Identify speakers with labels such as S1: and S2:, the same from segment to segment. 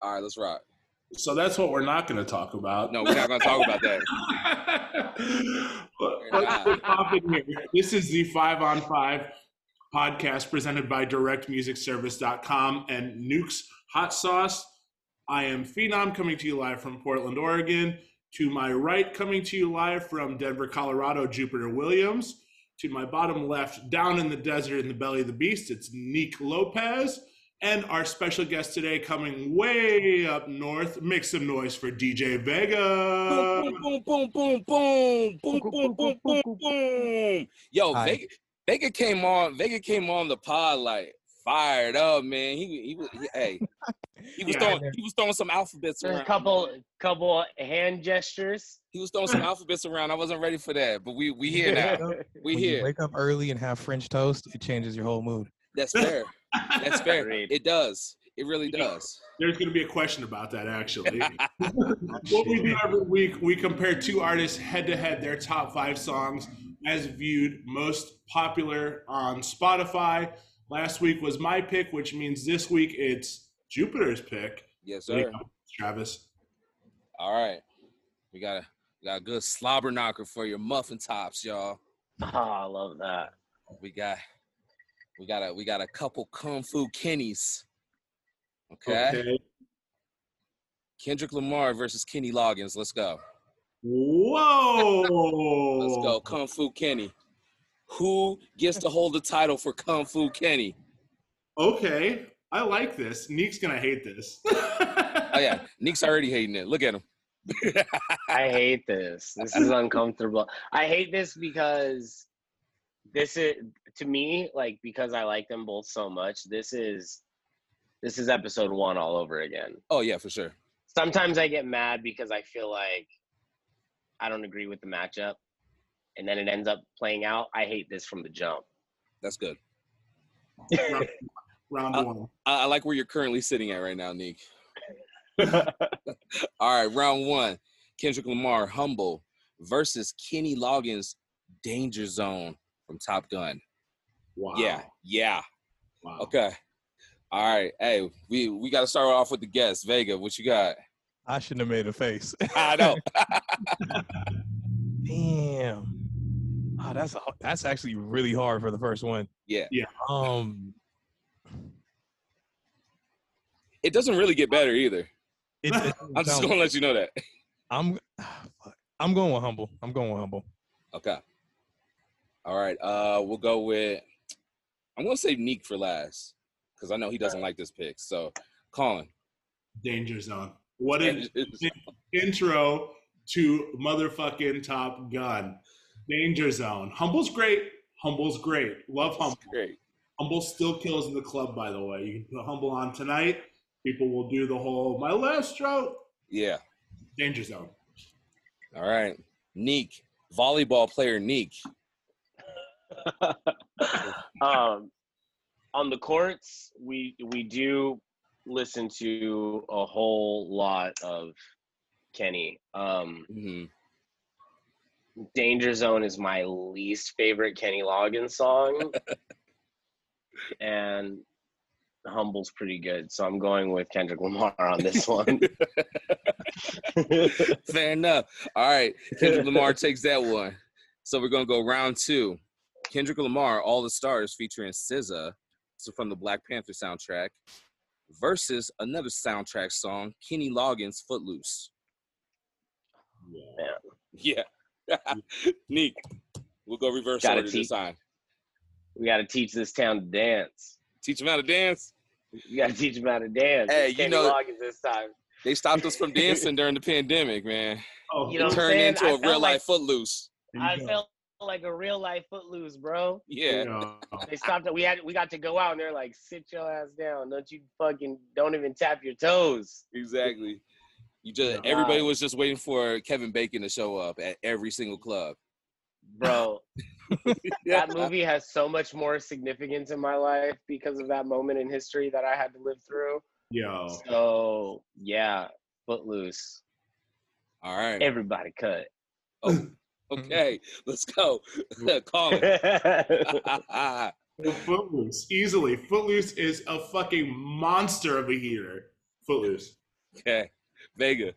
S1: All right, let's rock.
S2: So that's what we're not going to talk about.
S1: No, we're not going to talk about that.
S2: But- but the topic here- this is the Five on Five podcast presented by DirectMusicService.com and Nukes Hot Sauce. I am Phenom coming to you live from Portland, Oregon. To my right, coming to you live from Denver, Colorado, Jupiter Williams. To my bottom left, down in the desert in the belly of the beast, it's Nick Lopez. And our special guest today, coming way up north, make some noise for DJ
S3: Uh,
S2: Vega.
S1: Boom, boom, boom, boom, boom, boom, boom, boom, boom, boom. Yo,
S3: Hi.
S1: Vega, Vega came on. Vega came on the pod like fired up, man. He he was he, hey. He was
S2: Yeah.
S1: throwing he was throwing some alphabets
S4: There's a
S1: around.
S4: couple couple hand gestures.
S1: He was throwing some alphabets around. I wasn't ready for that, but we we here now. We
S3: when you
S1: here.
S3: wake up early and have French toast, it changes your whole mood.
S1: That's fair. That's fair.
S4: Agreed.
S1: It does. It really
S2: Yeah.
S1: does.
S2: There's going to be a question about that, actually. what we do every week, we compare two artists head to head, their top five songs as viewed most popular on Spotify. Last week was my pick, which means this week it's Jupiter's pick.
S1: Yes,
S2: Yeah,
S1: sir.
S2: Travis.
S1: All right. We got a we got a good slobber knocker for your muffin tops, y'all.
S4: Oh, I love that.
S1: We got we got a we got a couple kung fu kennies. Okay? Kendrick Lamar versus Kenny Loggins. Let's go.
S2: Whoa.
S1: Let's go. Kung Fu Kenny. Who gets to hold the title for Kung Fu Kenny?
S2: Okay. I like this. Neek's going to hate this.
S1: Oh yeah. Nick's already hating it. Look at him.
S4: I hate this. This is uncomfortable. I hate this because this is to me like because I like them both so much. This is this is episode one all over again.
S1: Oh yeah, for sure.
S4: Sometimes I get mad because I feel like I don't agree with the matchup, and then it ends up playing out. I hate this from the jump.
S1: That's good.
S2: Round
S1: Uh,
S2: one.
S1: I, I like where you're currently sitting at right now, Nick. All right, round one. Kendrick Lamar, Humble versus Kenny Loggins, Danger Zone from Top Gun.
S2: Wow.
S1: Yeah, yeah.
S2: Wow.
S1: Okay. All right. Hey, we we got to start off with the guest, Vega. What you got?
S3: I shouldn't have made a face.
S1: I know.
S3: Damn. Oh, that's a, that's actually really hard for the first one.
S1: Yeah.
S2: Yeah.
S3: Um,
S1: It doesn't really get better either.
S3: it, it
S1: I'm just gonna let you know that.
S3: I'm ah, fuck. I'm going with humble. I'm going with humble.
S1: Okay. All right. Uh, we'll go with. I'm gonna save Neek for last because I know he doesn't like this pick. So, Colin.
S2: Danger zone. What is intro to motherfucking Top Gun. Danger Zone. Humble's great. Humble's great. Love Humble.
S1: Great.
S2: Humble still kills in the club, by the way. You can put Humble on tonight. People will do the whole my last stroke.
S1: Yeah.
S2: Danger Zone.
S1: All right. Neek, volleyball player Neek.
S4: um, on the courts, we we do listen to a whole lot of Kenny. Um,
S1: Mhm.
S4: Danger Zone is my least favorite Kenny Loggins song, and Humble's pretty good, so I'm going with Kendrick Lamar on this one.
S1: Fair enough. All right. Kendrick Lamar takes that one. So we're gonna go round two. Kendrick Lamar, All the Stars featuring SZA. This is from the Black Panther soundtrack. Versus another soundtrack song, Kenny Loggins Footloose. Yeah. Neek. We'll go reverse
S4: Gotta
S1: order this
S4: teach-
S1: time.
S4: we got to teach this town to dance.
S1: Teach him how to dance.
S4: You got to teach them how to dance.
S1: Hey,
S4: It's
S1: you
S4: Kenny
S1: know-
S4: Loggins this time.
S1: They stopped us from dancing during the pandemic, man.
S2: Oh,
S4: You know what I'm
S1: Turned
S4: saying?
S1: into
S4: I
S1: a
S4: felt
S1: real
S4: like-
S1: life footloose.
S2: there you
S4: I
S2: go.
S4: felt like a real life footloose, bro.
S1: Yeah.
S2: Yeah.
S4: They stopped it. We had we got to go out and they're like, sit your ass down. Don't you fucking don't even tap your toes.
S1: Exactly. You just
S4: Yeah.
S1: everybody was just waiting for Kevin Bacon to show up at every single club.
S4: Bro, that movie has so much more significance in my life because of that moment in history that I had to live through.
S2: Yo.
S4: So yeah, footloose.
S1: All right.
S4: Everybody cut.
S3: Mm-hmm.
S1: Okay. Let's go. Colin. All
S2: Footloose. Easily. Footloose is a fucking monster of a heater. Footloose.
S1: Okay. Vega.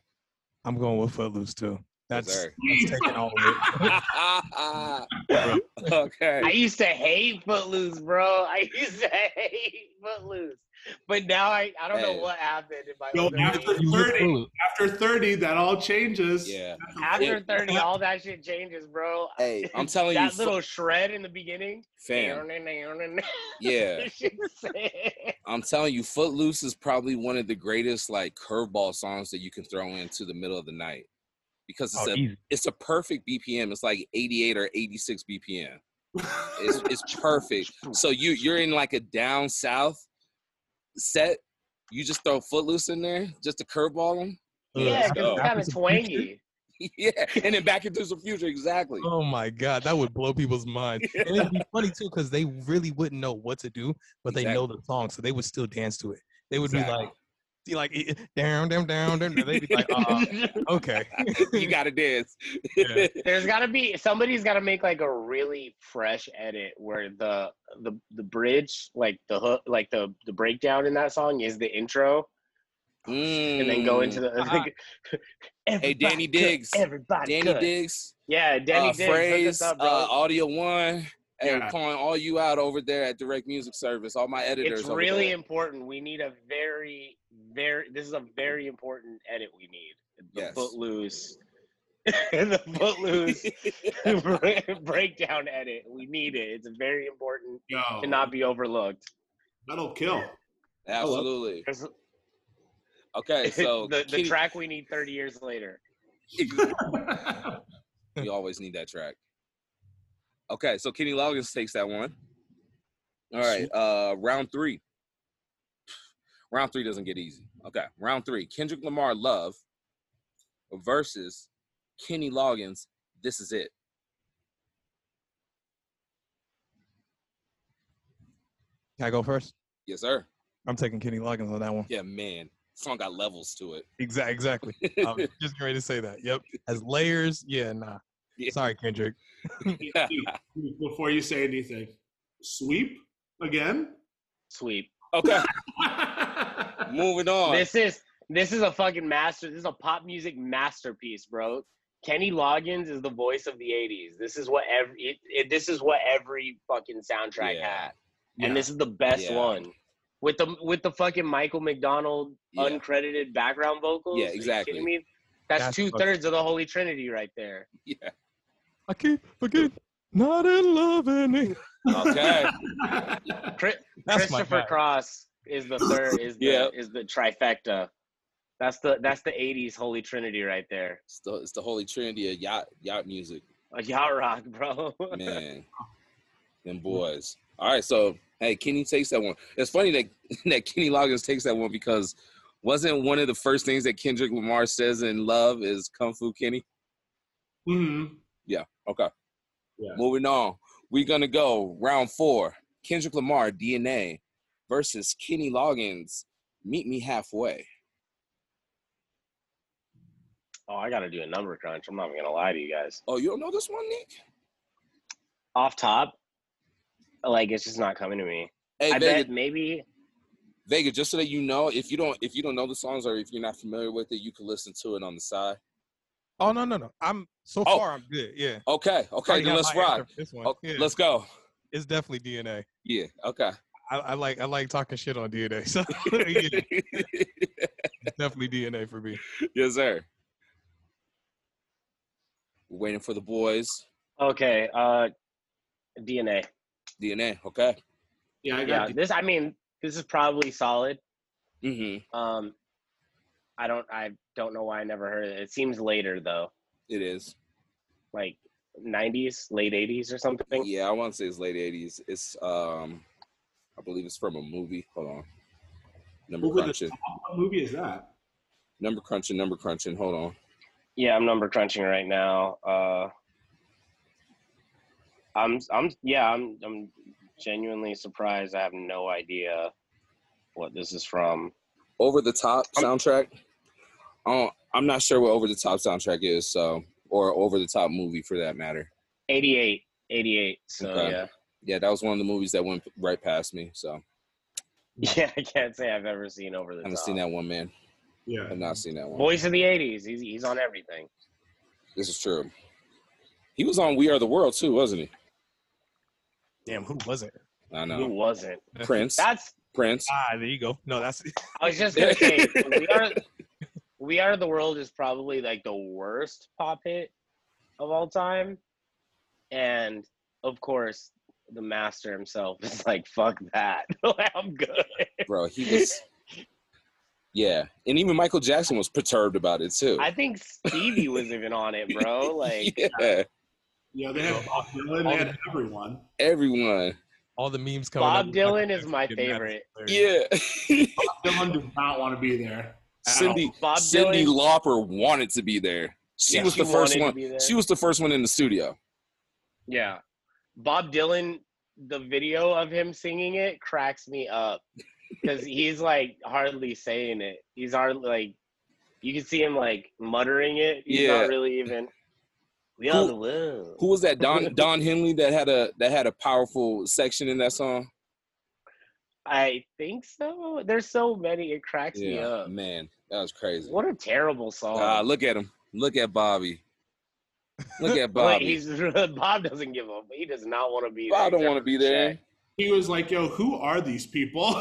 S3: I'm going with Footloose too. That's,
S1: Missouri.
S3: that's taking all of it.
S1: okay.
S4: I used to hate Footloose, bro. I used to hate Footloose, but now I, I don't
S1: Hey.
S4: know what happened in my
S2: Yo,
S4: older
S2: after
S4: age.
S3: You with
S2: 30.
S3: Footloose.
S2: After 30, that all changes.
S1: Yeah.
S4: after
S1: it-
S4: thirty, all that shit changes, bro.
S5: Hey,
S1: I'm telling you,
S4: that
S1: fu-
S4: little shred in the beginning.
S1: fam. Yeah.
S4: Shit's sick.
S1: I'm telling you, Footloose is probably one of the greatest like curveball songs that you can throw into the middle of the night. Because it's
S3: Oh,
S1: a
S3: easy.
S1: it's a perfect BPM. It's like 88 or 86 BPM. It's it's perfect. So you you're in like a down south set. You just throw Footloose in there just to curveball them.
S4: yeah, 'cause
S1: go.
S4: it's kind of twangy.
S1: yeah, and then back into the future exactly.
S3: Oh my god, that would blow people's minds. And it'd be funny too, because they really wouldn't know what to do, but they know the song, so they would still dance to it. They would
S1: Exactly.
S3: be like, be like down, down, down, down. They'd be like, uh,
S1: Uh-huh.
S3: okay.
S1: you gotta dance.
S3: Yeah.
S4: There's got to be somebody's got to make like a really fresh edit where the the the bridge, like the hook, like the the breakdown in that song is the intro, and then go
S1: Mm.
S4: into the.
S3: Uh-huh.
S1: Hey, Danny
S4: Everybody good,
S1: Diggs.
S4: Everybody
S1: Danny
S4: good.
S1: Diggs,
S4: Yeah, Danny
S1: uh,
S4: Diggs. hook us
S1: Phrase,
S4: up, bro.
S1: uh, Audio One. Hey, we're
S2: Yeah.
S1: calling all you out over there at Direct Music Service. All my editors.
S4: it's
S1: over
S4: really
S1: there.
S4: important. We need a very, very. This is a very important edit. We need the
S1: Yes.
S4: footloose, the footloose breakdown edit. We need it. It's very important
S2: Yo,
S1: Oh.
S4: to not be overlooked.
S2: that'll kill.
S1: Absolutely.
S4: 'Cause
S1: Okay, so
S4: the, the
S1: Kitty-
S4: track we need 30 years later.
S1: you always need that track. Okay, so Kenny Loggins takes that one. All right, uh, round three. Round three doesn't get easy. Okay, round three: Kendrick Lamar, "Love," versus Kenny Loggins. This is it.
S3: Can I go first?
S1: Yes, sir.
S3: I'm taking Kenny Loggins on that one.
S1: Yeah, man, song got levels to it.
S3: Exactly. Exactly. I was just ready to say that. Yep. As layers, yeah, nah.
S1: Yeah.
S3: Sorry, Kendrick.
S2: Before you say anything, sweep again?
S4: Sweep.
S1: okay, moving on.
S4: This is this is a fucking master. This is a pop music masterpiece, bro. Kenny Loggins is the voice of the 80s. This is what every it, it, this is what every fucking soundtrack
S1: Yeah.
S4: had. and this is the best
S1: Yeah.
S4: one with the with the fucking Michael McDonald
S1: Yeah.
S4: uncredited background vocals.
S1: Yeah,
S4: Are you
S1: exactly.
S4: kidding me? That's,
S3: That's
S4: two thirds of the Holy Trinity right there.
S1: yeah.
S3: I keep forget not in love any.
S1: Okay.
S2: Mm-hmm.
S4: Chri-
S3: That's my
S4: Christopher
S3: guy.
S4: Cross is the third is the
S1: Yeah.
S4: is the trifecta. That's the that's the '80s Holy Trinity right there.
S1: It's the, it's the holy trinity of yacht yacht music.
S4: A yacht rock, bro.
S1: Man, them boys. All right, so hey, Kenny takes that one. It's funny that that Kenny Loggins takes that one because wasn't one of the first things that Kendrick Lamar says in Love is Kung Fu Kenny?
S2: Mhm.
S1: Okay.
S2: Yeah.
S1: Moving on, we're gonna go round four: Kendrick Lamar DNA versus Kenny Loggins. Meet me halfway.
S4: oh, I gotta do a number crunch. I'm not even gonna lie to you guys.
S1: Oh, you don't know this one, Nick?
S4: Off top, like it's just not coming to me.
S1: Hey,
S4: I
S1: Vega,
S4: bet maybe
S1: Vega, just so that you know, if you don't if you don't know the songs or if you're not familiar with it, you can listen to it on the side.
S3: Oh no, no, no. I'm so
S1: Oh.
S3: far I'm good. Yeah.
S1: Okay, okay,
S3: Already
S1: then
S3: got
S1: let's
S3: my answer
S1: rock.
S3: for This one.
S1: Oh,
S3: Yeah,
S1: Let's go.
S3: it's definitely DNA.
S1: Yeah. Okay.
S3: I, I like I like talking shit on DNA. So yeah, it's definitely DNA for me.
S1: yes, sir. We're waiting for the boys.
S4: okay. Uh, DNA.
S1: DNA. Okay.
S2: Yeah, I
S4: yeah,
S2: got
S4: this I mean, this is probably solid.
S1: Mm-hmm.
S4: Um I don't I don't know why I never heard it. It seems later though.
S1: It is.
S4: Like 90s, late 80s or something.
S1: Yeah, I want to say it's late '80s. It's um, I believe it's from a movie. Hold on. Number
S2: Over the
S1: crunching.
S2: What movie is that?
S1: Number crunching. Number crunching. Hold on.
S4: Yeah, I'm number crunching right now. Uh I'm I'm yeah, I'm I'm genuinely surprised. I have no idea what this is from.
S1: Over the top soundtrack. Oh, I'm not sure what over the top soundtrack is. So, or over the top movie for that matter.
S4: 88 88. So
S1: Okay.
S4: yeah.
S1: Yeah, that was one of the movies that went right past me. So,
S4: Yeah, I can't say I've ever seen over the
S1: haven't
S4: top.
S1: seen that one, man.
S2: Yeah.
S1: I've not seen that one.
S4: Voice of the '80s. He's, he's on everything.
S1: This is true. He was on We Are the World too, wasn't he?
S3: Damn, who was it?
S1: I
S4: Who
S1: know.
S4: wasn't?
S1: Prince.
S4: That's.
S1: Prince.
S3: Ah, there you go. No, that's
S4: I was just gonna say, we are. We are the world is probably like the worst pop hit of all time, and of course, the master himself is like, "Fuck that, I'm good."
S1: Bro, he was Yeah. And even Michael Jackson was perturbed about it too.
S4: I think Stevie was even on it, bro. Like,
S1: yeah.
S2: Yeah, they had Bob Dylan, they had everyone.
S1: Everyone.
S3: all the memes coming.
S4: Bob
S3: up.
S4: Dylan is my
S3: Didn't matter.
S4: favorite.
S1: Yeah.
S2: Dylan did not want to be there.
S1: Cindy
S4: Bob
S1: Cindy
S4: Dylan.
S1: Lauper wanted to be there. She
S4: Yeah,
S1: was
S4: she
S1: the first
S4: wanted to
S1: one.
S4: be there.
S1: She was the first one in the studio.
S4: Yeah, Bob Dylan. The video of him singing it cracks me up because he's like hardly saying it. He's hardly like you can see him like muttering it. He's
S1: Yeah.
S4: not really even. We are
S1: Who-
S4: the world.
S1: Who was that? Don Don Henley that had a that had a powerful section in that song.
S4: I think so. There's so many. It cracks me up.
S1: man, that was crazy.
S4: What a terrible song.
S1: Ah, look at him. Look at Bobby. Look at
S4: But
S1: Bobby.
S4: he's Bob doesn't give up. He does not want to be.
S1: Bob
S4: there
S1: don't want to be there.
S2: He was like, yo, who are these people?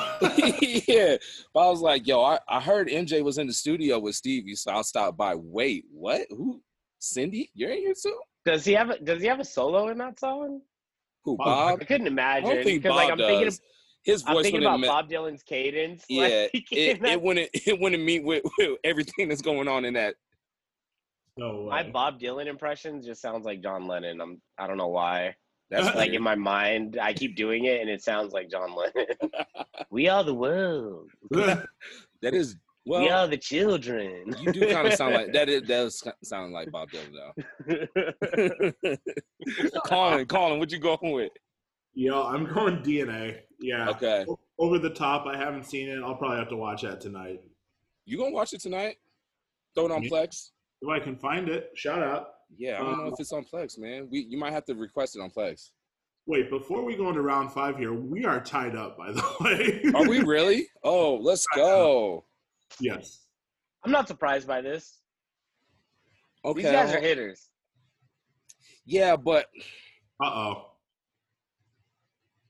S1: yeah, Bob was like, "Yo, I, I heard MJ was in the studio with Stevie, so I'll stop by." Wait, what? Who? Cindy, you're in here too?
S4: Does he have? A, does he have a solo in that song?
S1: Who?
S2: Bob-
S1: Bob?
S4: I couldn't
S1: I
S4: imagine.
S1: don't think
S4: 'cause,
S1: Bob
S4: like, I'm
S1: does.
S4: thinking of-
S1: His
S4: I'm
S1: voice
S4: thinking
S1: wouldn't.
S4: about
S1: ma-
S4: Bob Dylan's cadence.
S1: yeah,
S4: like,
S1: it,
S4: in that-
S1: it wouldn't. It wouldn't meet with, with everything that's going on in that.
S2: no
S4: my
S2: way.
S4: Bob Dylan impression just sounds like John Lennon. I'm I don't know why.
S1: That's
S4: Like
S1: like
S4: in my mind, I keep doing it, and it sounds like John Lennon. we are the world.
S1: that is
S4: we
S1: well.
S4: are the children.
S1: You do kind of sound like that. Is, does sound like Bob Dylan though. Colin, Colin, what you going with?
S2: yo, I'm going DNA. Yeah.
S1: Okay,
S2: O- Over the top. I haven't seen it. I'll probably have to watch that tonight.
S1: you gonna watch it tonight? Throw it on
S2: Yeah.
S1: Plex.
S2: If I can find it, shout out.
S1: Yeah, I
S4: Uh-huh.
S1: don't know if it's on Plex, man. We you might have to request it on Plex.
S2: Wait, before we go into round five here, we are tied up, by the way.
S1: Are we really? Oh, let's go.
S2: yes.
S4: I'm not surprised by this.
S1: Okay.
S4: These guys are hitters.
S1: yeah, but
S2: Uh oh.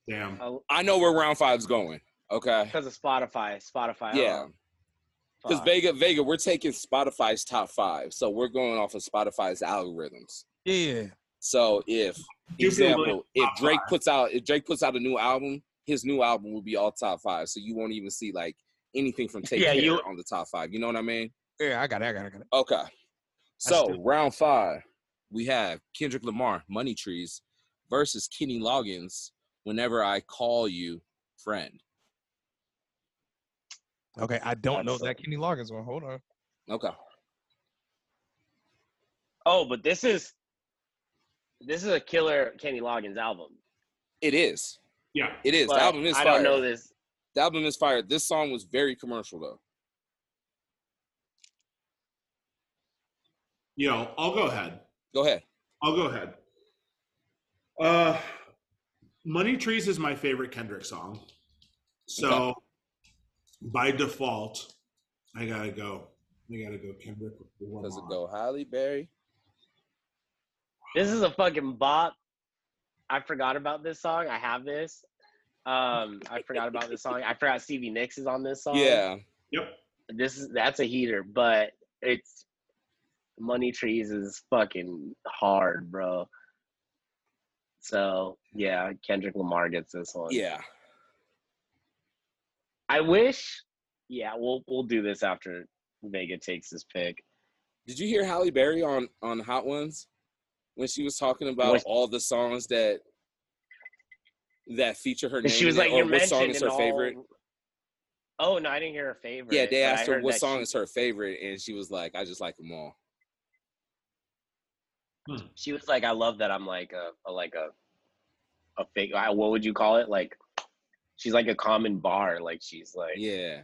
S2: Damn.
S1: I know where round five's going. Okay.
S4: Because Uh, of Spotify. Spotify. um,
S1: Yeah.
S4: huh?
S1: Because
S4: Fuck.
S1: Vega, Vega, we're taking Spotify's top five. So we're going off of Spotify's algorithms.
S3: Yeah.
S1: So if
S2: Give them a
S1: example, if
S2: top
S1: Drake puts out if Drake puts out a new album, his new album will be all top five. So you won't even see like anything from Take
S4: Yeah,
S1: Care
S4: you-
S1: on the top five. You know what I mean?
S3: Yeah, I got it. I got it. I got it.
S1: Okay. So
S3: still-
S1: round five, we have Kendrick Lamar, Money Trees, versus Kenny Loggins, Whenever I Call You Friend.
S3: Okay, I don't know
S4: That's-
S3: that Kenny Loggins one. Hold on.
S1: Okay.
S4: Oh, but this is this is a killer Kenny Loggins album.
S1: It is.
S2: Yeah.
S1: It is.
S4: But
S1: the album is
S4: I
S1: fire.
S4: don't know this.
S1: The album is fire. This song was very commercial though.
S2: Yo, I'll go ahead.
S1: Go ahead.
S2: I'll go ahead. Uh, Money Trees is my favorite Kendrick song. So
S1: Okay.
S2: by default, I gotta go. I gotta go Kendrick. with
S1: Does it
S2: Lamar.
S1: go Halle Berry?
S4: This is a fucking bop. I forgot about this song. I have this. Um, I forgot about this song. I forgot Stevie Nicks is on this song.
S1: Yeah.
S4: This is that's a heater, but it's Money Trees is fucking hard, bro. So yeah, Kendrick Lamar gets this one.
S1: Yeah.
S4: I wish. Yeah, we'll we'll do this after Vega takes his pick.
S1: Did you hear Halle Berry on on Hot Ones when she was talking about
S4: What-
S1: all the songs that that feature her name?
S4: she was
S1: and-
S4: like,
S1: or
S4: "You're
S1: which
S4: mentioned
S1: song is
S4: in
S1: her
S4: all-
S1: favorite?
S4: Oh no, I didn't hear her favorite.
S1: Yeah, they
S4: but I
S1: asked her
S4: heard
S1: what
S4: that
S1: song
S4: she,
S1: is her favorite, and she was like, "I just like them all."
S4: She was like, "I love that I'm like a, a like a a fake. I- What would you call it? Like she's like a common bar. Like she's like
S1: Yeah,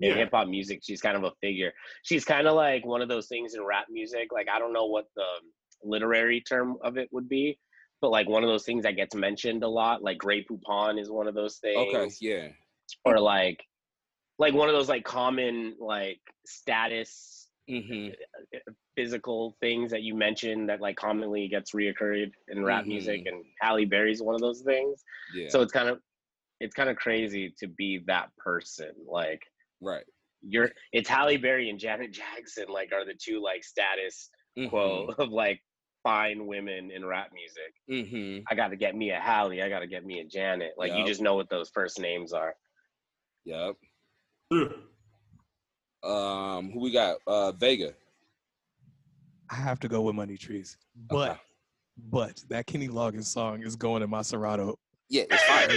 S4: in hip hop music. She's kind of a figure. She's kind of like one of those things in rap music. Like I don't know what the literary term of it would be." But like one of those things that gets mentioned a lot, like Grey Poupon is one of those things.
S1: okay, yeah,
S4: or like like one of those like common like status
S1: hmm
S4: physical things that you mentioned that like commonly gets reoccurred in rap
S1: Mhm.
S4: music and Halle Berry's one of those things.
S1: Yeah.
S4: So it's kind of it's kind of crazy to be that person. Like
S1: right.
S4: you're it's Halle Berry and Janet Jackson like are the two like status
S1: Mm-hmm.
S4: quo of like fine women in rap music.
S1: hmm
S4: I gotta get me a Halle, I gotta get me a Janet. Like you
S1: Yup.
S4: just know what those first names are.
S1: Yep.
S2: True.
S1: Um, who we got? Uh, Vega.
S3: I have to go with Money Trees, but
S1: Okay.
S3: but that Kenny Loggins song is going in my Serato.
S1: Yeah, it's fire.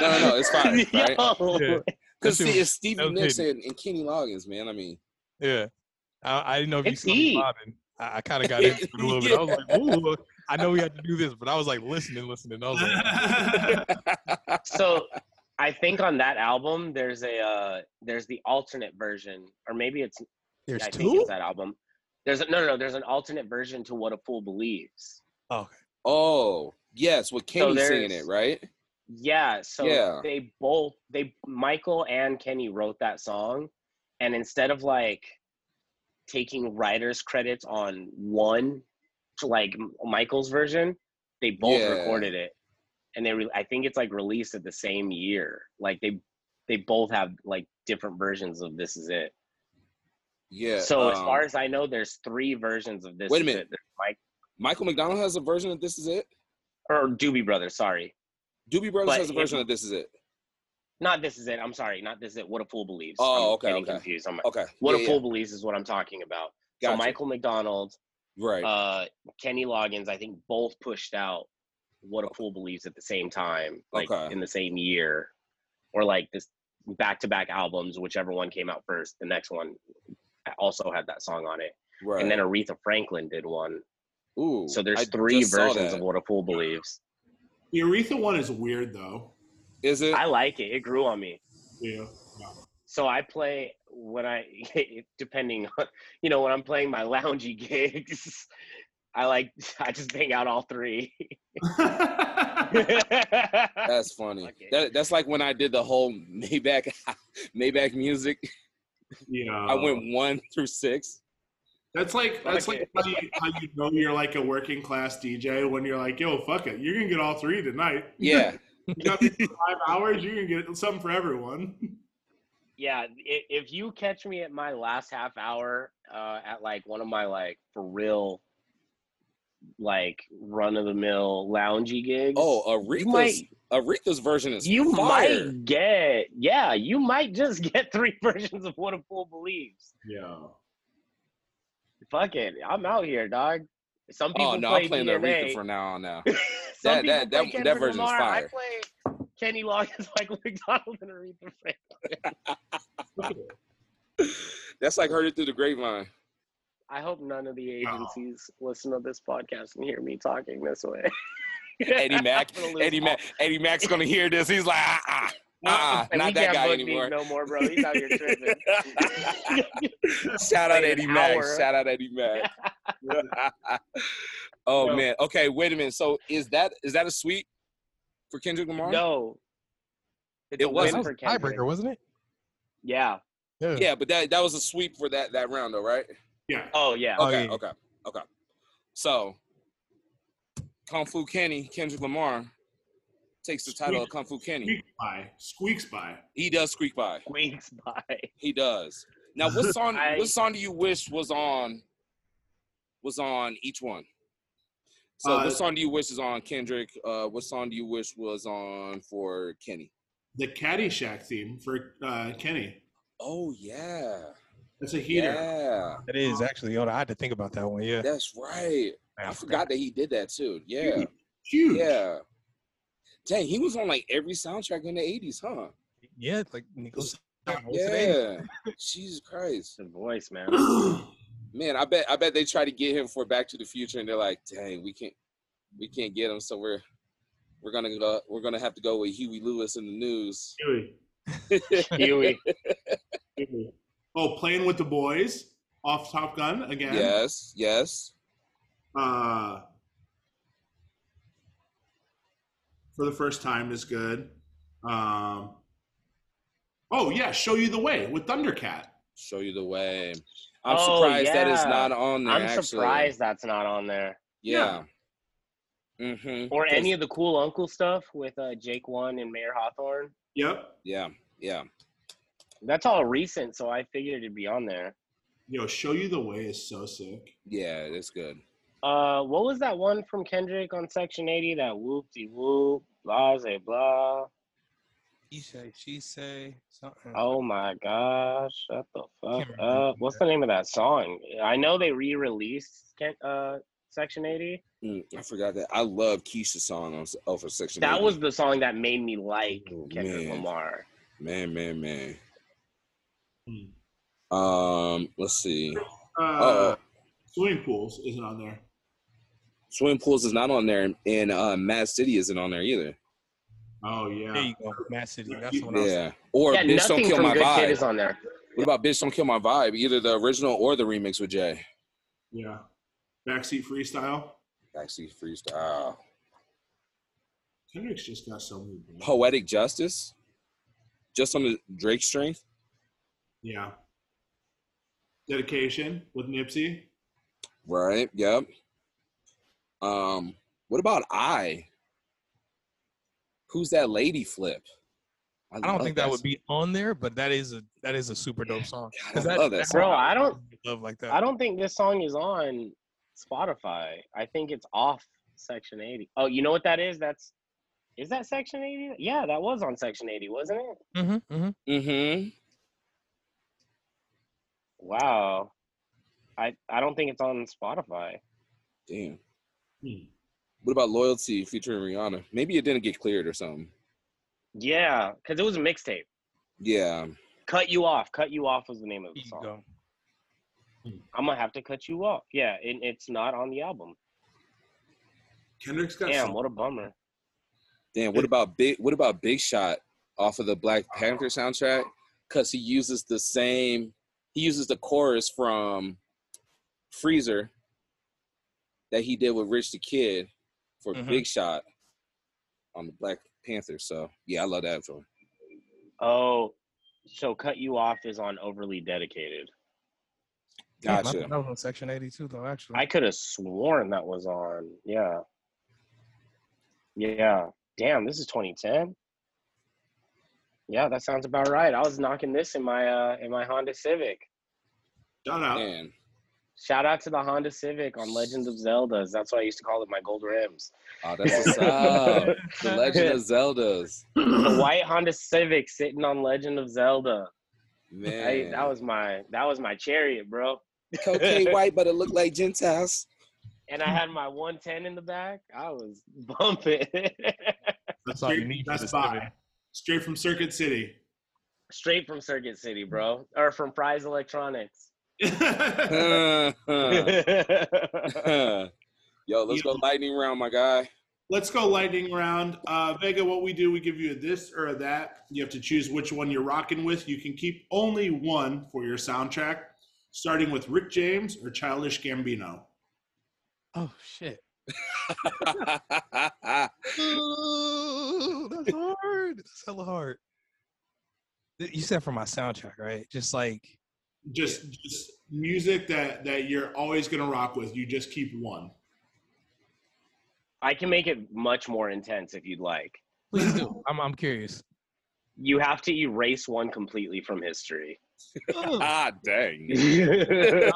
S1: no, no, no, it's fire, right?
S4: Yo.
S3: Yeah.
S1: Because
S3: That shit
S1: see, it's Stevie
S3: that was
S1: Nicks and, and Kenny Loggins, man. I mean,
S3: Yeah, I, I didn't know if you
S4: It's
S3: saw me
S4: deep.
S3: bobbing. I, I kind of got into it a little bit. I was like, "Ooh, I know we had to do this," but I was like listening, listening. I was like,
S4: so I think on that album there's a uh, there's the alternate version, or maybe it's
S3: "There's
S4: I think
S3: two?
S4: it's that album. There's a, no, no, no. There's an alternate version to What a Fool Believes.
S1: oh yes, with Kenny singing it,
S4: there's-
S1: right?
S4: Yeah. So
S1: Yeah.
S4: they both they Michael and Kenny wrote that song, and instead of like taking writers credits on one, like M- Michael's version, they both
S1: Yeah.
S4: recorded it, and they re- I think it's like released at the same year. Like they they both have like different versions of This Is It.
S1: Yeah.
S4: so as
S1: um,
S4: far as I know, there's three versions of This.
S1: Wait a
S4: Is
S1: minute.
S4: It. There's Mike
S1: Michael McDonald has a version of This Is It.
S4: or Doobie Brothers. Sorry.
S1: Doobie Brothers
S4: But
S1: has a
S4: if-
S1: version of This Is It.
S4: Not this is it. I'm sorry. Not this is it. What a fool believes.
S1: Oh,
S4: I'm
S1: okay,
S4: Getting
S1: okay.
S4: confused. I'm,
S1: Okay.
S4: what
S1: yeah,
S4: a
S1: yeah,
S4: fool believes is what I'm talking about. So
S1: gotcha.
S4: Michael McDonald,
S1: Right.
S4: uh, Kenny Loggins, I think both pushed out what a fool believes at the same time, like
S1: Okay.
S4: in the same year, or like this back-to-back albums, whichever one came out first. The next one also had that song on it,
S1: right.
S4: and then Aretha Franklin did one.
S1: Ooh,
S4: So there's
S1: I
S4: three
S1: just saw
S4: versions
S1: that.
S4: of what a fool believes.
S2: The Aretha one is weird though.
S1: Is it?
S4: I like it. It grew on me.
S2: Yeah.
S4: so I play when I depending on you know when I'm playing my loungy gigs, I like I just bang out all three. yeah,
S1: That's funny.
S4: Okay.
S1: That, that's like when I did the whole Maybach Maybach music.
S2: yeah.
S1: I
S4: Uh-huh.
S1: went one through six.
S2: That's like that's like how you, how you know you're like a working class DJ when you're like, yo, fuck it, you're gonna get all three tonight.
S1: Yeah,
S2: you got these five hours, you're gonna get something for everyone.
S4: i- if you catch me at my last half hour uh, at like one of my like for real like run of the mill loungy gigs.
S1: Oh,
S4: you
S1: Aretha's
S4: might
S1: Aretha's version is
S4: you
S1: fire.
S4: might get yeah you might just get three versions of what a fool believes.
S2: Yeah.
S4: fuck it. I'm out here, dog. Some people
S1: Oh no,
S4: play
S1: I'm playing
S4: DNA.
S1: Aretha for now on now.
S4: Some
S1: that- that- that-
S4: people play Kendrick
S1: that version's
S4: Lamar.
S1: fire.
S4: I play Kenny Loggins, Michael McDonald, and Aretha Franklin.
S1: That's like heard it through the grapevine.
S4: I hope none of the
S3: Oh.
S2: No.
S4: agencies listen to this podcast and hear me talking this way.
S1: Eddie Mac,
S4: I'm gonna lose
S1: Eddie
S4: all-
S1: Mac, Eddie Mac's gonna hear this. He's like, ah, ah, ah,
S4: Like,
S1: not
S4: we
S1: that
S4: can't
S1: guy
S4: book these
S1: anymore.
S4: No more, bro. He's out here tripping.
S1: Shout out
S4: Wait, an
S1: Eddie Mac.
S4: hour.
S1: Shout out Eddie Mac. oh
S4: No.
S1: man. Okay, wait a minute. So is that is that a sweep for Kendrick Lamar?
S4: no. It's
S1: It
S4: a win
S3: That
S1: wasn't.
S3: was
S4: for
S3: a
S4: Kendrick.
S3: tiebreaker, wasn't it?
S4: Yeah.
S1: Yeah, but that that was a sweep for that that round though, right?
S2: Yeah.
S4: Oh yeah.
S3: Oh,
S1: Okay,
S3: yeah.
S1: okay, okay. So, Kung Fu Kenny, Kendrick Lamar, takes the title of Kung Fu Kenny.
S2: Squeaks by. Squeaks by.
S1: He does squeak by.
S4: Squeaks by.
S1: He does. Now, what song?
S4: I-
S1: what song do you wish was on? Was on each one. So,
S2: Uh,
S1: what song do you wish is on Kendrick? Uh, what song do you wish was on for Kenny?
S2: The Caddyshack theme for uh, Kenny.
S1: Oh yeah,
S2: That's a heater.
S1: yeah.
S3: That is actually. Hold on, I had to think about that one. Yeah,
S1: That's right. I forgot that he did that too. Yeah,
S2: Huge.
S1: yeah. Dang, he was on like every soundtrack in the '80s, huh?
S3: Yeah, it's like Nicholas.
S1: Yeah. Jesus Christ.
S4: The voice, man.
S1: Man, I bet I bet they try to get him for Back to the Future and they're like, dang, we can't we can't get him, so we're we're gonna go we're gonna have to go with Huey Lewis in the news.
S2: Huey.
S4: Huey.
S2: Huey. Oh, playing with the boys off Top Gun again.
S1: Yes, yes.
S2: Uh, for the first time is good. Um, Oh yeah, show you the way with Thundercat.
S1: Show you the way. I'm
S4: Oh,
S1: surprised that is
S4: yeah.
S1: not on there.
S4: I'm
S1: actually.
S4: surprised that's not on there.
S1: Yeah. Mm-hmm.
S4: Or any of the cool uncle stuff with uh, Jake One and Mayor Hawthorne.
S2: Yep.
S1: Yeah. Yeah.
S4: That's all recent, so I figured it'd be on there.
S2: Yo, show you the way is so sick.
S1: Yeah. It's good.
S4: Uh, what was that one from Kendrick on Section 80? That whoop de whoop, blah, say blah.
S3: He say, she say something.
S4: Oh my gosh, shut the fuck
S3: remember
S4: up.
S3: the
S4: What's the name of that song? I know they re released uh, Section 80.
S1: Mm, I forgot that. I love Keisha's song on oh for section.
S4: That
S1: 80.
S4: was the song that made me like
S1: Oh,
S4: Kendrick
S1: man.
S4: Lamar.
S1: man, man, man.
S2: Hmm.
S1: Um, let's see.
S2: Uh,
S1: Oh,
S2: swimming pools isn't on there.
S1: swimming pools is not on there, and uh, Mad City isn't on there either.
S2: Oh yeah.
S3: There you go, Mad City. That's the one I was
S1: yeah, or
S4: yeah,
S1: bitch don't
S4: nothing
S1: kill
S4: from
S1: my
S4: Good
S1: vibe.
S4: Kid is on there.
S1: what about bitch don't kill my vibe? Either the original or the remix with Jay.
S2: Yeah. Backseat freestyle.
S1: Backseat freestyle. Oh,
S2: Kendrick's just got so many. bands.
S1: Poetic justice. Just on the Drake strength.
S2: Yeah. Dedication with Nipsey.
S1: Right. Yep. Um. What about I? Who's that lady flip?
S3: I don't think that would be on there, but that is a that is a super dope song.
S1: God,
S3: 'Cause
S1: I
S3: that-
S1: love that
S3: that-
S1: song.
S4: Bro, I don't
S3: love like that.
S4: I don't think this song is on Spotify. I think it's off Section 80. Oh, you know what that is? That's is that Section 80? Yeah, that was on Section 80, wasn't it?
S3: Mm-hmm, mm-hmm.
S1: Mm-hmm.
S4: Wow. I I don't think it's on Spotify.
S1: Damn.
S2: Hmm.
S1: What about loyalty featuring Rihanna? Maybe it didn't get cleared or something.
S4: Yeah, because it was a mixtape.
S1: Yeah.
S4: Cut you off. Cut you off was the name of the
S3: Here you
S4: song.
S3: go.
S4: I'm gonna have to cut you off. Yeah, and it's not on the album.
S2: Kendrick's got
S4: Damn,
S2: so
S4: what a bummer.
S1: Damn. What about big? What about Big Shot off of the Black Panther soundtrack? Because he uses the same. He uses the chorus from Freezer that he did with Rich the Kid for
S4: Mm-hmm.
S3: Mhm.
S1: Big Shot on the Black Panther. So yeah, I love that one.
S4: Oh, so cut you off is on overly dedicated.
S3: Damn, I
S1: Gotcha.
S3: thought that was on Section 82 though. Actually,
S4: I could have sworn that was on. Yeah. Yeah. Damn, this is 2010. Yeah, that sounds about right. I was knocking this in my uh in my Honda Civic.
S2: shout out.
S1: Man,
S4: Shout out to the Honda Civic on Legend of Zelda's. That's why I used to call it my gold rims.
S1: oh, that's what's up. the Legend of Zelda's.
S4: The white Honda Civic sitting on Legend of Zelda.
S1: Man,
S4: Hey, that was my that was my chariot, bro.
S1: cocaine white, but it looked like Gentiles.
S4: And I had my 110 in the back. I was bumping.
S3: That's all you need for
S2: Best
S3: this
S2: Buy.
S3: living.
S2: Straight from Circuit City.
S4: Straight from Circuit City, bro. Or from Prize Electronics.
S1: Yo, Uh. let's go lightning round, my guy.
S2: Let's go lightning round. Uh, Vega, what we do, we give you a this or a that. You have to choose which one you're rocking with. You can keep only one for your soundtrack, starting with Rick James or Childish Gambino.
S3: Oh shit.
S1: I
S3: Ooh, that's hard. That's hella hard. Th- You said for my soundtrack, right? Just like
S2: Just, just music that that you're always gonna rock with. You just keep one.
S4: I can make it much more intense if you'd like.
S3: please do. I'm I'm curious.
S4: You have to erase one completely from history.
S3: Ugh.
S1: ah, dang.
S4: yeah,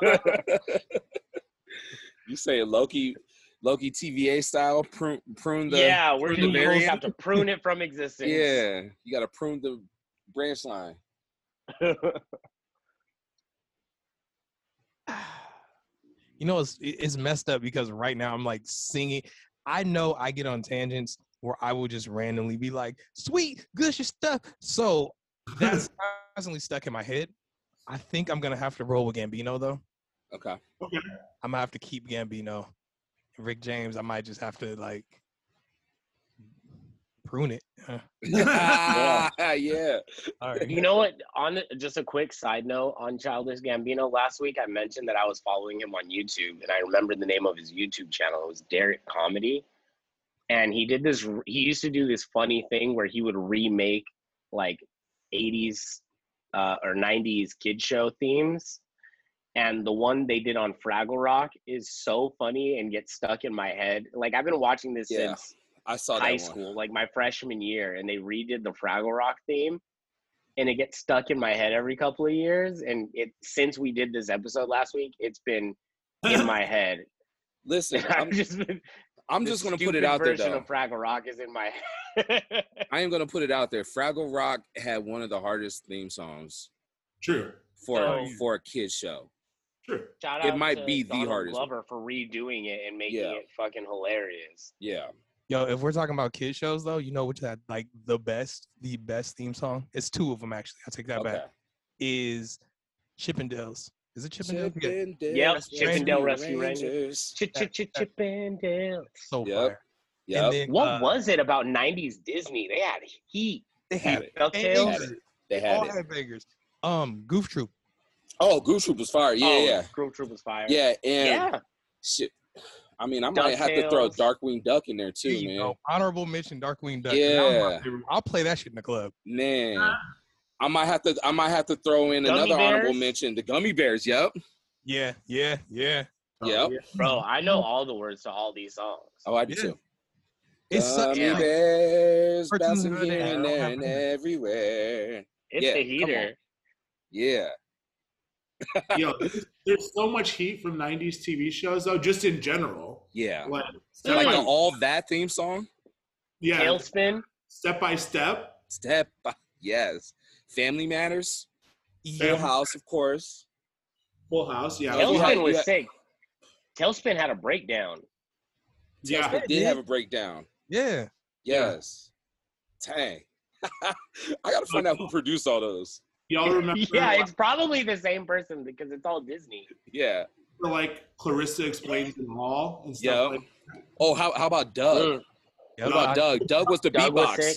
S1: you say Loki, Loki TVA style, prune, prune the.
S4: we're
S1: the
S4: just going
S1: berries?
S4: to have to prune it from existence.
S1: Yeah, you gotta prune the branch line.
S3: you know, it's it- it's messed up because right now I'm like singing. I know I get on tangents where I will just randomly be like, "Sweet, good your stuff." So that's constantly stuck in my head. I think I'm gonna have to roll with Gambino though.
S1: Okay.
S3: I'm gonna have to keep Gambino. Rick James, I might just have to like prune it. Huh.
S1: yeah.
S3: All right.
S4: You know what? On just a quick side note on Childish Gambino, last week I mentioned that I was following him on YouTube, and I remembered the name of his YouTube channel. It was Derek Comedy, and he did this. He used to do this funny thing where he would remake like '80s uh, or 90s kid show themes. And the one they did on Fraggle Rock is so funny and gets stuck in my head. Like I've been watching this
S1: Yeah,
S4: since
S1: I saw Oh, that
S4: high
S1: one.
S4: school, like my freshman year, and they redid the Fraggle Rock theme, and it gets stuck in my head every couple of years. And it since we did this episode last week, it's been in my head.
S1: Listen,
S4: I've
S1: I'm,
S4: just been,
S1: I'm
S4: the
S1: just gonna put
S4: stupid
S1: it out there
S4: Version
S1: though.
S4: of Fraggle Rock is in my head.
S1: I am gonna put it out there. Fraggle Rock had one of the hardest theme songs
S2: True.
S1: for
S4: Oh.
S1: for a kids show.
S2: True.
S4: Shout
S1: It
S4: out
S1: might
S4: to
S1: be the
S4: Donald
S1: hardest one.
S4: Glover for redoing it and making
S1: Yeah.
S4: it fucking hilarious.
S1: Yeah,
S3: Yo, if we're talking about kid shows though, you know which had like the best, the best theme song. It's two of them actually. I take that
S1: okay.
S3: back. Is Chippendales? Is it Chippendales? Yeah,
S1: Chippendale
S4: Yep,
S3: Chippendale
S4: Rescue
S1: Rangers.
S4: Ch- ch- ch- Chip and Dale.
S3: so
S1: Yep.
S3: fire. And
S1: Yep,
S3: then,
S4: What
S3: uh,
S4: was it about '90s Disney? They had heat.
S3: they
S1: had
S3: had?
S1: it.
S4: Ducktales.
S1: had it. They had
S3: all
S1: it.
S3: had bangers. Um, Goof Troop.
S1: Oh, Goose Troop was fire. Yeah,
S4: oh,
S1: yeah,
S4: Screw Troop was fire.
S1: yeah. And
S4: yeah.
S1: shit, I mean, I might have to throw
S4: DuckTales.
S1: Darkwing Duck in there
S3: There
S1: too,
S3: you
S1: man.
S3: go. Honorable mention, Darkwing Duck. 'cause that was my
S1: Yeah.
S3: favorite. I'll play that shit in the club.
S1: Man, I might have to. I might have to throw in
S4: Ah. Gummy
S1: another honorable
S4: Bears?
S1: mention: the Gummy Bears. Yep.
S3: Yeah, yeah, Oh, yeah.
S1: Yep.
S4: Bro, I know all the words to all these songs.
S1: Mm-hmm. Oh, I do
S3: Yeah.
S1: too.
S3: It's such
S1: Gummy
S4: yeah.
S1: bears
S3: Cartoons
S1: bouncing
S3: are there.
S1: here and
S3: I don't
S1: there
S3: have
S1: and
S3: them.
S1: everywhere.
S4: It's
S1: Yeah,
S4: the
S1: come on.
S4: heater.
S1: Yeah.
S2: Yo, there's so much heat from '90s TV shows, though, just in general.
S1: Yeah.
S2: Like, step
S1: Like
S2: by,
S1: the all that theme song.
S2: yeah,
S4: Tailspin.
S2: step by step.
S1: Step. By, yes. Family Matters. Full
S2: Yeah.
S1: House, of course.
S2: Full House, yeah,
S1: Hell
S2: Full House,
S1: had-
S4: Tailspin was
S1: you had-
S4: sick. Tailspin had a breakdown.
S2: yeah.
S1: It did
S3: Yeah.
S1: have a breakdown.
S3: Yeah.
S2: Yeah.
S1: Yes. Dang. I gotta find out who produced all those.
S2: Y'all remember
S4: yeah, it's probably the same person because it's all Disney.
S1: Yeah.
S2: like Clarissa explains it all and
S1: Yeah.
S2: stuff. Like,
S1: Oh, how how about Doug?
S4: Mm.
S1: How
S3: Yep.
S1: about Doug? Doug was the
S4: Doug was
S1: beatbox.
S4: sick.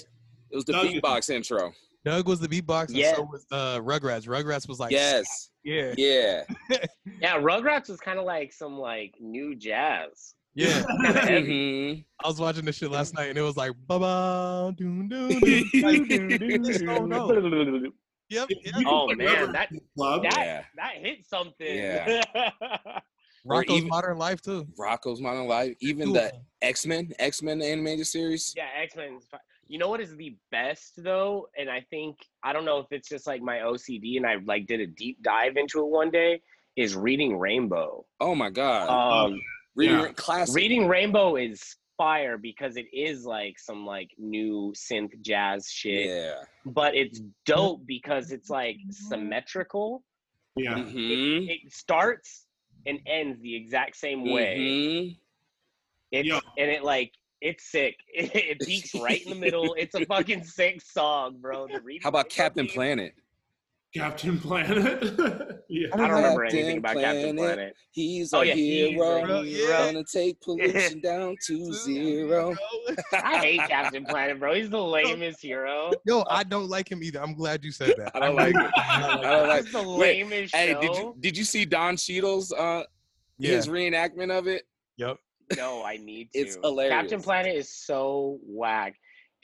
S1: it was the
S2: Doug-
S1: beatbox intro.
S3: Doug was the beatbox, and
S4: Yeah.
S3: so was uh, Rugrats. Rugrats was like,
S1: Yes.
S3: yeah,
S1: Yeah.
S4: Yeah, Rugrats was kind of like some like new jazz.
S3: yeah.
S4: Kinda heavy.
S1: Mhm.
S3: I was watching this shit last night, and it was like, ba ba, doom doom. Yep, yep.
S2: You
S4: Oh,
S2: can put
S4: man,
S2: Rubber
S4: that-
S2: in the club.
S4: that-
S1: Yeah.
S4: that hit something.
S1: Yeah.
S3: Rocco's
S1: even-
S3: Modern Life too.
S1: Rocco's Modern Life. Even
S3: Two
S1: the
S3: of them.
S1: X Men, X Men animated series.
S4: Yeah, X Men's. You know what is the best though, and I think I don't know if it's just like my OCD, and I like did a deep dive into it one day. Is reading Rainbow.
S1: Oh my God.
S4: Um,
S1: Reading
S2: yeah.
S1: classic.
S4: reading Rainbow is fire because it is like some like new synth jazz shit,
S1: Yeah.
S4: but it's dope because it's like symmetrical.
S2: Yeah,
S1: Mhm.
S4: It starts and ends the exact same way.
S1: Mhm.
S4: It's
S2: Yeah.
S4: and it like it's sick. It, peaks right in the middle. It's a fucking sick song, bro. The Reading
S1: How about
S4: Rainbow
S1: Captain
S4: theme-
S1: Planet?
S2: Captain Planet. yeah,
S4: I don't remember
S1: Captain
S4: anything about Captain
S1: Planet.
S4: Planet.
S1: He's
S4: Oh,
S1: a
S4: yeah, he's a
S1: hero.
S3: hero.
S1: Gonna take pollution down to zero.
S4: I hate Captain Planet, bro. He's the lamest hero.
S3: Yo, I don't like him either. I'm glad you said that.
S1: I don't like it. I don't like.
S4: He's the
S1: Wait,
S4: lamest
S1: Hey,
S4: show.
S1: did you did you see Don Cheadle's uh
S3: Yeah.
S1: his reenactment of it?
S3: Yep.
S4: No, I need to.
S1: It's hilarious.
S4: Captain Planet is so whack.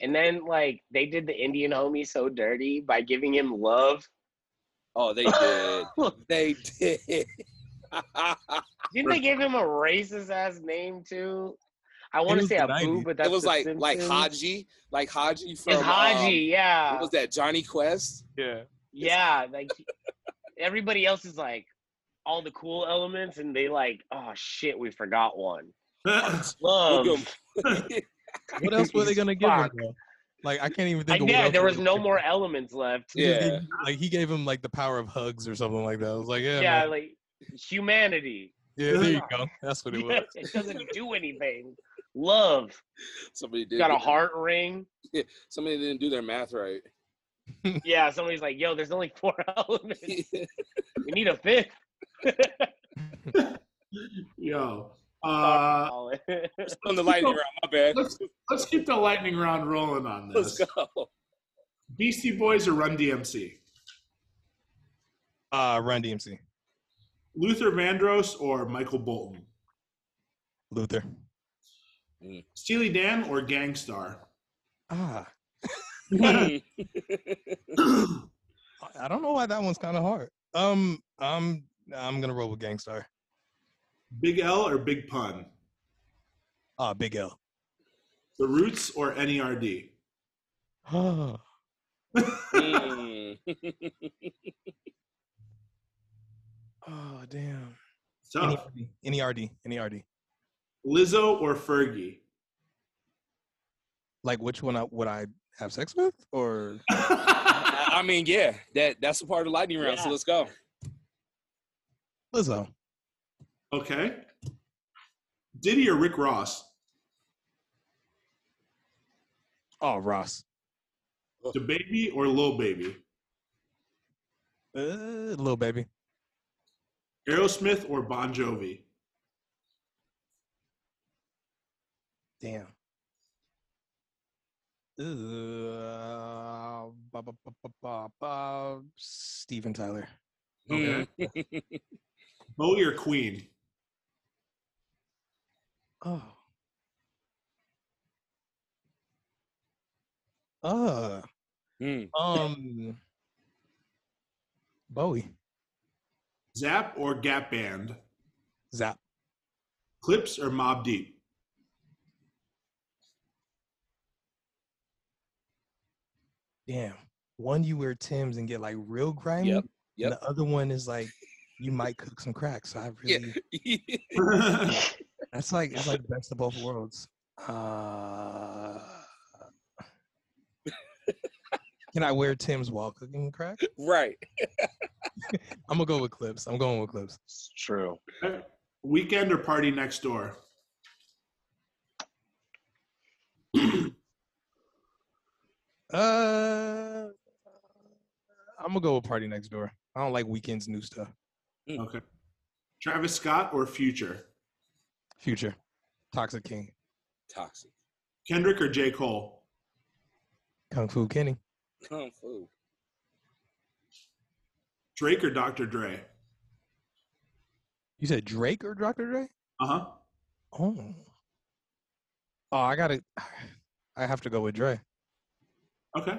S4: And then like they did the Indian homie so dirty by giving him love.
S1: Oh, they did.
S4: Didn't
S1: they did.
S4: they give him a racist ass name too? I want to
S3: was
S4: say
S3: the
S4: Abu,
S3: 90s.
S4: but that's
S1: it was
S4: the
S1: like like
S4: Simpsons.
S1: Haji, like Haji from
S4: It's Haji,
S1: um,
S4: yeah.
S1: what was that Johnny Quest?
S3: Yeah.
S4: Yeah, like everybody else is like all the cool elements, and they like, oh shit, we forgot one. Um, Love.
S1: Look
S3: What else were they gonna give him?
S4: Fuck.
S3: Bro? Like I can't even
S4: I,
S3: think. of what
S4: yeah,
S3: else
S4: there
S3: they
S4: was
S3: were
S4: no
S3: giving
S4: more
S3: him.
S4: elements left.
S3: He just gave
S1: Yeah.
S3: him- Like he gave him like the power of hugs or something like that. I was like, yeah,
S4: Yeah,
S3: man.
S4: like humanity.
S3: yeah. There you go. That's what it was.
S4: it doesn't do anything. Love.
S1: somebody did.
S4: You got a
S1: their-
S4: heart ring.
S1: Somebody didn't do their math right.
S4: Yeah, somebody's like, yo, there's only four elements. We need a fifth.
S2: yo. Uh,
S1: on the lightning round, my bad.
S2: let's let's keep the lightning round rolling on
S1: Let's
S2: this.
S1: go.
S2: Beastie Boys or Run DMC?
S3: Uh, Run DMC.
S2: Luther Vandross or Michael Bolton?
S3: Luther.
S2: Steely Dan or Gangstar?
S1: Mm,
S3: Ah.
S1: Hmm.
S2: Yo,
S3: I don't know why that one's kind of hard. Um, I'm I'm gonna roll with Gangstar.
S2: Big L or Big Pun?
S3: Uh Big L.
S2: The Roots or E NERD?
S4: Ah,
S1: Mm.
S3: Oh damn.
S2: Tough.
S3: NERD, NERD.
S2: Lizzo or Fergie?
S3: Like which one I, would I have sex with? Or
S1: I I mean, yeah, that that's a part of the lightning round. So
S4: Yeah.
S1: let's go.
S3: Lizzo.
S2: okay. Diddy or Rick Ross?
S3: Oh Ross.
S2: The Baby or Lil Baby?
S3: Uh, little baby.
S2: Aerosmith or Bon Jovi?
S3: Damn. Uh, ba, ba, ba, ba, ba, ba, Steven Tyler.
S2: Okay.
S1: Mm.
S2: Bowie or Queen?
S3: Oh. Uh,
S1: Mm.
S3: um, Bowie,
S2: Zap or Gap Band?
S3: Zap,
S2: Clips or Mob Deep?
S3: damn. One you wear Tim's and get like real grimy.
S1: Yep,
S3: and
S1: yep.
S3: the other one is like you might cook some cracks. I
S1: Yeah.
S3: really
S1: Hmm.
S3: that's like it's like the best of both worlds. Uh, can I wear Tim's while cooking crack?
S1: right.
S3: I'm gonna go with clips. I'm going with clips.
S4: It's true.
S2: Weekend or Party Next Door?
S3: Uh, I'm gonna go with party next door. I don't like weekends new stuff.
S2: Okay. Travis Scott or Future?
S3: Future, Toxic King,
S1: Toxic.
S2: Kendrick or J. Cole?
S3: Kung Fu Kenny,
S1: Kung Fu.
S2: Drake or Dr. Dre?
S3: You said Drake or Dr. Dre?
S2: Uh huh.
S3: Oh, oh, I gotta. I have to go with Dre.
S2: Okay.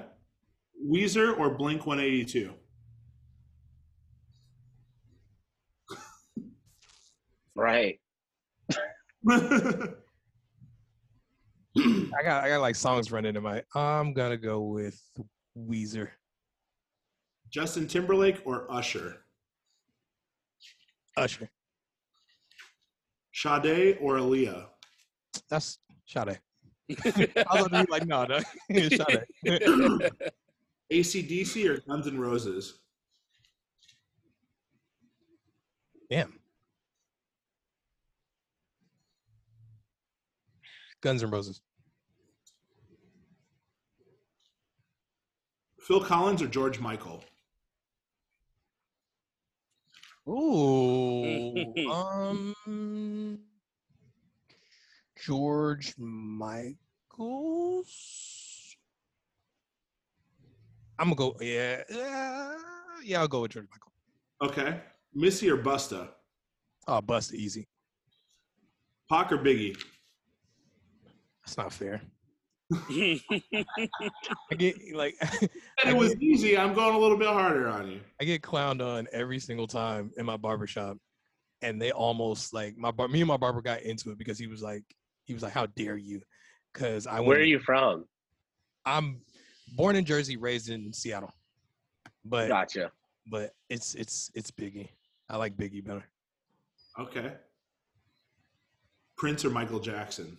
S2: Weezer or Blink 182?
S4: Right.
S3: I got. I got like songs running in my. I'm gonna go with Weezer.
S2: Justin Timberlake or Usher?
S3: Usher.
S2: Sade or Aaliyah?
S3: That's Sade. I
S4: Um,
S3: was about to be like, no, no. it's Sade.
S2: ACDC or Guns N' Roses?
S3: Damn. Guns N' Roses.
S2: Phil Collins or George Michael?
S3: Ooh. um. George Michaels. I'm gonna go. Yeah. Yeah. Yeah. I'll go with George Michael.
S2: Okay. Missy or Busta?
S3: Oh, bust easy.
S2: Pac or Biggie?
S3: That's not fair.
S1: Hmm.
S3: I get like
S2: And it was easy. I'm going a little bit harder on you.
S3: I get clowned on every single time in my barbershop. And they almost like my bar- me and my barber got into it because he was like he was like, How dare you? Cause I
S4: Where
S3: went-
S4: are you from?
S3: I'm born in Jersey, raised in Seattle. But
S4: Gotcha.
S3: but it's it's it's Biggie. I like Biggie better.
S2: Okay. Prince or Michael Jackson?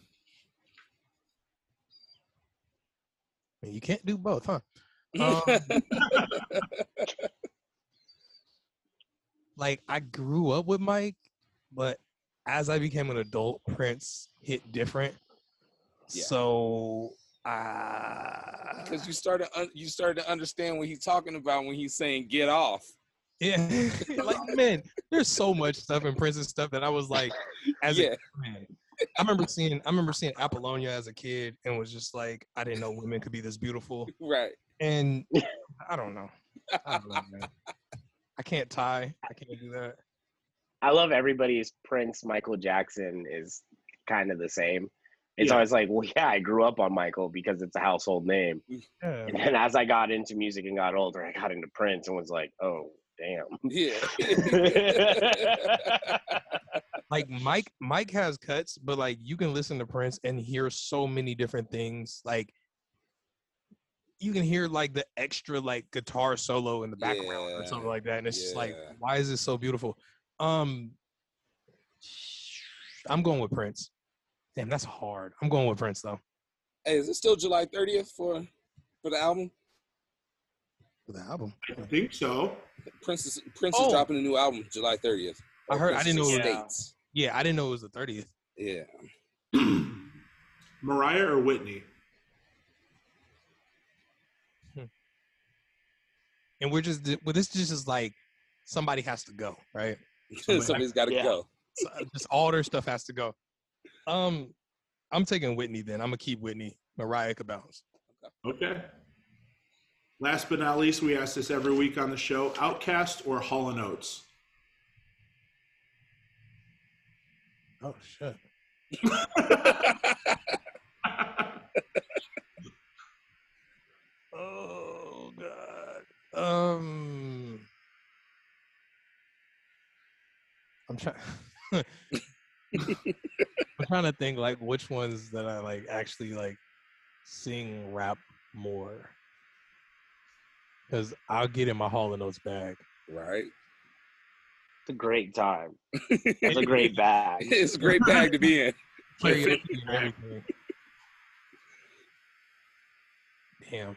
S3: I mean, you can't do both, huh? Um, like I grew up with Mike, but as I became an adult, Prince hit different.
S1: Yeah.
S3: So uh,
S1: Because you started, un- you started to understand what he's talking about when he's saying "get off."
S3: yeah, like man, there's so much stuff in Prince's stuff that I was like, as
S1: yeah,
S3: a man. I remember seeing I remember seeing Apollonia as a kid and was just like, I didn't know women could be this beautiful.
S1: right.
S3: And I don't know. I, don't know, man. I can't tie. I can't do that.
S4: I love everybody's Prince Michael Jackson is kind of the same. It's
S2: Yeah.
S4: always like, well, yeah, I grew up on Michael because it's a household name.
S3: Yeah.
S4: And then as I got into music and got older, I got into Prince and was like, oh, damn.
S1: Yeah.
S3: Like Mike, Mike has cuts, but like you can listen to Prince and hear so many different things. Like you can hear like the extra like guitar solo in the background or
S1: Yeah.
S3: something like that, and it's just like,
S1: Yeah.
S3: why is this so beautiful? Um, I'm going with Prince. Damn, that's hard. I'm going with Prince though.
S1: hey, is it still July 30th for for the album?
S3: For the album,
S2: I think so.
S1: Prince is Prince is
S3: Oh.
S1: dropping a new album July 30th.
S3: I heard- I
S1: Prince
S3: didn't
S1: is
S3: know
S1: in
S4: it was-
S1: States.
S3: yeah, I didn't know it was the thirtieth.
S1: Yeah.
S2: Mariah or Whitney?
S3: and we're just well this just is like somebody has to go right Oh,
S1: Somebody's got to
S4: Yeah.
S1: go.
S3: so just all their stuff has to go um i'm taking whitney then i'm gonna keep whitney mariah could bounce
S2: Okay. Last but not least, we ask this every week on the show: Outcast or Hall and Oates?
S3: oh shit oh god um i'm trying i'm trying to think like which ones that i like actually like sing rap more because i'll get in my hall in those bag
S1: right.
S4: It's a great time. It's a great bag.
S1: It's a great bag to be in.
S3: karaoke and everything. Damn.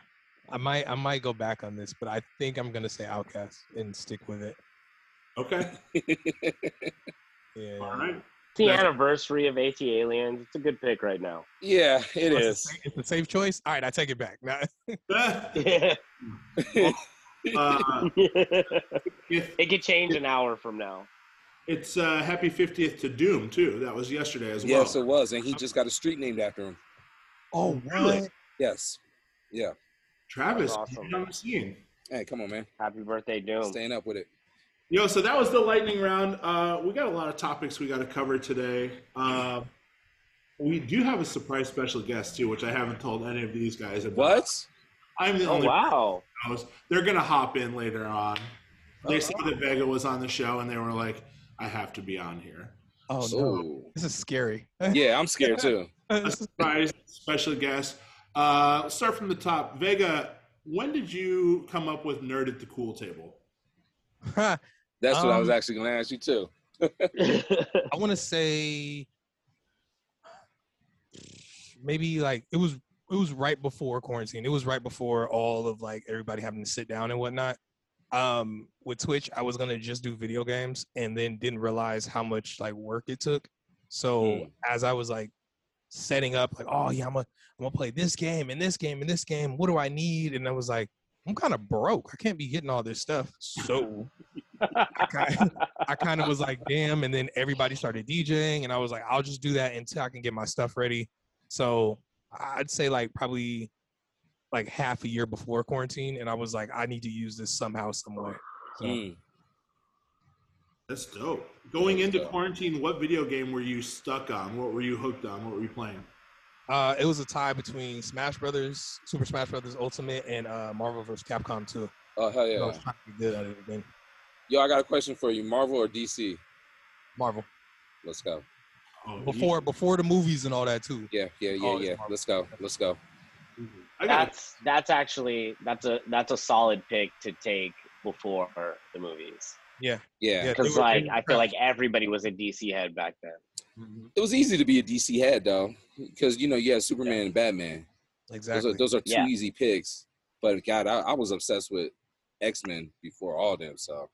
S3: I might I might go back on this, but I think I'm gonna say Outcast and stick with it.
S2: Okay.
S3: Yeah.
S2: All right.
S4: It's the anniversary of AT Aliens. It's a good pick right now.
S1: yeah, it
S3: Oh, it's a
S1: is.
S3: sa- It's a safe choice. All right, I take it back. Nah,
S2: Uh,
S4: it
S2: if
S4: could change an hour from now.
S2: it's uh, happy 50th to Doom too. That was yesterday as well.
S1: Yes, it was, and he just got a street named after him.
S3: oh,
S2: Really?
S3: what?
S1: Yes. Yeah.
S2: Travis,
S4: That's awesome.
S2: get on the scene.
S1: Hey, come on, man.
S4: Happy birthday, Doom.
S1: Staying up with it.
S2: Yo, so that was the lightning round. Uh, we got a lot of topics we got to cover today. Uh, we do have a surprise special guest too, which I haven't told any of these guys about.
S1: What?
S2: I'm the
S4: Oh
S2: only
S4: wow!
S2: one who knows. They're gonna hop in later on. They
S1: Oh,
S2: saw that Vega was on the show, and they were like, "I have to be on here."
S3: Oh no.
S1: Ooh.
S3: This is scary.
S1: Yeah, I'm scared too.
S2: A surprise special guest. Uh, let's start from the top. Vega, when did you come up with nerd at the cool table?
S3: I
S1: That's what I was
S3: Um,
S1: actually going to ask you too.
S3: wanna say maybe like it was it was right before quarantine. It was right before all of like everybody having to sit down and whatnot. Um, with Twitch, I was gonna just do video games and then didn't realize how much like work it took. So
S1: Hmm.
S3: as I was like setting up, like, oh yeah, I'm gonna I'm gonna play this game and this game and this game. What do I need? And I was like, I'm kind of broke. I can't be getting all this stuff. So I kind, I kind of was like, damn. And then everybody started DJing, and I was like, I'll just do that until I can get my stuff ready. So I'd say like probably like half a year before quarantine, and I was like, I need to use this somehow, somewhere. So
S1: Mm.
S2: That's dope. Going into
S1: dope.
S2: quarantine, what video game were you stuck on? What were you hooked on? What were you playing?
S3: uh, it was a tie between Smash Brothers, Super Smash Brothers Ultimate, and uh, Marvel vs. Capcom 2.
S1: Oh hell
S3: I
S1: yeah!
S3: was trying to be good at it again.
S1: Yo, I got a question for you: Marvel or DC?
S3: Marvel
S1: Let's go.
S2: Oh,
S3: before before the movies and all that too.
S1: Yeah, yeah, yeah,
S3: Always
S1: yeah.
S3: Marvel.
S1: Let's go. Let's go.
S2: you- I got it.
S4: that's that's actually that's a that's a solid pick to take before the movies
S3: Yeah,
S1: Yeah.
S3: Yeah.
S4: because
S3: were-
S4: like
S3: they were
S4: I feel like everybody was a DC head back then.
S3: Mm-hmm.
S1: It was easy to be a DC head though, because you know you had Superman and Batman. Those
S3: exactly.
S1: are, those are two
S4: Yeah.
S1: easy picks. But God, I, I was obsessed with X Men before all them. So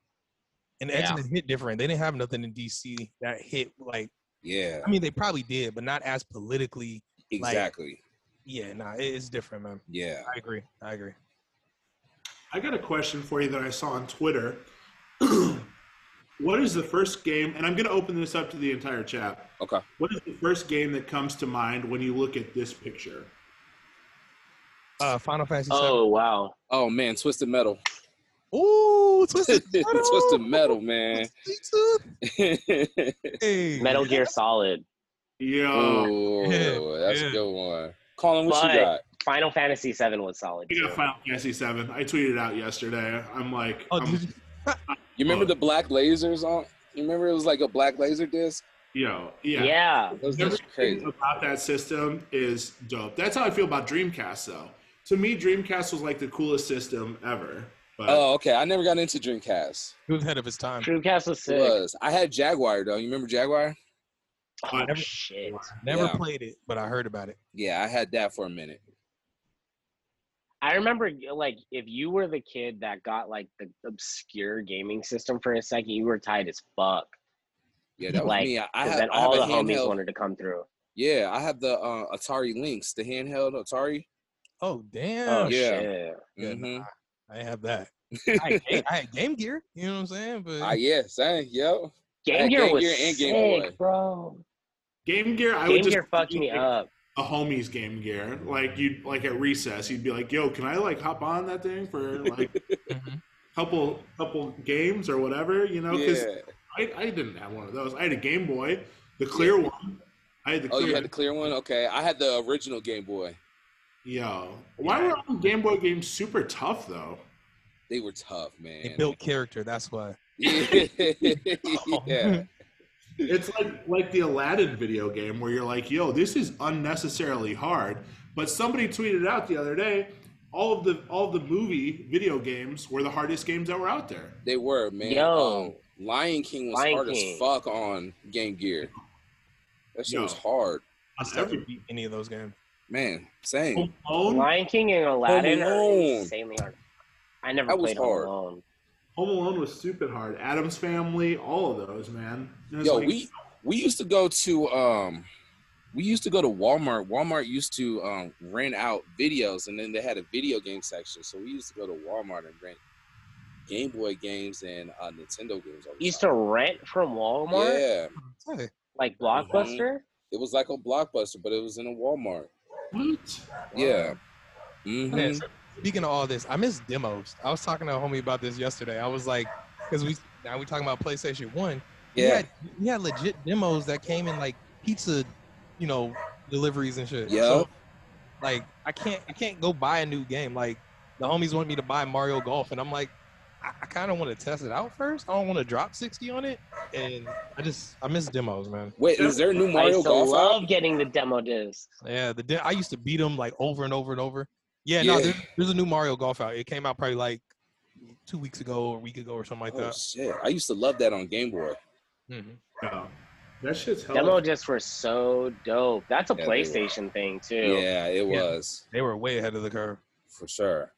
S3: and
S4: Yeah.
S3: X Men hit different. They didn't have nothing in DC that hit like.
S1: yeah,
S3: I mean, they probably did, but not as politically.
S1: exactly.
S3: Yeah, nah, it- it's different, man.
S1: yeah.
S3: I agree. I agree.
S2: I got a question for you that I saw on Twitter. what is the first game? And I'm going to open this up to the entire chat.
S1: Okay.
S2: What is the first game that comes to mind when you look at this picture?
S3: Uh, Final Fantasy.
S4: Oh wow!
S1: Oh man, Twisted Metal.
S3: Seven. Ooh, twisted. Metal.
S1: Twisted Metal, Oh. man.
S3: Twisted Metal. Hey.
S4: Metal Gear Solid.
S2: Yo,
S1: Ooh,
S3: Yeah,
S1: that's
S3: yeah.
S1: a good one. Colin, what
S4: Oh, But-
S1: you got?
S4: Final Fantasy VII was solid.
S2: you
S4: too.
S2: got Final Fantasy Seven. I tweeted out yesterday. I'm like,
S3: Oh,
S2: I'm-
S3: did you-
S1: You remember
S2: Oh.
S1: the black lasers on? You remember it was like a black laser disc?
S2: yo,
S4: Yeah.
S2: yeah.
S1: Those discs were
S2: Everything
S1: crazy.
S2: about that system is dope. That's how I feel about Dreamcast, though. To me, Dreamcast was like the coolest system ever. But
S1: Oh, okay. I never got into Dreamcast.
S3: he was ahead of his time.
S4: Dreamcast was
S1: It
S4: sick.
S1: was. I had Jaguar though. You remember Jaguar?
S4: Oh,
S2: Never-
S4: shit.
S3: Never
S1: Yeah.
S3: played it, but I heard about it.
S1: Yeah, I had that for a minute.
S4: I remember, like, if you were the kid that got like the obscure gaming system for a second, you were tight as fuck.
S1: Yeah, that was
S4: Like,
S1: me. I, I
S4: 'Cause
S1: had
S4: then
S1: I have
S4: all the
S1: a
S4: homies
S1: handheld.
S4: wanted to come through.
S1: Yeah, I had the uh, Atari Lynx, the handheld Atari.
S3: Oh damn!
S4: Oh
S1: yeah.
S4: shit!
S3: Yeah, nah,
S1: Mhm.
S3: I didn't have that. I had, Ga- I had Game Gear. You know what I'm saying? But
S1: Ah, yeah, same. Yep. Yeah,
S4: Game Gear
S1: Game
S4: was
S1: Gear and
S4: sick,
S1: Game Boy.
S4: bro.
S2: Game Gear, I
S4: Game
S2: would just
S4: Gear fucked me up.
S2: a homie's Game Gear. Like you'd like at recess, you'd be like, "Yo, can I like hop on that thing for like a
S3: Mhm.
S2: couple couple games or whatever?" You know, because
S1: Yeah.
S2: I, I didn't have one of those. I had a Game Boy, the clear one. I had the
S1: Oh,
S2: clear.
S1: you had the clear one. Okay, I had the original Game Boy.
S2: Yo, why were all Game Boy games super tough though?
S1: They were tough, man.
S3: it built character. That's why.
S1: yeah.
S2: It's like like the Aladdin video game where you're like, "Yo, this is unnecessarily hard." But somebody tweeted out the other day, all of the all of the movie video games were the hardest games that were out there.
S1: They were, man.
S4: Yo.
S1: Um, Lion King was
S4: Lion
S1: hard
S4: King.
S1: as fuck on Game Gear. That shit
S2: Yo.
S1: was hard.
S3: I
S2: On
S3: still
S2: every-
S3: can beat any of those games.
S1: Man, same.
S2: Home Alone,
S4: Lion King and Aladdin are
S1: Alone.
S4: insanely hard. I never
S1: That was
S4: played Home
S1: hard.
S4: Alone.
S2: Home Alone was stupid hard. Adam's Family, all of those, man. It was
S1: Yo,
S2: like-
S1: we we used to go to um we used to go to Walmart. Walmart used to um rent out videos and then they had a video game section. So we used to go to Walmart and rent Game Boy games and uh, Nintendo games all the
S4: You used
S1: time.
S4: to rent from Walmart,
S1: Yeah.
S3: Hey,
S4: like Blockbuster.
S1: It was like a blockbuster, but it was in a Walmart.
S2: what?
S1: Yeah. hmm
S3: Yes. Speaking of all this, I miss demos. I was talking to a homie about this yesterday. I was like, because we now we talking about PlayStation One. We
S1: Yeah.
S3: had, we had legit demos that came in like pizza, you know, deliveries and shit.
S1: Yeah.
S3: So, like I can't I can't go buy a new game. Like the homies want me to buy Mario Golf, and I'm like, I, I kind of want to test it out first. I don't want to drop sixty on it, and I just I miss demos, man.
S1: Wait, is there a new
S4: I
S1: Mario
S4: used to
S1: Golf out?
S4: love getting the demo discs.
S3: Yeah, the de- I used to beat them like over and over and over. Yeah, no,
S1: Yeah.
S3: there's, there's a new Mario Golf out. It came out probably like two weeks ago or a week ago or something like
S1: Oh
S3: that.
S1: shit! I used to love that on Game Boy.
S3: Mhm.
S2: Yo, that shit's hell.
S4: Demo discs were so dope. That's a
S1: Yeah, they were.
S4: PlayStation thing too.
S1: Yeah, it
S3: Yeah.
S1: was
S3: They were way ahead of the curve.
S1: for sure.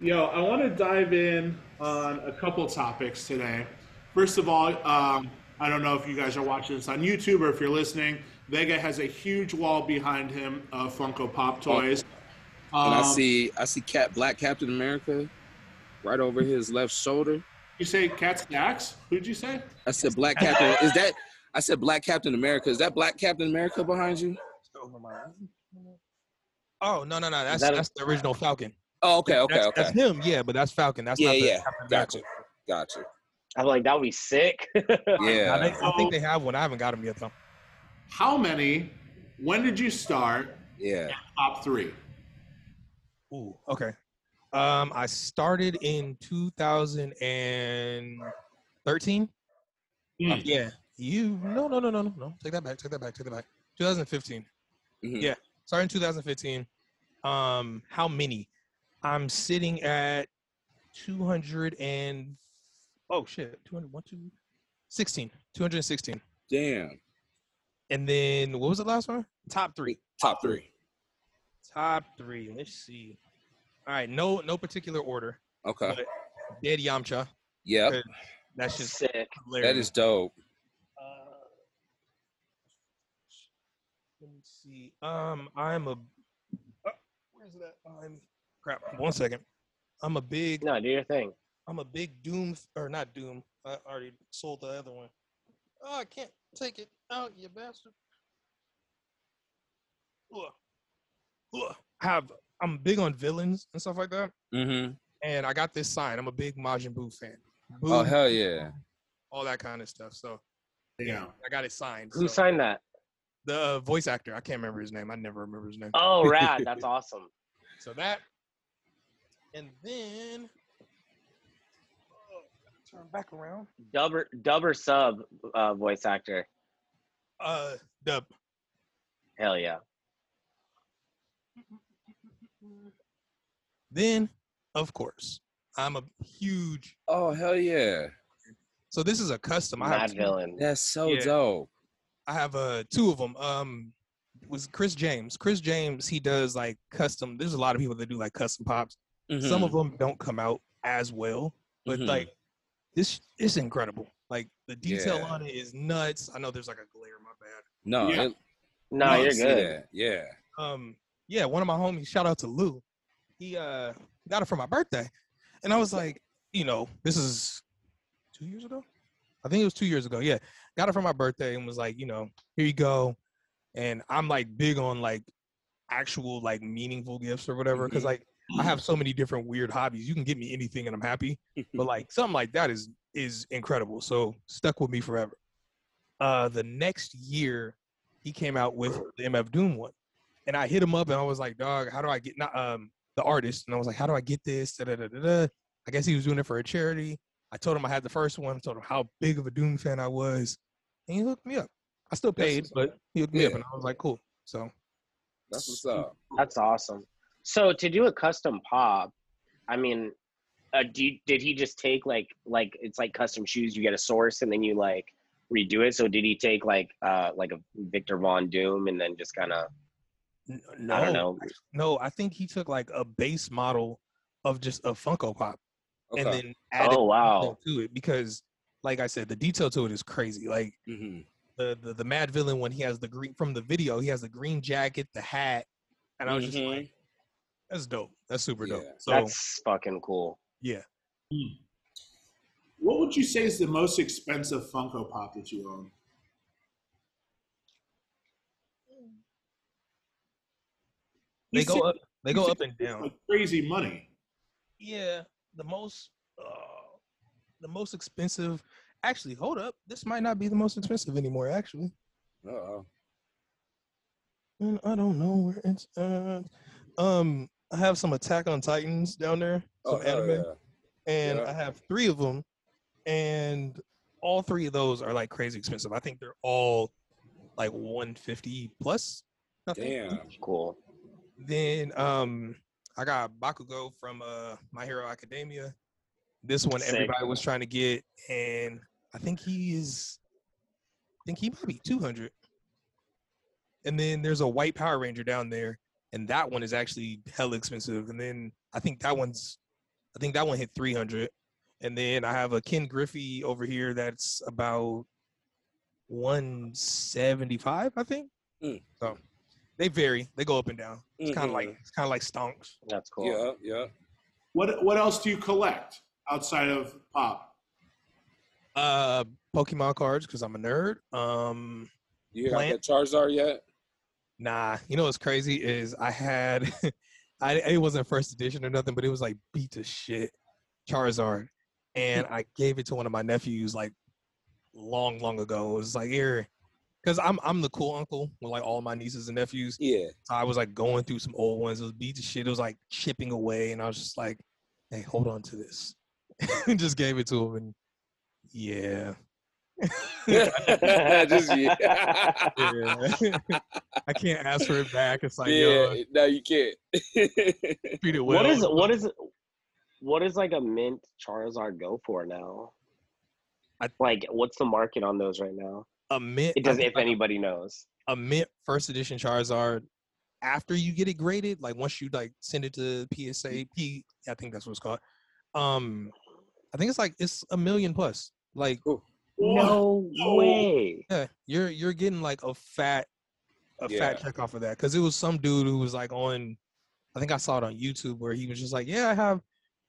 S2: Yo, I want to dive in on a couple topics today. First of all, um, I don't know if you guys are watching this on YouTube or if you're listening. Vega has a huge wall behind him of Funko Pop toys.
S1: And Oh. I
S2: Um,
S1: see, I see, Cap Black Captain America, right over his left shoulder.
S2: You say Cat Stacks? Who'd you say?
S1: I said, Black Captain. Is that? I said, Black Captain America. Is that Black Captain America behind you?
S3: Oh no no no! That's
S4: that a-
S3: that's the original Falcon.
S1: Oh, okay, okay,
S3: that's,
S1: okay.
S3: that's him. Yeah, but that's Falcon. That's
S1: Yeah,
S3: not the
S1: yeah.
S3: Captain America.
S1: Gotcha, gotcha.
S4: I'm like, that would be sick.
S3: I,
S1: Yeah,
S3: think, I think they have one. I haven't got him yet though.
S2: How many? When did you start?
S1: yeah.
S2: Top three.
S3: Ooh, okay. Um, I started in 2013.
S2: Mm.
S3: Yeah. You no no no no no no. Take that back. Take that back. Take that back. 2015.
S1: Mhm.
S3: Yeah. Started in 2015. Um, how many? I'm sitting at 200 and oh shit, 200 one, two, 16, 216.
S1: Damn.
S3: And then what was the last one? Top three.
S1: Top three.
S3: Top three. Let's see. All right, no, no particular order.
S1: Okay.
S3: Dead Yamcha.
S1: Yep.
S3: That's just
S4: sick.
S1: That is dope.
S3: Uh, let me see. Um, I'm a. Uh, where's that? I'm Um, crap. One second. I'm a big.
S4: No, do your thing.
S3: I'm a big Doom f- or not Doom. I already sold the other one. Oh, I can't take it out, you bastard. Ugh. Ugh. Have I'm big on villains and stuff like that.
S1: Mm-hmm.
S3: And I got this sign. I'm a big Majin Buu fan. Buu,
S1: Oh hell yeah.
S3: all that kind of stuff. So
S2: Yeah.
S3: I got it signed.
S4: Who
S3: so.
S4: signed that?
S3: the uh, voice actor. I can't remember his name. I never remember his name.
S4: Oh, rad! That's awesome.
S3: So that, and then oh, turn back around.
S4: Dub or, dub or sub uh, voice actor.
S3: Uh, dub.
S4: Hell yeah.
S3: Then, of course, I'm a huge.
S1: Oh hell yeah!
S3: So this is a custom. I
S4: Mad
S3: have two,
S4: villain.
S1: That's so
S3: Yeah.
S1: dope.
S3: I have uh two of them. Um, was Chris James. Chris James. He does like custom. There's a lot of people that do like custom pops.
S4: Mm-hmm.
S3: Some of them don't come out as well, but
S1: Mhm.
S3: like this is incredible. Like the detail
S1: Yeah.
S3: on it is nuts. I know there's like a glare. My bad.
S1: no,
S2: Yeah.
S1: it-
S4: No,
S1: I
S4: Oh, you're
S1: see
S4: good.
S1: that. Yeah,
S3: um yeah one of my homies shout out to lou he uh got it for my birthday and i was like you know this is two years ago i think it was two years ago yeah got it for my birthday and was like you know here you go and i'm like big on like actual like meaningful gifts or whatever because
S1: Mhm.
S3: like i have so many different weird hobbies you can get me anything and i'm happy but like something like that is is incredible so stuck with me forever uh the next year he came out with the mf doom one and i hit him up and i was like dog how do i get not um the artist and i was like how do i get this da, da, da, da, da. i guess he was doing it for a charity i told him i had the first one told him how big of a doom fan i was and he hooked me up i still
S1: That's
S3: paid
S1: what's
S3: but he hooked me up
S1: Yeah.
S3: and i was like cool so
S1: that's what's up.
S4: That's awesome. So to do a custom pop, I mean, uh, do you, did he just take like like it's like custom shoes? You get a source and then you like redo it. So did he take like uh like a Victor Von Doom and then just kind of
S3: n-
S4: I don't know.
S3: no i think he took like a base model of just a funko pop
S1: Okay.
S3: and then added
S4: Oh, wow.
S3: detail to it because like i said the detail to it is crazy like
S1: Mhm.
S3: the the, the mad villain when he has the green from the video he has the green jacket the hat and i was just
S1: Mhm.
S3: like that's dope that's super dope
S1: Yeah.
S3: so
S4: That's fucking cool.
S3: yeah
S2: What would you say is the most expensive Funko Pop that you own?
S3: they
S2: You
S3: go
S2: said-
S3: up they
S2: you
S3: go
S2: said
S3: up and down
S2: Like crazy money.
S3: yeah the most uh, the most expensive actually hold up this might not be the most expensive anymore actually
S1: Uh-oh.
S3: Man, I don't know where it's at. Um, I have some Attack on Titans down there,
S1: Oh,
S3: some
S1: hell
S3: anime,
S1: yeah.
S3: and
S1: Yeah.
S3: I have three of them, and all three of those are like crazy expensive. I think they're all like 150 plus. I think.
S1: Damn.
S4: Cool.
S3: Then um, I got Bakugo from uh My Hero Academia. This one
S4: Sick.
S3: everybody was trying to get, and I think he is. I think he might be 200. And then there's a white Power Ranger down there, and that one is actually hella expensive. And then I think that one's, I think that one hit 300. And then I have a Ken Griffey over here that's about 175, I think.
S1: Mm.
S3: So they vary, they go up and down. It's kind of
S4: Mm-hmm.
S3: like it's kind of like stonks.
S4: That's cool.
S1: Yeah, yeah.
S2: What What else do you collect outside of pop?
S3: Uh, Pokemon cards because I'm a nerd. Um,
S1: You hear
S3: Plant.
S1: about that Charizard yet?
S3: Nah, you know what's crazy is I had, I it wasn't first edition or nothing, but it was like beat to shit Charizard, and I gave it to one of my nephews like long, long ago. It was like here, because I'm I'm the cool uncle with like all my nieces and nephews.
S1: Yeah.
S3: So I was like going through some old ones. It was beat to shit. It was like chipping away, and I was just like, hey, hold on to this, and just gave it to him, and yeah,
S1: Just yeah.
S3: yeah. I can't ask for it back. It's like yo,
S1: yeah. No, you can't.
S3: treat it well.
S4: What is what is what is like a mint Charizard go for now?
S3: I-
S4: like what's the market on those right now?
S3: a mint?
S4: It doesn't if anybody knows.
S3: a mint first edition Charizard. After you get it graded, like once you like send it to PSA, P, I think that's what it's called. Um, I think it's like it's a million plus. Like,
S4: No
S2: No.
S4: way.
S3: yeah, you're you're getting like a fat, a
S1: Yeah.
S3: fat check off of that because it was some dude who was like on, I think I saw it on YouTube where he was just like, yeah, I have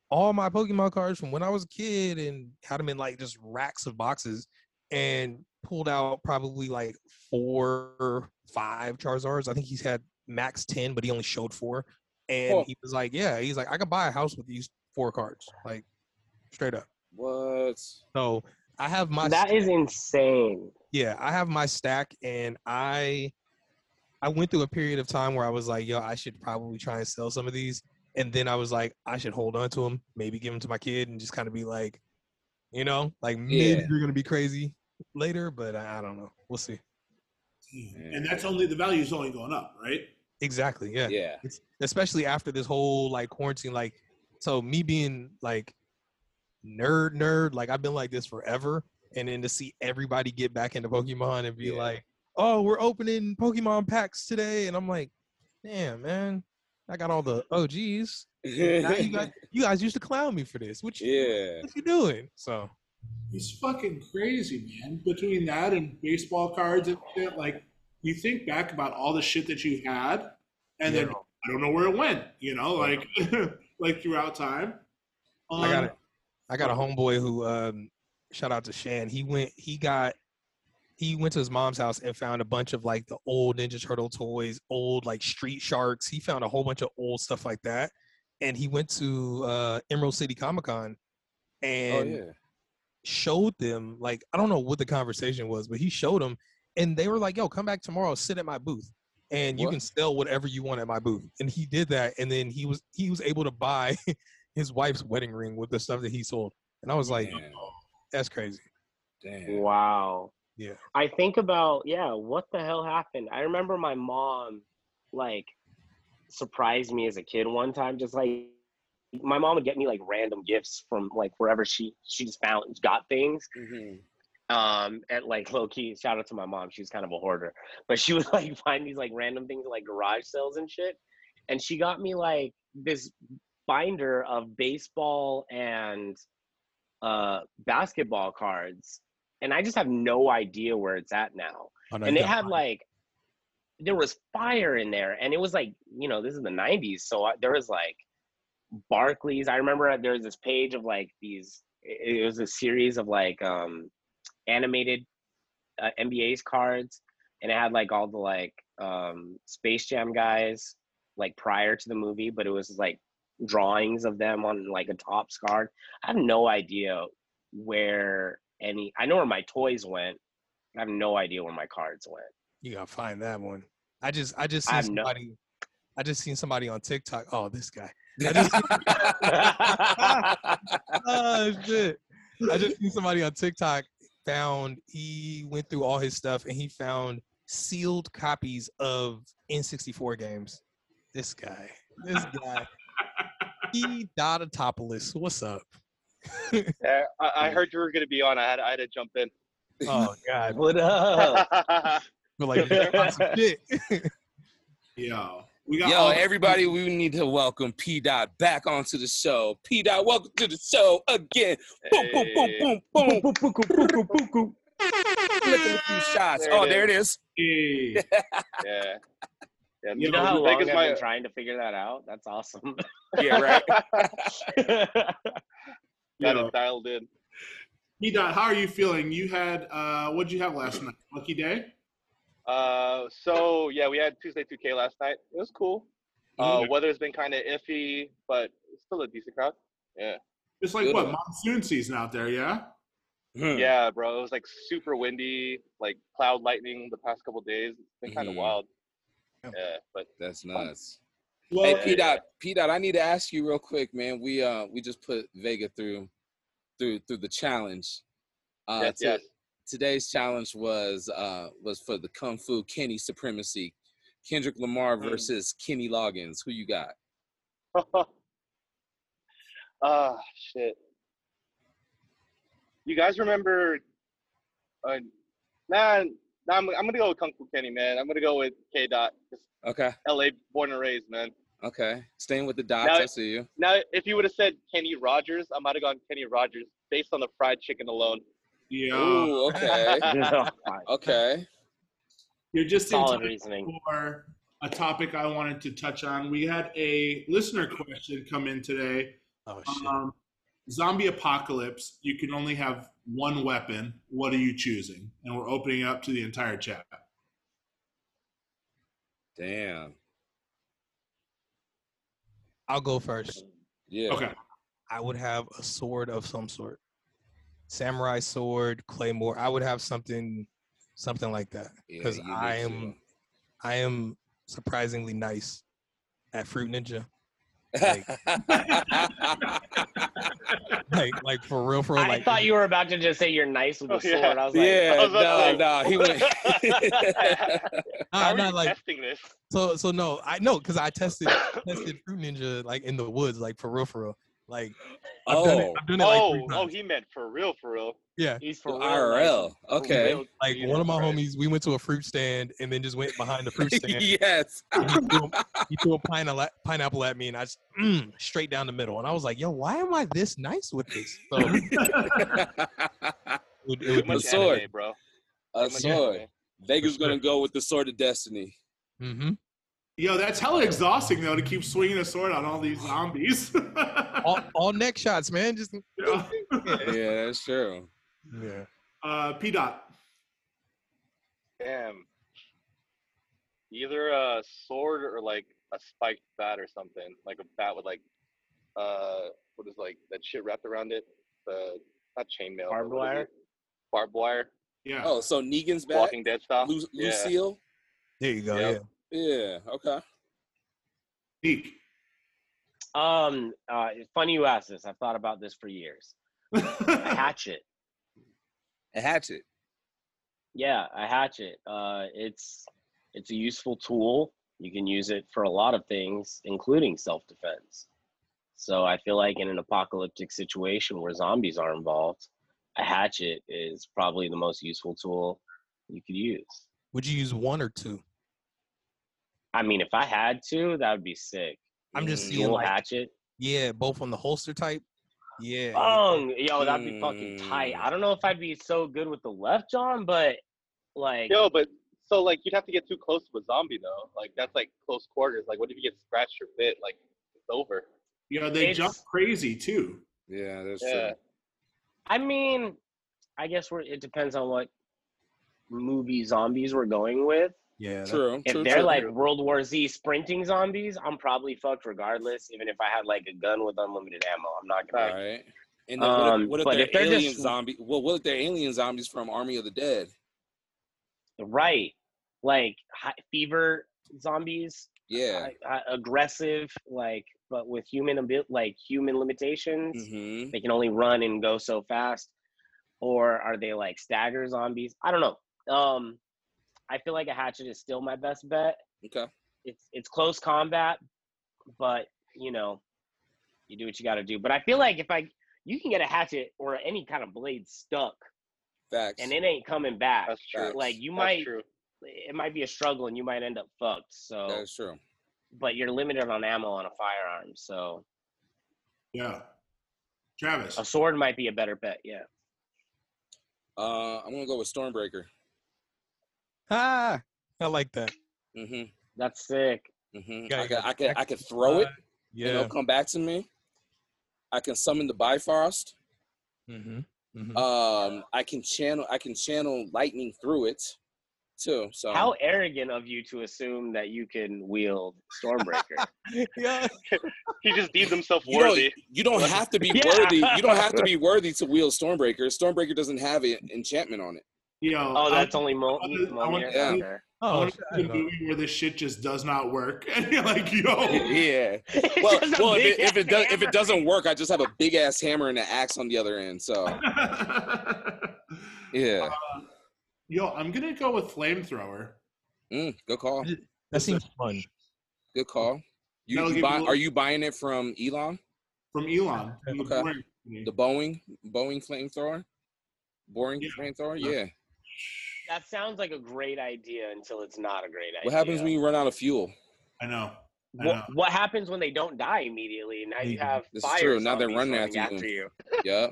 S3: all my Pokemon cards from when I was a kid and had them in like just racks of boxes and pulled out probably like four or five Charizards. I think he's had max 10, but he only showed four. And
S1: Huh.
S3: he was like, Yeah, he's like, I could buy a house with these four cards, like straight up.
S1: What?
S3: So I have my
S4: That is insane.
S3: yeah, I have my stack and I I went through a period of time where I was like, yo, I should probably try and sell some of these. And then I was like, I should hold on to them, maybe give them to my kid and just kind of be like, you know, like maybe
S1: Yeah.
S3: you're going to be crazy later, but I, I don't know. We'll see.
S2: And that's only the value is only going up, right?
S3: Exactly. Yeah.
S1: Yeah.
S3: It's- Especially after this whole like quarantine. Like, so me being like nerd, nerd, like I've been like this forever. And then to see everybody get back into Pokemon and be
S1: Yeah.
S3: like, oh, we're opening Pokemon packs today. And I'm like, damn, man, I got all the OGs. Now you, guys, you guys used to clown me for this. What you,
S1: yeah.
S3: what you doing? So,
S2: It's fucking crazy, man. Between that and baseball cards and shit, like you think back about all the shit that you've had, and then I don't know where it went. You know, like like throughout time. Um,
S3: I got it. I got a homeboy who um shout out to Shan. He went he got he went to his mom's house and found a bunch of like the old Ninja Turtle toys, old like street sharks. He found a whole bunch of old stuff like that. And he went to uh Emerald City Comic Con
S1: Oh
S3: and
S1: yeah.
S3: showed them like I don't know what the conversation was, but he showed them and they were like, "Yo, come back tomorrow, sit at my booth and you
S1: What?
S3: can sell whatever you want at my booth." And he did that and then he was he was able to buy his wife's wedding ring with the stuff that he sold. And I was like,
S1: Damn.
S4: Oh.
S3: "That's crazy."
S1: Damn.
S4: Wow.
S3: Yeah.
S4: I think about, yeah, what the hell happened? I remember my mom, like, surprised me as a kid one time, just like, my mom would get me like random gifts from like wherever she she just found got things
S1: Mhm.
S4: um at like low key shout out to my mom she's kind of a hoarder but she would like find these like random things at, like garage sales and shit and she got me like this binder of baseball and uh basketball cards and i just have no idea where it's at now
S3: Oh,
S4: and it had like there was fire in there and it was like you know this is the 90s so I, there was like barclays i remember uh, there was this page of like these it it was a series of like um animated uh, nba's cards and it had like all the like um space jam guys like prior to the movie but it was like drawings of them on like a tops card i have no idea where any i know where my toys went i have no idea where my cards went
S3: you gotta find that one. I just I just
S4: I
S3: seen
S4: have no-
S3: somebody. I just seen somebody on TikTok. Oh, this guy. I just oh shit. I just seen somebody on TikTok found he went through all his stuff and he found sealed copies of N64 games. This guy. This guy. he Dodotopoulos. What's up?
S5: Uh, I, I heard you were going to be on. I had I had to jump in.
S3: Oh God.
S4: what up?
S1: Uh-huh.
S3: But like you gotta find some shit.
S2: Yeah, we got
S1: Yo,
S2: all-
S1: everybody, we need to welcome P Dot back onto the show. P Dot, welcome to the show again. Boom, boom, boom, boom, boom. Look at a few shots.
S5: There it
S1: Oh, there it is.
S2: Hey.
S5: Yeah. Yeah,
S4: You
S5: Mr.
S4: know how
S5: Rubik
S4: long
S5: is
S4: I've
S5: my-
S4: been trying to figure that out? That's awesome.
S1: Yeah, right.
S5: got
S2: Yeah.
S5: it dialed in.
S2: P dot, how are you feeling? You had uh, what'd you have last night? Lucky day.
S5: Uh, so yeah, we had Tuesday 2K last night. It was cool. Uh,
S4: Mm-hmm.
S5: weather's been kind of iffy, but it's still a decent crowd. Yeah.
S2: It's like
S1: Good
S2: what
S1: one.
S2: monsoon season out there, yeah.
S1: Hmm.
S5: Yeah, bro. It was like super windy, like cloud lightning the past couple days. It's been kind of
S4: Mm-hmm.
S1: Mhm.
S5: wild.
S3: Yeah.
S5: Yeah, but
S1: That's nuts.
S5: Oh,
S2: Well,
S1: Hey, P Dot, P Dot, I need to ask you real quick, man. We uh we just put Vega through through through the challenge. Uh,
S5: yes,
S1: to-
S5: yes.
S1: today's challenge was uh was for the Kung Fu Kenny supremacy. Kendrick Lamar
S5: Mm.
S1: versus Kenny Loggins. Who you got?
S5: Ah, shit. You guys remember? Uh, nah, nah I'm, I'm gonna go with Kung Fu Kenny, man. I'm gonna go with K Dot, just
S1: Okay,
S5: L.A. born and raised, man.
S1: okay. Staying with the dots,
S5: Now-
S1: I see you.
S5: Now, if you would have said Kenny Rogers, I might have gone Kenny Rogers based on the fried chicken alone.
S2: yeah,
S1: Ooh, okay. okay.
S2: you're just in
S4: Solid
S2: time
S4: reasoning.
S2: for a topic I wanted to touch on. We had a listener question come in today.
S3: Oh shit.
S2: Um, zombie apocalypse. You can only have one weapon. What are you choosing? And we're opening up to the entire chat.
S1: Damn.
S3: I'll go first.
S1: Yeah.
S2: Okay.
S3: I would have a sword of some sort. Samurai sword, claymore. I would have something something like that.
S1: Yeah,
S3: Because
S1: you need
S3: I
S1: to.
S3: am I am surprisingly nice at Fruit Ninja. Like,
S1: yeah,
S3: like, like for real, for real.
S4: I
S3: like,
S4: thought you were about to just say you're nice with the
S5: Oh, yeah.
S4: sword. I was like,
S5: I was
S1: no,
S5: about to
S1: no, he went.
S3: Nah,
S5: How are
S3: nah,
S5: you
S3: like
S5: testing this?
S3: so, so no, I know because I tested tested Fruit Ninja like in the woods, like for real, for real. Like I've done it,
S1: oh,
S3: I've done it like
S5: Oh,
S3: three
S5: oh,
S3: times.
S5: he meant for real, for real.
S3: yeah.
S4: he's for real.
S1: IRL.
S4: nice. For
S1: Okay.
S4: real,
S3: Like
S4: Jesus
S3: one of my
S4: Christ.
S3: homies, we went to a fruit stand and then just went behind the fruit stand.
S1: yes.
S3: and he, threw, a- he threw a pineapple, pineapple at me, and I just mm, straight down the middle. And I was like, "Yo, why am I this nice with this?" So it would, it
S5: Too
S3: would
S1: My
S5: much
S3: be,
S1: sword.
S5: anime, bro.
S1: A
S5: Too much
S1: sword.
S5: anime.
S1: Vega's gonna go with the sword of destiny.
S3: hmm
S2: Yo, that's hella exhausting though to keep swinging a sword on all these zombies.
S3: all, all neck shots, man. Just
S2: Yeah.
S1: Yeah, that's true.
S3: yeah.
S2: uh, P dot.
S5: Damn. Either a sword or like a spiked bat or something, like a bat with like, uh, what is like that shit wrapped around it? The not chainmail. but
S4: Barbed
S5: what is
S4: wire?
S5: it? Barbed wire.
S2: Yeah.
S1: Oh, so Negan's back.
S5: Walking Dead style.
S1: Lu-
S5: yeah.
S1: Lucille.
S3: There you go.
S5: Yep.
S3: Yeah.
S1: Yeah. Okay.
S2: Neek.
S4: Um, uh, it's funny you asked this. I've thought about this for years. A hatchet.
S1: A hatchet.
S4: Yeah, a hatchet. Uh, it's it's a useful tool. You can use it for a lot of things, including self-defense. So I feel like in an apocalyptic situation where zombies are involved, a hatchet is probably the most useful tool you could use.
S3: Would you use one or two?
S4: I mean, if I had to, that would be sick.
S3: I'm just
S1: Mm,
S3: seeing
S4: Dual
S3: like
S4: hatchet.
S3: yeah, both on the holster type. Yeah.
S1: Oh,
S4: Bung, yo, that'd be fucking tight.
S1: Mm.
S4: I don't know if I'd be so good with the left arm, but like,
S5: Yo, but so like you'd have to get too close to a zombie though. Like that's like close quarters. Like what if you get scratched or bit? Like it's over.
S2: You know, they
S4: It's-
S2: jump crazy too.
S1: Yeah, that's
S5: Yeah.
S1: true.
S4: I mean, I guess we're, it depends on what movie zombies we're going with.
S3: yeah. that-
S1: True.
S4: If
S1: true,
S4: they're
S1: true,
S4: like
S1: true.
S4: World War Z sprinting zombies, I'm probably fucked regardless. Even if I had like a gun with unlimited ammo, I'm not
S1: all
S4: gonna.
S1: right. And then what
S4: Um,
S1: if, what if
S4: but
S1: they're,
S4: if they're
S1: alien
S4: just-
S1: zombie? Well, what if they're alien zombies from Army of the Dead?
S4: Right, like hi fever zombies,
S1: Yeah.
S4: hi- hi- aggressive, like but with human abil- like human limitations.
S1: hmm
S4: they can only run and go so fast or are they like stagger zombies i don't know um i feel like a hatchet is still my best bet
S1: Okay.
S4: it's it's close combat but you know you do what you got to do but i feel like if i you can get a hatchet or any kind of blade stuck
S1: Facts.
S4: and it ain't coming back
S5: That's true.
S4: like you
S5: That's
S4: might
S5: true.
S4: it might be a struggle and you might end up fucked so
S1: that's true.
S4: but you're limited on ammo on a firearm so
S2: Yeah. Travis.
S4: a sword might be a better bet yeah
S1: Uh, I'm gonna go with Stormbreaker.
S3: Ah, I like that.
S1: hmm
S4: that's sick
S1: hmm
S3: Yeah,
S1: I
S3: you
S1: could,
S3: got
S1: I could, I
S3: Jack-
S1: could throw it, and
S3: Yeah.
S1: it'll come back to me. I can summon the Bifrost.
S3: hmm
S2: Mm-hmm,
S3: hmm
S1: Um, I can channel, I can channel lightning through it, too. So
S4: How arrogant of you to assume that you can wield Stormbreaker.
S3: yeah.
S5: He just deemed himself
S1: you don't,
S5: worthy.
S1: you don't have to be
S4: Yeah.
S1: worthy. You don't have to be worthy to wield Stormbreaker. Stormbreaker doesn't have an enchantment on it.
S2: Yo.
S4: oh,
S2: I-
S4: that's only Mo-
S2: I want- I want-
S4: Monier.
S1: yeah.
S4: Okay.
S2: I
S3: Oh,
S2: want
S3: shit,
S2: to
S3: I
S2: see a
S3: didn't know.
S2: movie where this shit just does not work, and you're like, yo,
S1: Yeah.
S4: It's
S1: Well,
S4: just a
S1: well if, it,
S4: big
S1: if it does, if
S4: hammer.
S1: it doesn't work, I just have a big ass hammer and an axe on the other end. So yeah.
S2: yo, I'm gonna go with flamethrower.
S1: Mm, good call.
S3: That seems fun.
S1: Good call. You,
S2: That'll
S1: you
S2: give
S1: buy,
S2: you-
S1: are you buying it from Elon?
S2: from Elon. from the
S1: Okay.
S2: Boring Company.
S1: The Boeing Boeing flamethrower? Boring
S2: Yeah.
S1: flamethrower? Yeah.
S4: that sounds like a great idea until it's not a great idea.
S1: What happens when you run out of fuel?
S2: I know. I know.
S4: What, what happens when they don't die immediately? Now you
S5: Mm-hmm.
S3: Yeah,
S4: have
S1: this is
S4: fire
S1: true. Now they're
S4: zombies
S1: running
S4: running
S1: after
S4: after you.
S1: Yep.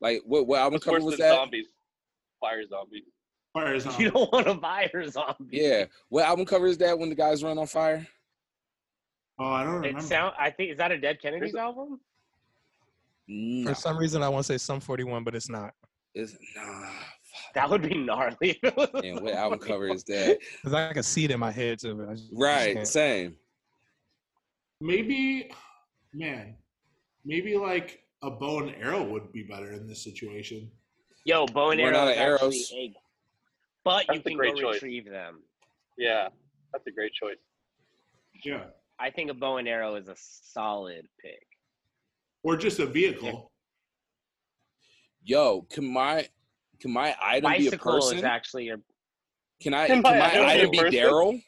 S1: Like what what album
S5: What's
S1: cover
S5: worse
S1: was
S5: than
S1: that?
S5: zombies? Fire zombies.
S2: Fire is
S4: You.
S5: Oh.
S2: on.
S4: don't want a fire zombie.
S1: Yeah. What album cover is that when the guys run on fire?
S2: Oh, I don't
S4: It
S2: remember.
S4: sound. I think is that a Dead Kennedys
S5: There's a-
S4: album?
S1: No.
S3: For some reason, I want to say some 41, but it's not.
S1: It's, nah. fuck.
S4: That would be gnarly.
S1: Man, what album cover is that?
S3: Because I can see it in my head too. But I just,
S1: Right,
S3: I just
S1: same.
S2: maybe, man, maybe like a bow and arrow would be better in this situation.
S4: Yo, bow and
S1: We're
S4: arrow
S1: not
S4: is
S1: arrows.
S4: actually a- But
S5: That's
S4: you
S5: a
S4: can
S5: great
S4: go
S5: choice.
S4: retrieve them.
S5: Yeah. That's a great choice.
S2: Yeah.
S4: I think a bow and arrow is a solid pick.
S2: Or just a vehicle.
S1: Yo, can my can my item be a
S4: Bicycle is
S1: person?
S4: actually your
S1: Can I can my
S5: Can my item be a
S1: item be
S5: person?
S1: Daryl?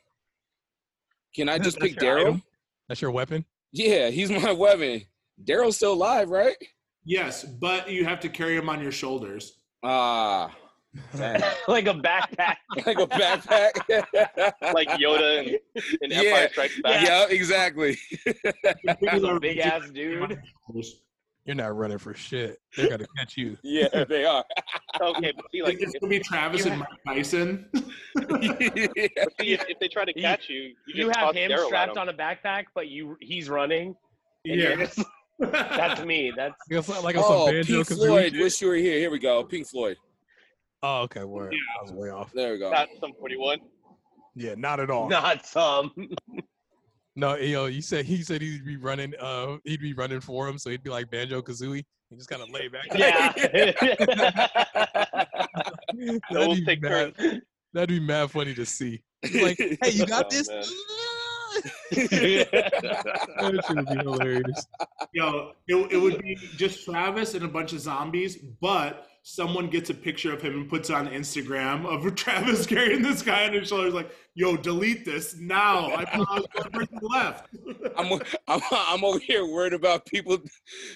S1: Can I just
S3: That's
S1: pick
S3: your
S1: Daryl?
S3: item? That's your weapon.
S1: Yeah, he's my weapon. Daryl's still alive, right?
S2: Yes, but you have to carry them on your shoulders.
S1: Ah,
S4: like a backpack.
S1: like a backpack.
S5: Like Yoda in, in
S1: Yeah.
S5: Empire Strikes Back.
S1: Yeah, exactly.
S4: Big ass dude.
S3: You're not running for shit. They're gonna catch you.
S1: Yeah, they are.
S5: Okay, but see, like,
S2: it's
S5: if,
S2: gonna be Travis
S4: Yeah.
S2: and Mike Tyson.
S1: Yeah.
S5: but see, if, if they try to
S4: You-
S5: catch you, you,
S4: You
S5: just
S4: have
S5: toss
S4: him
S5: Daryl at
S4: strapped
S5: 'em.
S4: on a backpack, but you he's running. and you're
S2: yeah.
S4: just- that's me. That's
S3: Like it's like it's
S1: Oh,
S3: some banjo
S1: Pink
S3: kazooie
S1: Floyd.
S3: shit.
S1: Wish you were here. Here we go. Pink Floyd.
S3: Oh, okay. Word. I was way off.
S1: There we go.
S5: Not some 41.
S3: Yeah, not at all.
S4: not some.
S3: No, eh, yo, you said he said he'd be running. Uh, he'd be running for him, so he'd be like banjo kazooie. He just kind of lay back.
S4: Yeah.
S5: No, we'll
S3: That'd be,
S5: take
S3: mad,
S5: turns.
S3: that'd be mad funny to see. He's like, hey, you got
S5: Oh,
S3: this?
S5: man.
S3: that shit would be hilarious.
S2: Yo, it, it would be just Travis and a bunch of zombies, but someone gets a picture of him and puts on Instagram of Travis carrying this guy on his shoulders, like, yo, delete this now. I thought I was the only person left.
S1: I'm, I'm I'm over here worried about people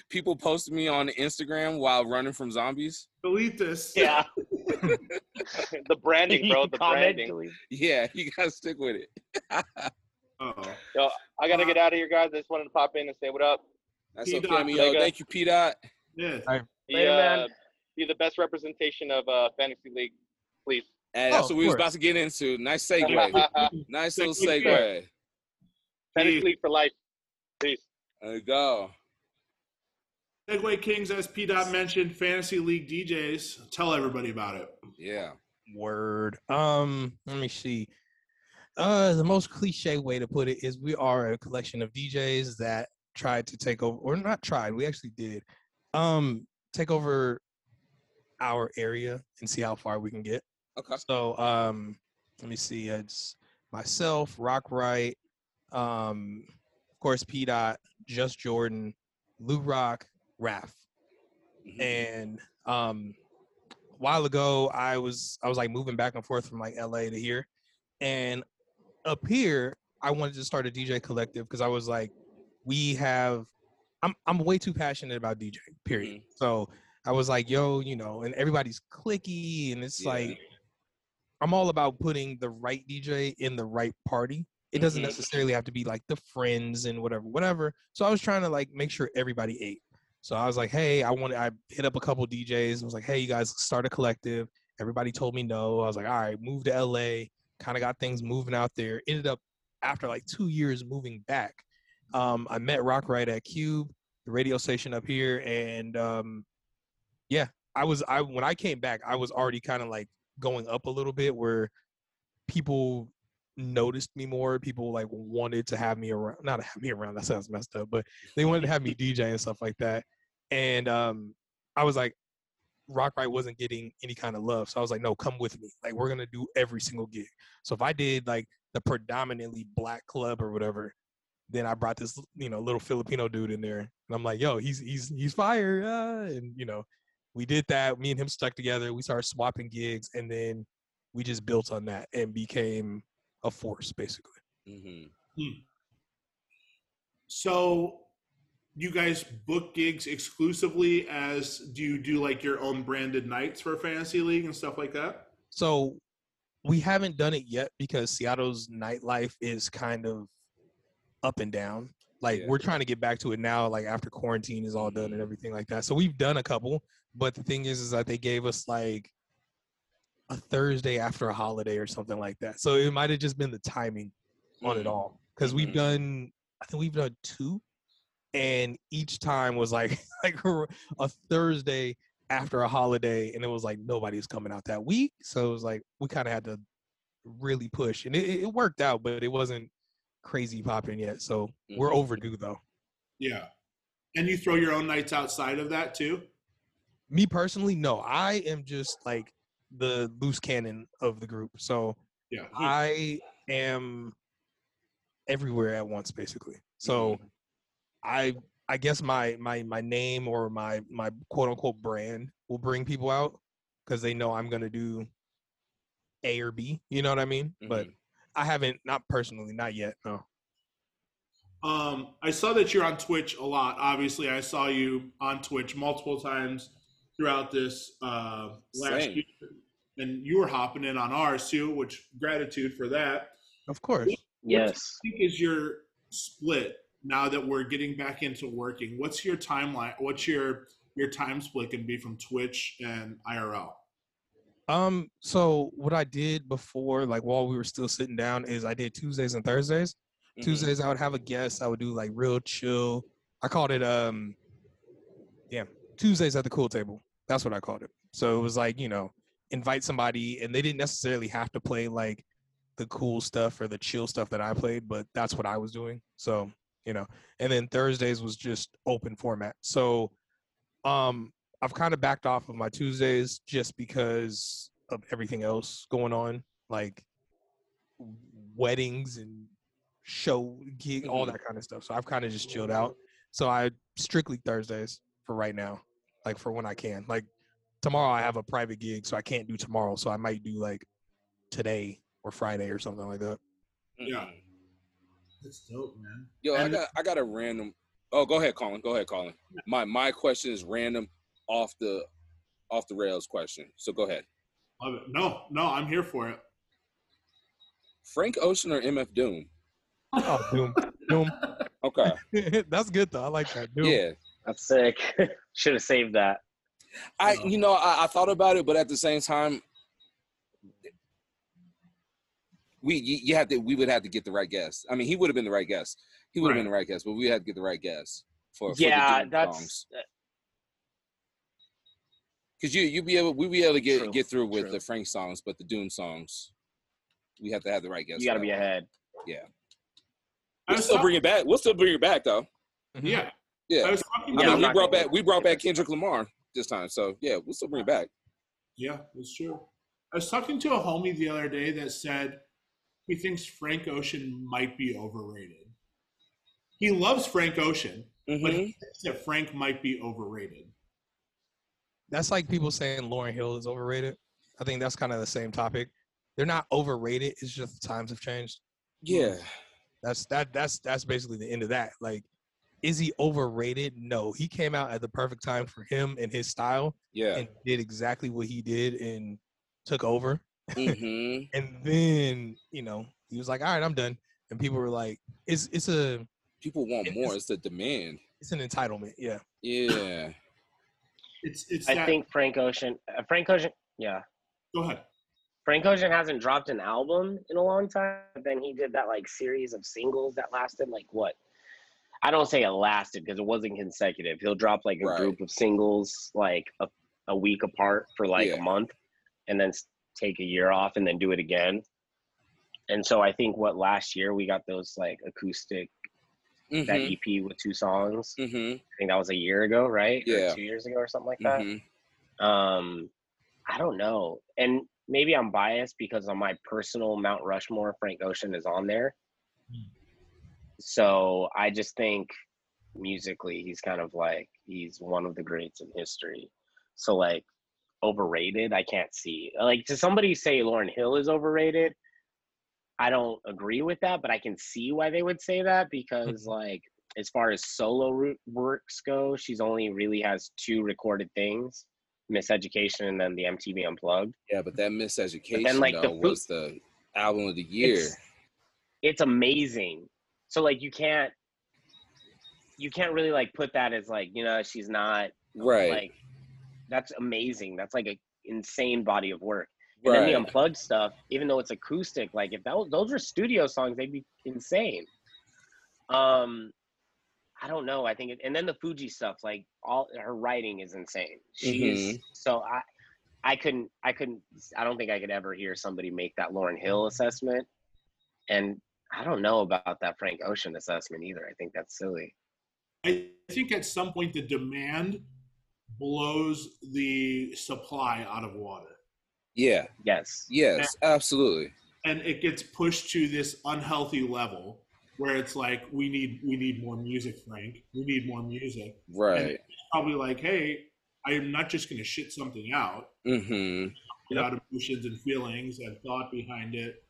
S1: people posting me on Instagram while running from zombies.
S2: delete this.
S4: yeah.
S5: the branding, bro. The
S4: Comment,
S5: branding.
S4: delete.
S1: Yeah, you gotta stick with it.
S2: Uh-oh.
S5: I gotta get out of here, guys. I just wanted to pop in and say what up.
S1: That's
S2: P-Dot,
S1: okay, yo.
S5: nigga.
S1: Thank you, P Dot.
S2: Yeah.
S5: Be,
S4: Later,
S5: uh,
S4: man.
S5: be the best representation of uh, fantasy league, please. Uh,
S1: Hey,
S3: Oh,
S1: that's
S3: of
S1: what we was
S3: course.
S1: about to get into. Nice segue.
S5: fantasy
S1: nice little
S2: Thank you.
S1: segue.
S5: league for life. Peace.
S1: There we go.
S2: Segway Kings, as P. Dot mentioned, Fantasy League DJs. Tell everybody about it.
S1: Yeah.
S3: Word. Um, let me see. Uh, the most cliche way to put it is we are a collection of DJs that tried to take over, or not tried. We actually did, um, take over our area and see how far we can get.
S1: Okay.
S3: So um, let me see. It's myself, Rock Right, um, of course, P Dot, Just Jordan, Lou Rock, Raph, and um, a while ago I was I was like moving back and forth from like LA to here, and up here I wanted to start a DJ collective because I was like, we have, I'm I'm way too passionate about DJ. Period. So I was like, yo, you know, and everybody's clicky, and it's
S1: Yeah.
S3: like. I'm all about putting the right DJ in the right party. It doesn't
S1: Mhm.
S3: necessarily have to be like the friends and whatever, whatever. So I was trying to like make sure everybody ate. So I was like, hey, I want. I hit up a couple DJs. I was like, hey, you guys start a collective. Everybody told me no. I was like, all right, move to LA. Kind of got things moving out there. Ended up after like two years moving back. Um, I met Rock Right at Cube, the radio station up here, and um, yeah, I was. I when I came back, I was already kind of like going up a little bit where people noticed me more people like wanted to have me around not have me around that sounds messed up but they wanted to have me dj and stuff like that and um i was like rock right wasn't getting any kind of love so i was like no come with me like we're gonna do every single gig so if i did like the predominantly black club or whatever then i brought this you know little filipino dude in there and i'm like yo he's he's he's fire ah," and you know we did that. Me and him stuck together. We started swapping gigs, and then we just built on that and became a force, basically.
S1: hmm
S2: So, you guys book gigs exclusively as do you do like your own branded nights for Fantasy League and stuff like that?
S3: So we haven't done it yet because Seattle's nightlife is kind of up and down. Like
S1: Yeah.
S3: we're trying to get back to it now, like after quarantine is all done
S1: Mhm.
S3: and everything like that. So we've done a couple, but the thing is, is that they gave us like a Thursday after a holiday or something like that. So it might have just been the timing on it all because we've
S1: Mhm.
S3: done, I think we've done two, and each time was like like a Thursday after a holiday, and it was like nobody was coming out that week. So it was like we kind of had to really push, and it, it worked out, but it wasn't crazy popping yet. So we're
S1: Mhm.
S3: overdue though.
S2: Yeah. And you throw your own nights outside of that too?
S3: Me personally, no, I am just like the loose cannon of the group. So
S2: Yeah.
S3: I am everywhere at once, basically.
S1: Mm-hmm.
S3: So I I guess my my my name or my my quote unquote brand will bring people out because they know I'm gonna do A or B. You know what I mean? But I haven't, not personally, not yet. No.
S2: Um, I saw that you're on Twitch a lot. Obviously, I saw you on Twitch multiple times throughout this uh, last
S1: Same.
S2: year, and you were hopping in on ours too, which gratitude for that.
S3: Of course.
S4: Yes.
S2: I think is your split now that we're getting back into working. What's your timeline? What's your your time split can be from Twitch and IRL?
S3: Um, so what I did before, like while we were still sitting down, is I did Tuesdays and Thursdays.
S1: Mhm.
S3: Tuesdays I would have a guest. I would do like real chill. I called it um damn, Tuesdays at the cool table. That's what I called it. So it was like, you know, invite somebody and they didn't necessarily have to play like the cool stuff or the chill stuff that I played, but that's what I was doing. So, you know, and then Thursdays was just open format. So um I've kind of backed off of my Tuesdays just because of everything else going on, like weddings and show gig, all
S1: Mhm.
S3: that kind of stuff. So I've kind of just chilled out. So I strictly Thursdays for right now, like for when I can. Like tomorrow I have a private gig, so I can't do tomorrow. So I might do like today or Friday or something like that.
S2: Yeah. That's dope, man.
S1: Mm-hmm. Yo, I
S2: And-
S1: got I got a random. Oh, go ahead, Colin. Go ahead, Colin. My my question is random, off the off the rails question. So go ahead.
S2: Love it. No, no, I'm here for it.
S1: Frank Ocean or MF Doom?
S3: Oh, doom, doom.
S1: Okay.
S3: That's good though. I like that. Doom.
S1: Yeah.
S4: That's sick. Should have saved that.
S1: I
S4: Uh-huh.
S2: Yeah.
S1: you know I, I thought about it, but at the same time, we you, you have to we would have to get the right guest. I mean, he would have been the right guest. He would have been the right guest, but we had to get the right guest for, for
S4: yeah,
S1: the Doom
S4: that's
S1: because you you be able we be able to get
S4: True,
S1: get through with
S4: true.
S1: the Frank songs, but the Doom songs, we have to have the right guest.
S4: you got to
S1: for
S4: be
S1: that.
S4: ahead.
S2: I
S1: We'll
S2: was
S1: still
S2: talk-
S1: bring it back. We'll still bring it back though.
S3: Mhm.
S2: yeah.
S1: Yeah.
S2: I was talking
S1: I
S2: about
S4: Yeah,
S1: mean,
S4: I'm
S1: we
S4: not
S1: brought
S4: gonna-
S1: back we brought back Kendrick Lamar this time, so yeah, we'll still bring it back.
S2: Yeah, that's true. I was talking to a homie the other day that said he thinks Frank Ocean might be overrated. He loves Frank Ocean, but
S1: Mhm.
S2: he thinks that Frank might be overrated.
S3: That's like people saying Lauren Hill is overrated. I think that's kind of the same topic. They're not overrated. It's just the times have changed.
S1: Yeah.
S4: Mm-hmm.
S3: That's that. That's that's basically the end of that. Like, is he overrated? No, he came out at the perfect time for him and his style,
S1: Yeah.
S3: and did exactly what he did and took over.
S1: hmm
S3: And then you know he was like, "All right, I'm done." And people were like, "It's it's a
S1: People want
S3: It
S1: more.
S3: is-
S1: It's the demand.
S3: it's an entitlement." Yeah.
S1: Yeah.
S2: It's it's
S4: I
S2: that,
S4: think Frank Ocean. Uh, Frank Ocean. Yeah.
S2: go ahead.
S4: Frank Ocean hasn't dropped an album in a long time. But then he did that like series of singles that lasted like what? I don't say it lasted because it wasn't consecutive. He'll drop like a
S1: Right.
S4: group of singles like a, a week apart for like
S1: Yeah.
S4: a month and then s- take a year off and then do it again. And so I think what last year we got those like acoustic that
S1: hmm
S4: EP with two songs.
S1: hmm
S4: I think that was a year ago, right? Or
S1: Yeah.
S4: two years ago or something like that
S1: hmm
S4: um i don't know and maybe i'm biased because on my personal mount rushmore frank ocean is on there
S2: Hmm.
S4: so i just think musically he's kind of like he's one of the greats in history so like overrated i can't see like to somebody say lauren hill is overrated i don't agree with that but i can see why they would say that because like as far as solo ru- works go she's only really has two recorded things miseducation and then the MTV Unplugged.
S1: Yeah, but that miseducation
S4: like, the
S1: though
S4: food-
S1: was the album of the year.
S4: It's, it's amazing. So like you can't you can't really like put that as like, you know, she's not
S1: Right.
S4: like that's amazing. That's like a insane body of work. And then
S1: right.
S4: the unplugged stuff, even though it's acoustic, like if that was, those were studio songs, they'd be insane. Um I don't know. I think it, and then the Fuji stuff, like all her writing is insane. She's so I I couldn't I couldn't I don't think I could ever hear somebody make that Lauren Hill assessment. And I don't know about that Frank Ocean assessment either. I think that's silly.
S2: I think at some point the demand blows the supply out of water.
S1: yeah.
S4: Yes.
S1: Yes. Absolutely.
S2: and it gets pushed to this unhealthy level where it's like we need we need more music, Frank. We need more music.
S1: Right.
S2: Probably like, hey, I am not just going to shit something out
S1: Mm-hmm.
S2: without emotions and feelings and thought behind it.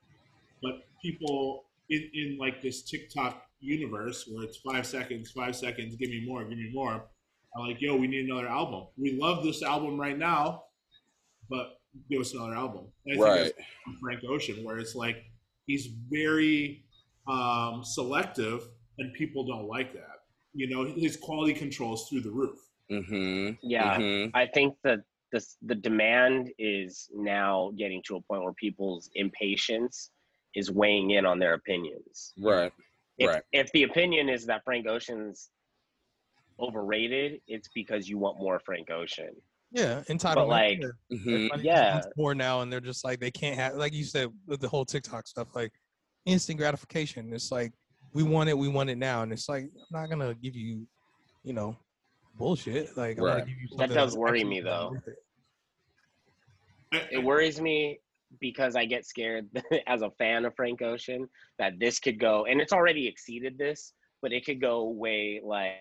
S2: But people in, in like this TikTok universe where it's five seconds, five seconds, give me more, give me more. I'm like, yo, we need another album. We love this album right now, but give us another album. And I think
S1: Right.
S2: that's from Frank Ocean, where it's like he's very um, selective and people don't like that. You know, his quality control is through the roof.
S1: Mm-hmm.
S4: Yeah. Mm.
S1: Mm-hmm.
S4: I think that the the demand is now getting to a point where people's impatience is weighing in on their opinions.
S1: Right.
S4: If,
S1: Right.
S4: if the opinion is that Frank Ocean's overrated, it's because you want more Frank Ocean.
S3: Yeah, entitlement.
S4: like,
S3: yeah.
S1: Mm-hmm.
S3: Everybody just
S4: yeah.
S3: wants more now, and they're just like they can't have like you said with the whole TikTok stuff, like instant gratification. It's like we want it, we want it now, and it's like I'm not gonna give you, you know, bullshit. Like I'm gonna
S1: Right.
S3: give you
S4: That
S3: something
S4: does
S3: that's
S4: worry
S3: actually
S4: me, though.
S3: worth it.
S4: It worries me because I get scared as a fan of Frank Ocean that this could go, and it's already exceeded this, but it could go way like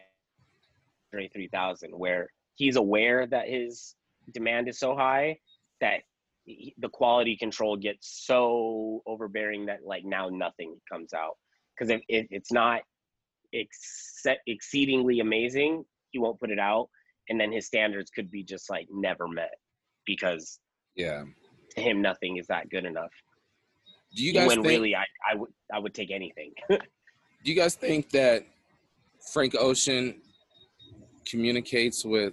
S4: Andre 3000, where he's aware that his demand is so high that he- the quality control gets so overbearing that like now nothing comes out because if, if it's not ex- exceedingly amazing, he won't put it out, and then his standards could be just like never met because
S1: Yeah.
S4: to him nothing is that good enough
S1: Do you guys
S4: when
S1: think?
S4: really I, I would i would take anything
S1: Do you guys think that Frank Ocean communicates with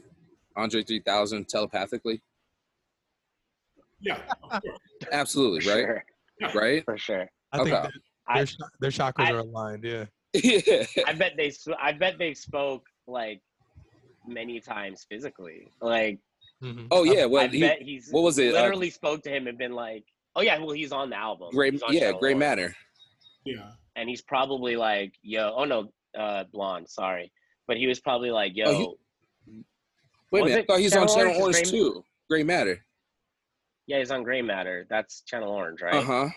S1: Andre 3000 telepathically?
S2: Yeah. of course.
S4: for
S1: Absolutely, right?
S4: sure
S1: Right?
S4: for sure
S3: I think
S1: Okay.
S3: that
S4: I-
S3: their, cha- their chakras
S4: I-
S3: are aligned. Yeah.
S1: yeah.
S4: i bet they sw- i bet they spoke like many times physically like
S3: Mhm.
S1: Oh yeah.
S4: i
S1: Well, he,
S4: bet he's
S1: what was it? Uh,
S4: literally spoke to him and been like oh yeah well he's on the album
S1: gray,
S4: He's on
S1: yeah,
S4: Shadow
S1: gray
S4: Lord.
S1: matter.
S2: Yeah.
S4: and he's probably like yo oh no uh blonde sorry but he was probably like yo
S1: Oh, he- Wait a
S4: Was
S1: minute.
S4: it
S1: I thought he's on
S4: Channel
S1: Channel
S4: Orange?
S1: Orange
S4: Is Gray-
S1: too. Gray matter.
S4: yeah he's on gray matter that's channel orange right
S1: Uh huh.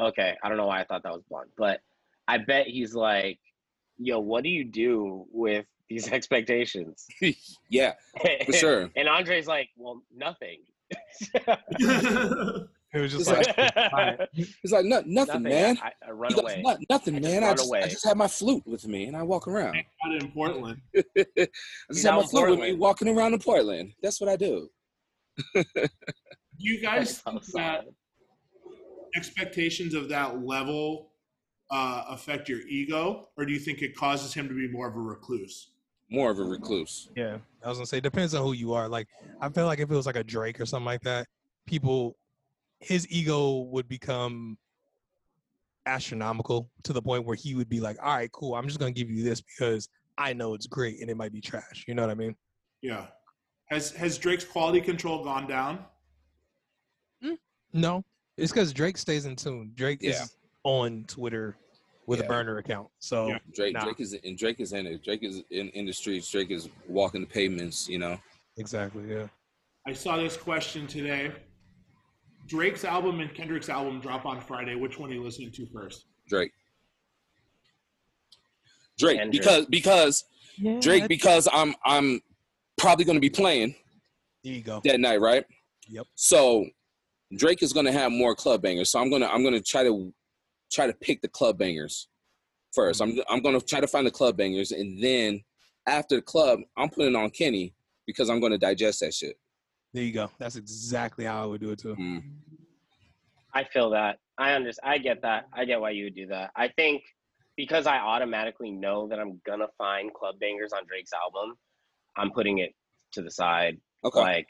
S4: okay i don't know why i thought that was blonde but i bet he's like yo what do you do with these expectations
S1: Yeah, for sure.
S4: and andre's like well nothing
S3: It was just
S1: It's
S3: like,
S1: He's like, no, nothing,
S4: nothing
S1: man.
S4: I, I
S1: He
S4: run
S1: goes,
S4: away
S1: "No- nothing,
S4: I just
S1: man. I
S4: run
S1: just, I
S4: away."
S1: just have my flute with me and I walk around.
S2: Out in Portland.
S1: I just
S4: He's
S1: have
S4: out
S1: my
S4: in
S1: flute with me
S4: Portland.
S1: walking around in Portland. That's what I do.
S2: Do you guys think that
S1: uh,
S2: expectations of that level uh, affect your ego, or do you think it causes him to be more of a recluse?
S1: More
S4: Mm-hmm.
S1: of a recluse.
S3: yeah. I was gonna say depends on who you are. Like I feel like if it was like a Drake or something like that, people his ego would become astronomical to the point where he would be like, "All right, cool. I'm just gonna give you this because I know it's great and it might be trash." You know what I mean?
S2: Yeah. Has Has Drake's quality control gone down?
S3: No, it's because Drake stays in tune. Drake
S1: Yeah.
S3: is on Twitter with
S1: Yeah.
S3: a burner account, so
S2: Yeah.
S1: Drake,
S3: Nah.
S1: Drake is and Drake is in it. Drake is in, in the streets. Drake is walking the pavements. You know.
S3: exactly, yeah.
S2: I saw this question today. Drake's album and Kendrick's album drop on Friday. Which one are you listening to first?
S1: Drake. Drake,
S4: Kendrick.
S1: because because
S3: yeah
S1: Drake, because I'm I'm probably gonna be playing
S3: there you go.
S1: that night, right?
S3: Yep.
S1: So Drake is gonna have more club bangers. So I'm gonna I'm gonna try to try to pick the club bangers first. I'm I'm gonna try to find the club bangers, and then after the club, I'm putting on Kenny because I'm gonna digest that shit.
S3: There you go. That's exactly how I would do it too.
S1: Mm.
S4: I feel that. I understand. I get that. I get why you would do that. I think because I automatically know that I'm gonna find club bangers on Drake's album, I'm putting it to the side.
S1: Okay.
S4: Like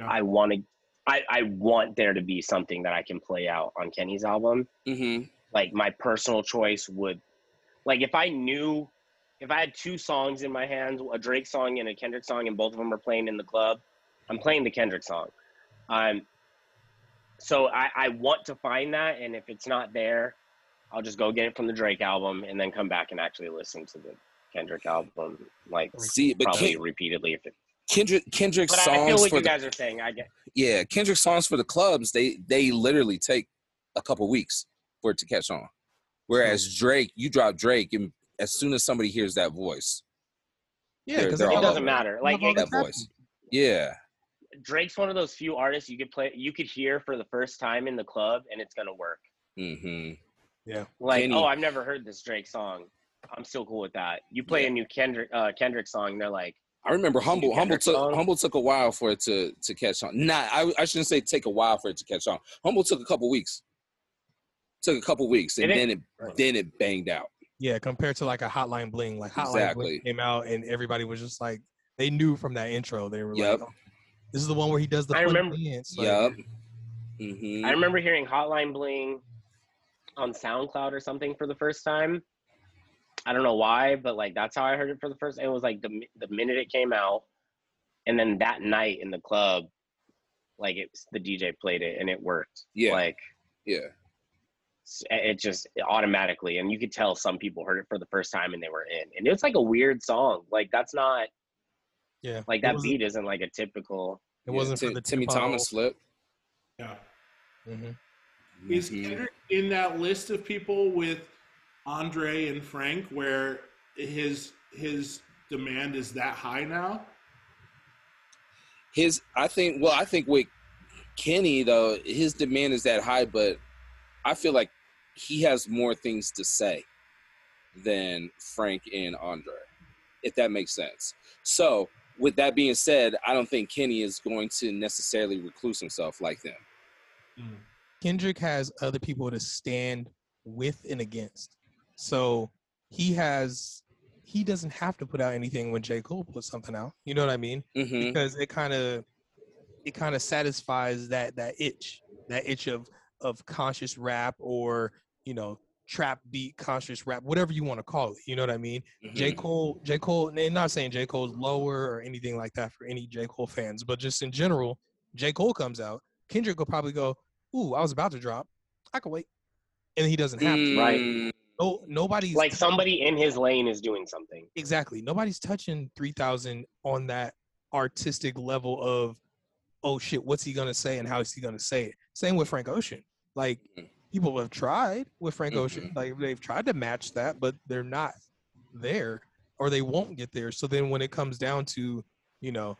S2: Yeah.
S4: I want to. I, I want there to be something that I can play out on Kenny's album.
S1: Mm-hmm.
S4: Like my personal choice would, like if I knew, if I had two songs in my hands, a Drake song and a Kendrick song, and both of them are playing in the club, I'm playing the Kendrick song. Um, so I, I want to find that, and if it's not there, I'll just go get it from the Drake album and then come back and actually listen to the Kendrick album, like
S1: See, but
S4: probably
S1: Ken,
S4: repeatedly. If it,
S1: Kendrick Kendrick's
S4: but I- I feel
S1: songs
S4: what
S1: for
S4: you
S1: the
S4: guys are saying. I get
S1: yeah Kendrick songs for the clubs they they literally take a couple weeks. for it to catch on. Whereas Drake, you drop Drake, and as soon as somebody hears that voice,
S3: Yeah,
S1: They're-
S3: because
S1: they're
S4: it
S1: all
S4: doesn't
S1: over.
S4: matter. Like it,
S1: that voice, yeah,
S4: Drake's one of those few artists you could play, you could hear for the first time in the club, and it's gonna work.
S1: hmm
S4: Like,
S1: Kenny.
S4: oh, I've never heard this Drake song. I'm still cool with that. You play
S1: Yeah.
S4: a new Kendrick uh, Kendrick song, they're like,
S1: I remember humble
S4: Kendrick
S1: humble took
S4: song?
S1: humble took a while for it to to catch on. Not I, I shouldn't say take a while for it to catch on. Humble took a couple weeks. Took a couple weeks and
S4: Did it?
S1: then it then it banged out.
S3: Yeah, compared to like a Hotline Bling, like Hotline
S1: Exactly.
S3: Bling came out and everybody was just like they knew from that intro. They were
S1: Yep.
S3: like, oh, "This is the one where he does the
S4: I
S3: funny
S4: remember-
S3: dance." like,
S1: Yup. hmm
S4: I remember hearing Hotline Bling on SoundCloud or something for the first time. I don't know why, but like that's how I heard it for the first. It was like the mi- the minute it came out, and then that night in the club, like it's the DJ played it and it worked.
S1: Yeah.
S4: like
S1: Yeah.
S4: s- it just automatically, and you could tell some people heard it for the first time and they were in. And it's like a weird song. Like that's not
S3: yeah,
S4: like that
S3: It wasn't,
S4: beat isn't like a typical.
S3: it wasn't
S1: yeah.
S3: for the
S1: Timmy
S3: tempo.
S1: Thomas slip.
S2: Yeah.
S3: Mhm.
S2: Is
S1: Mhm.
S2: Kendrick in that list of people with Andre and Frank where his his demand is that high now?
S1: his I think well I think with Kenny though his demand is that high but I feel like he has more things to say than Frank and Andre if that makes sense. So with that being said, I don't think Kenny is going to necessarily recluse himself like them. Mm.
S3: Kendrick has other people to stand with and against, so he has he doesn't have to put out anything when J Cole puts something out. You know what I mean?
S1: hmm
S3: because it kind of it kind of satisfies that that itch that itch of of conscious rap or you know trap beat conscious rap whatever you want to call it you know what i mean j cole j cole and not saying j cole's lower or anything like that for any j cole fans but just in general j cole comes out kendrick will probably go ooh i was about to drop i can wait and he
S1: mm-hmm.
S3: doesn't have
S1: Mm.
S3: to
S4: Right.
S3: no nobody's
S4: Like somebody in his lane is doing something.
S3: exactly nobody's touching 3000 on that artistic level of oh shit what's he gonna say and how is he gonna say it same with frank ocean like
S1: Mhm.
S3: people have tried with frank ocean like they've tried to match that but they're not there or they won't get there so then when it comes down to you know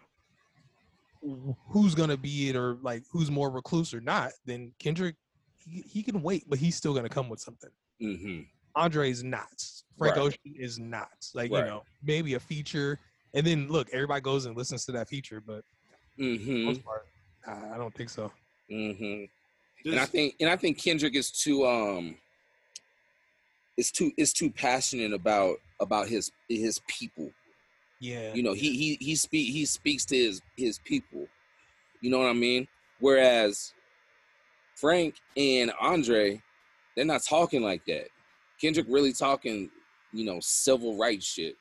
S3: wh- who's gonna be it or like who's more recluse or not then kendrick he, he can wait but he's still gonna come with something
S1: hmm
S3: Andre's not. Frank
S1: Right.
S3: Ocean is not. Like,
S1: Right.
S3: you know, maybe a feature. And then look, everybody goes and listens to that feature, but for the
S1: hmm
S3: most part, I I don't think so.
S1: hmm
S2: Does-
S1: and I think and I think Kendrick is too um is too is too passionate about about his his people.
S3: Yeah.
S1: You know, he he he speak he speaks to his his people. You know what I mean? Whereas Frank and Andre, they're not talking like that. Kendrick really talking, you know, civil rights shit.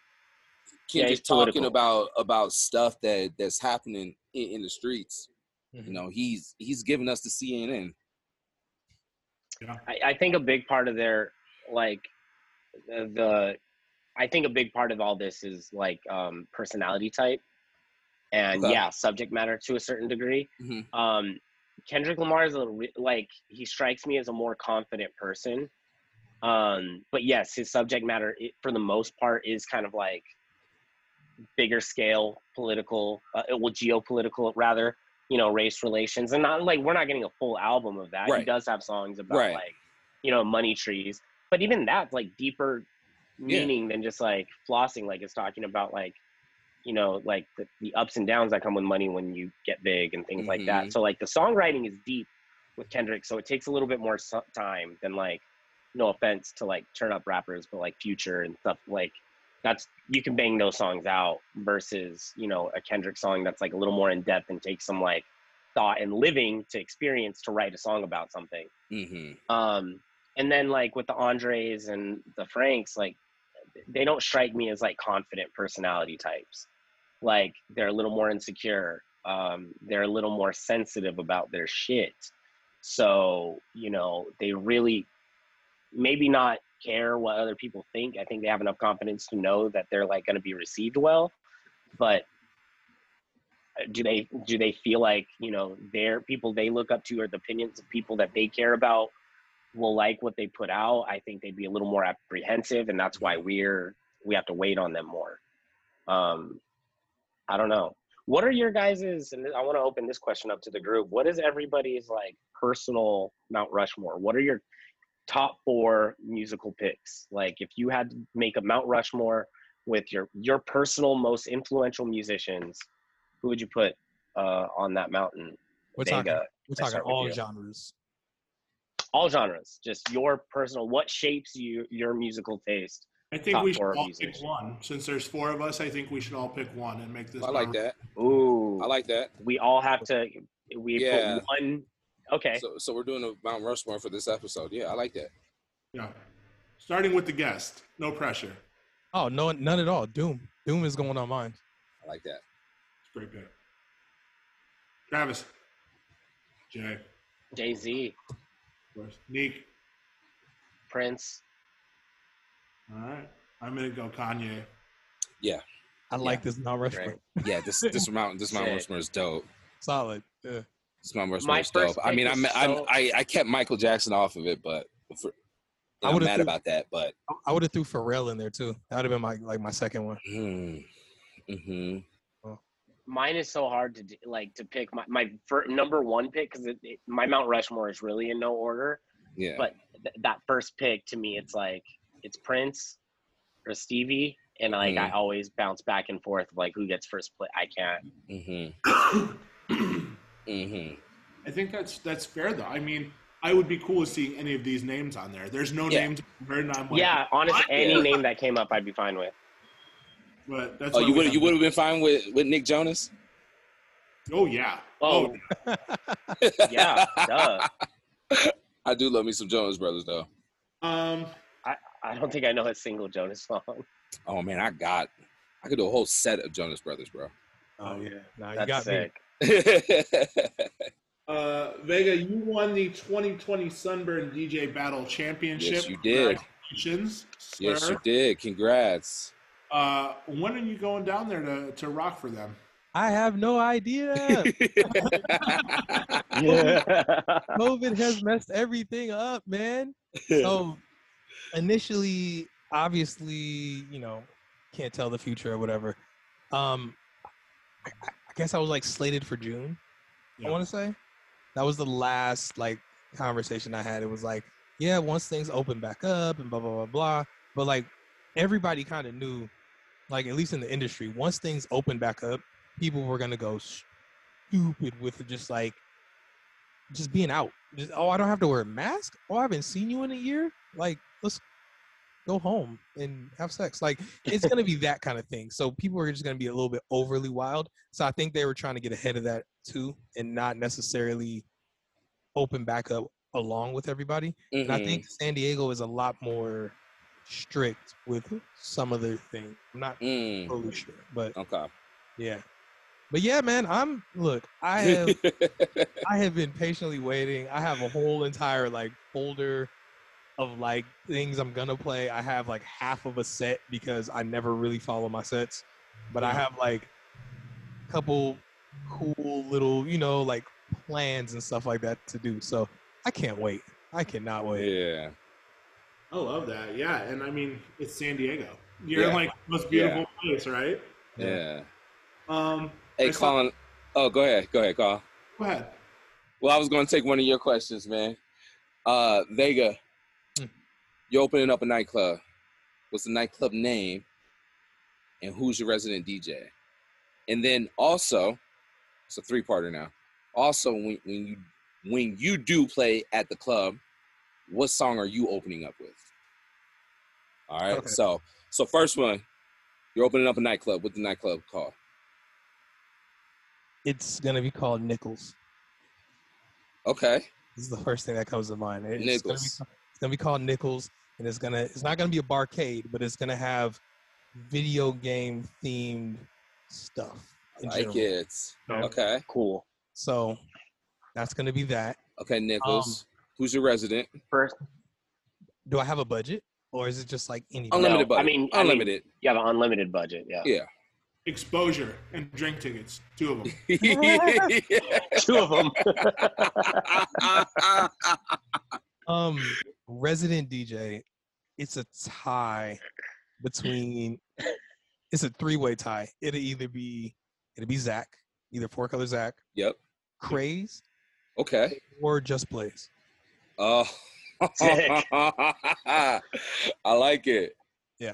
S4: Yeah, he's
S1: Kendrick talking
S4: political.
S1: about about stuff that that's happening in, in the streets. You
S4: Mm-hmm.
S3: Mhm.
S1: know, he's he's giving us the CNN.
S4: I, I think a big part of their like the, the I think a big part of all this is like um, personality type and
S1: Okay.
S4: yeah, subject matter to a certain degree.
S1: Mhm.
S4: Um, Kendrick Lamar is a re- like he strikes me as a more confident person, um, but yes, his subject matter i for the most part is kind of like bigger scale political, uh, well, geopolitical rather. You know, race relations, and not like we're not getting a full album of that. He
S1: Right.
S4: does have songs about
S1: Right.
S4: like you know money trees, but even that's like deeper meaning than just like flossing. Like it's talking about like you know like the, the ups and downs that come with money when you get big and things like that.
S1: Mhm.
S4: So like the songwriting is deep with Kendrick, so it takes a little bit more so- time than like no offense to like turn up rappers, but like Future and stuff like that's you can bang those songs out versus you know a Kendrick song that's like a little more in depth and takes some like thought and living to experience to write a song about something.
S1: hmm
S4: Um, and then like with the Andres and the Franks, like they don't strike me as like confident personality types. Like they're a little more insecure. Um, they're a little more sensitive about their shit. So you know they really maybe not care what other people think. I think they have enough confidence to know that they're like going to be received well. But uh, do they do they feel like you know their people they look up to are the opinions of people that they care about will like what they put out. I think they'd be a little more apprehensive, and that's why we're we have to wait on them more. Um, I don't know. What are your guys's? And I want to open this question up to the group. What is everybody's like personal Mount Rushmore? What are your top four musical picks? Like, if you had to make a Mount Rushmore with your your personal most influential musicians, who would you put uh, on that mountain?
S3: We're
S4: Vega,
S3: talking, we're
S4: let's
S3: talking
S4: start with
S3: all
S4: you.
S3: genres.
S4: all genres. Just your personal. What shapes you your musical taste?
S2: I think
S4: Top
S2: we should
S4: four
S2: all pick
S4: musicians.
S2: one. Since there's four of us, I think we should all pick one and make this.
S1: I like that.
S4: Ooh,
S1: I like that.
S4: We all have to. We
S1: Yeah.
S4: put one. Okay.
S1: So, so we're doing a Mount Rushmore for this episode. Yeah, I like that.
S2: Yeah. Starting with the guest. No pressure.
S3: Oh no, none at all. Doom. Doom is going on mine.
S1: I like that.
S2: It's great pick. Travis. Jay. Of
S4: Jay Z,
S2: course. Neek.
S4: Prince.
S2: All right. I'm gonna go Kanye.
S3: I like this Mount Rushmore.
S4: Right.
S1: Yeah, this this Mount this Mount
S4: Sick.
S1: Rushmore is dope.
S3: Solid. Yeah.
S1: This Mount Rushmore
S4: My
S1: is
S4: first
S1: dope. I
S4: pick
S1: mean,
S4: was
S1: I'm, I'm
S4: so-
S1: I I kept Michael Jackson off of it, but for,
S3: I
S1: I am
S3: would've
S1: mad
S3: threw-
S1: about that. But
S3: I- I would have threw Pharrell in there too. That would have been my like my second one.
S1: hmm, hmm
S4: Mine is so hard to do, like to pick my my fir- number one pick because it, it, my Mount Rushmore is really in no order.
S1: yeah,
S4: But th- that first pick to me, it's like it's Prince or Stevie, and like I always bounce back and forth like who gets first play. I can't.
S1: hmm hmm
S2: I think that's that's fair though. I mean, I would be cool with seeing any of these names on there. There's no
S1: Yeah.
S2: names I've heard, and I'm like,
S4: Yeah, honestly, any
S1: Yeah.
S4: name that came up, I'd be fine with.
S2: But that's
S1: Oh,
S2: why
S1: you
S2: we
S1: would
S2: have-
S1: you would have been fine with with Nick Jonas.
S2: Oh yeah.
S4: Oh, yeah, duh.
S1: I do love me some Jonas Brothers though.
S2: Um.
S4: I don't think I know a single Jonas song.
S1: Oh man, I got I could do a whole set of Jonas Brothers, bro.
S2: Oh, yeah.
S3: Now you
S4: That's
S3: got me.
S4: sick.
S2: Uh, Vega, you won the 2020 Sunburn DJ Battle Championship.
S1: yes, you did.
S2: Congratulations, sir.
S1: Yes, you did. Congrats.
S2: Uh, when are you going down there to, to rock for them?
S3: I have no idea.
S4: Yeah.
S3: COVID has messed everything up, man. So initially, obviously, you know, can't tell the future or whatever. Um, I, I I guess I was like slated for June.
S2: Yeah.
S3: I want to say that was the last like conversation I had. It was like, yeah, once things open back up and blah blah blah blah. But like everybody kind of knew, like at least in the industry, once things opened back up, people were gonna go stupid with just like just being out. Just, oh, I don't have to wear a mask. Oh, I haven't seen you in a year. Like, let's go home and have sex. Like, it's gonna be that kind of thing. So people are just gonna be a little bit overly wild. So I think they were trying to get ahead of that too, and not necessarily open back up along with everybody. And I
S1: Mhm.
S3: think San Diego is a lot more strict with some of their thing. I'm not
S1: Mm,
S3: totally sure, but
S1: okay.
S3: yeah. But yeah, man, I'm look. I have I have been patiently waiting. I have a whole entire like folder of like things I'm gonna play. I have like half of a set because I never really follow my sets, but I have like a couple cool little, you know, like plans and stuff like that to do. So I can't wait. I cannot wait.
S1: yeah.
S2: I love that. Yeah, and I mean, it's San Diego. You're in
S1: Yeah.
S2: like the most beautiful place, right?
S3: Yeah.
S1: Yeah.
S2: Um.
S1: Hey,
S2: I saw-
S1: Colin. Oh, go ahead. Go ahead, Colin.
S2: Go ahead.
S1: Well, I was going to take one of your questions, man. Uh, Vega,
S3: Hmm.
S1: you're opening up a nightclub. What's the nightclub name? And who's your resident DJ? And then also, it's a three-parter now. Also, when, when you when you do play at the club, what song are you opening up with? All right.
S3: Okay.
S1: So, so first one, you're opening up a nightclub. What's the nightclub called?
S3: It's gonna be called Nichols.
S1: Okay.
S3: This is the first thing that comes to mind. It's gonna be
S1: Nichols.
S3: It's gonna be called Nichols, and it's gonna it's not gonna be a barcade, but it's gonna have video game themed stuff.
S1: I
S3: in
S1: like
S3: general.
S1: it.
S3: Yeah.
S1: Okay.
S4: cool.
S3: So that's gonna be that.
S1: Okay,
S4: Um,
S1: Nichols. Who's your resident?
S4: First,
S3: Do I have a budget, or is it just like any?
S4: Unlimited.
S1: Unlimited
S4: No, I
S1: budget.
S4: mean- I mean-
S1: unlimited.
S4: you have an unlimited budget. Yeah.
S1: Yeah.
S2: Exposure and drink tickets. Two of them.
S4: Two of them.
S3: Um, resident DJ, it's a tie between. It's a three-way tie. It'll either be it'll be Zach, either four color Zach,
S1: Yep.
S3: Craze,
S1: Okay.
S3: or Just Blaze.
S1: Oh.
S4: Sick.
S1: I like it.
S3: Yeah.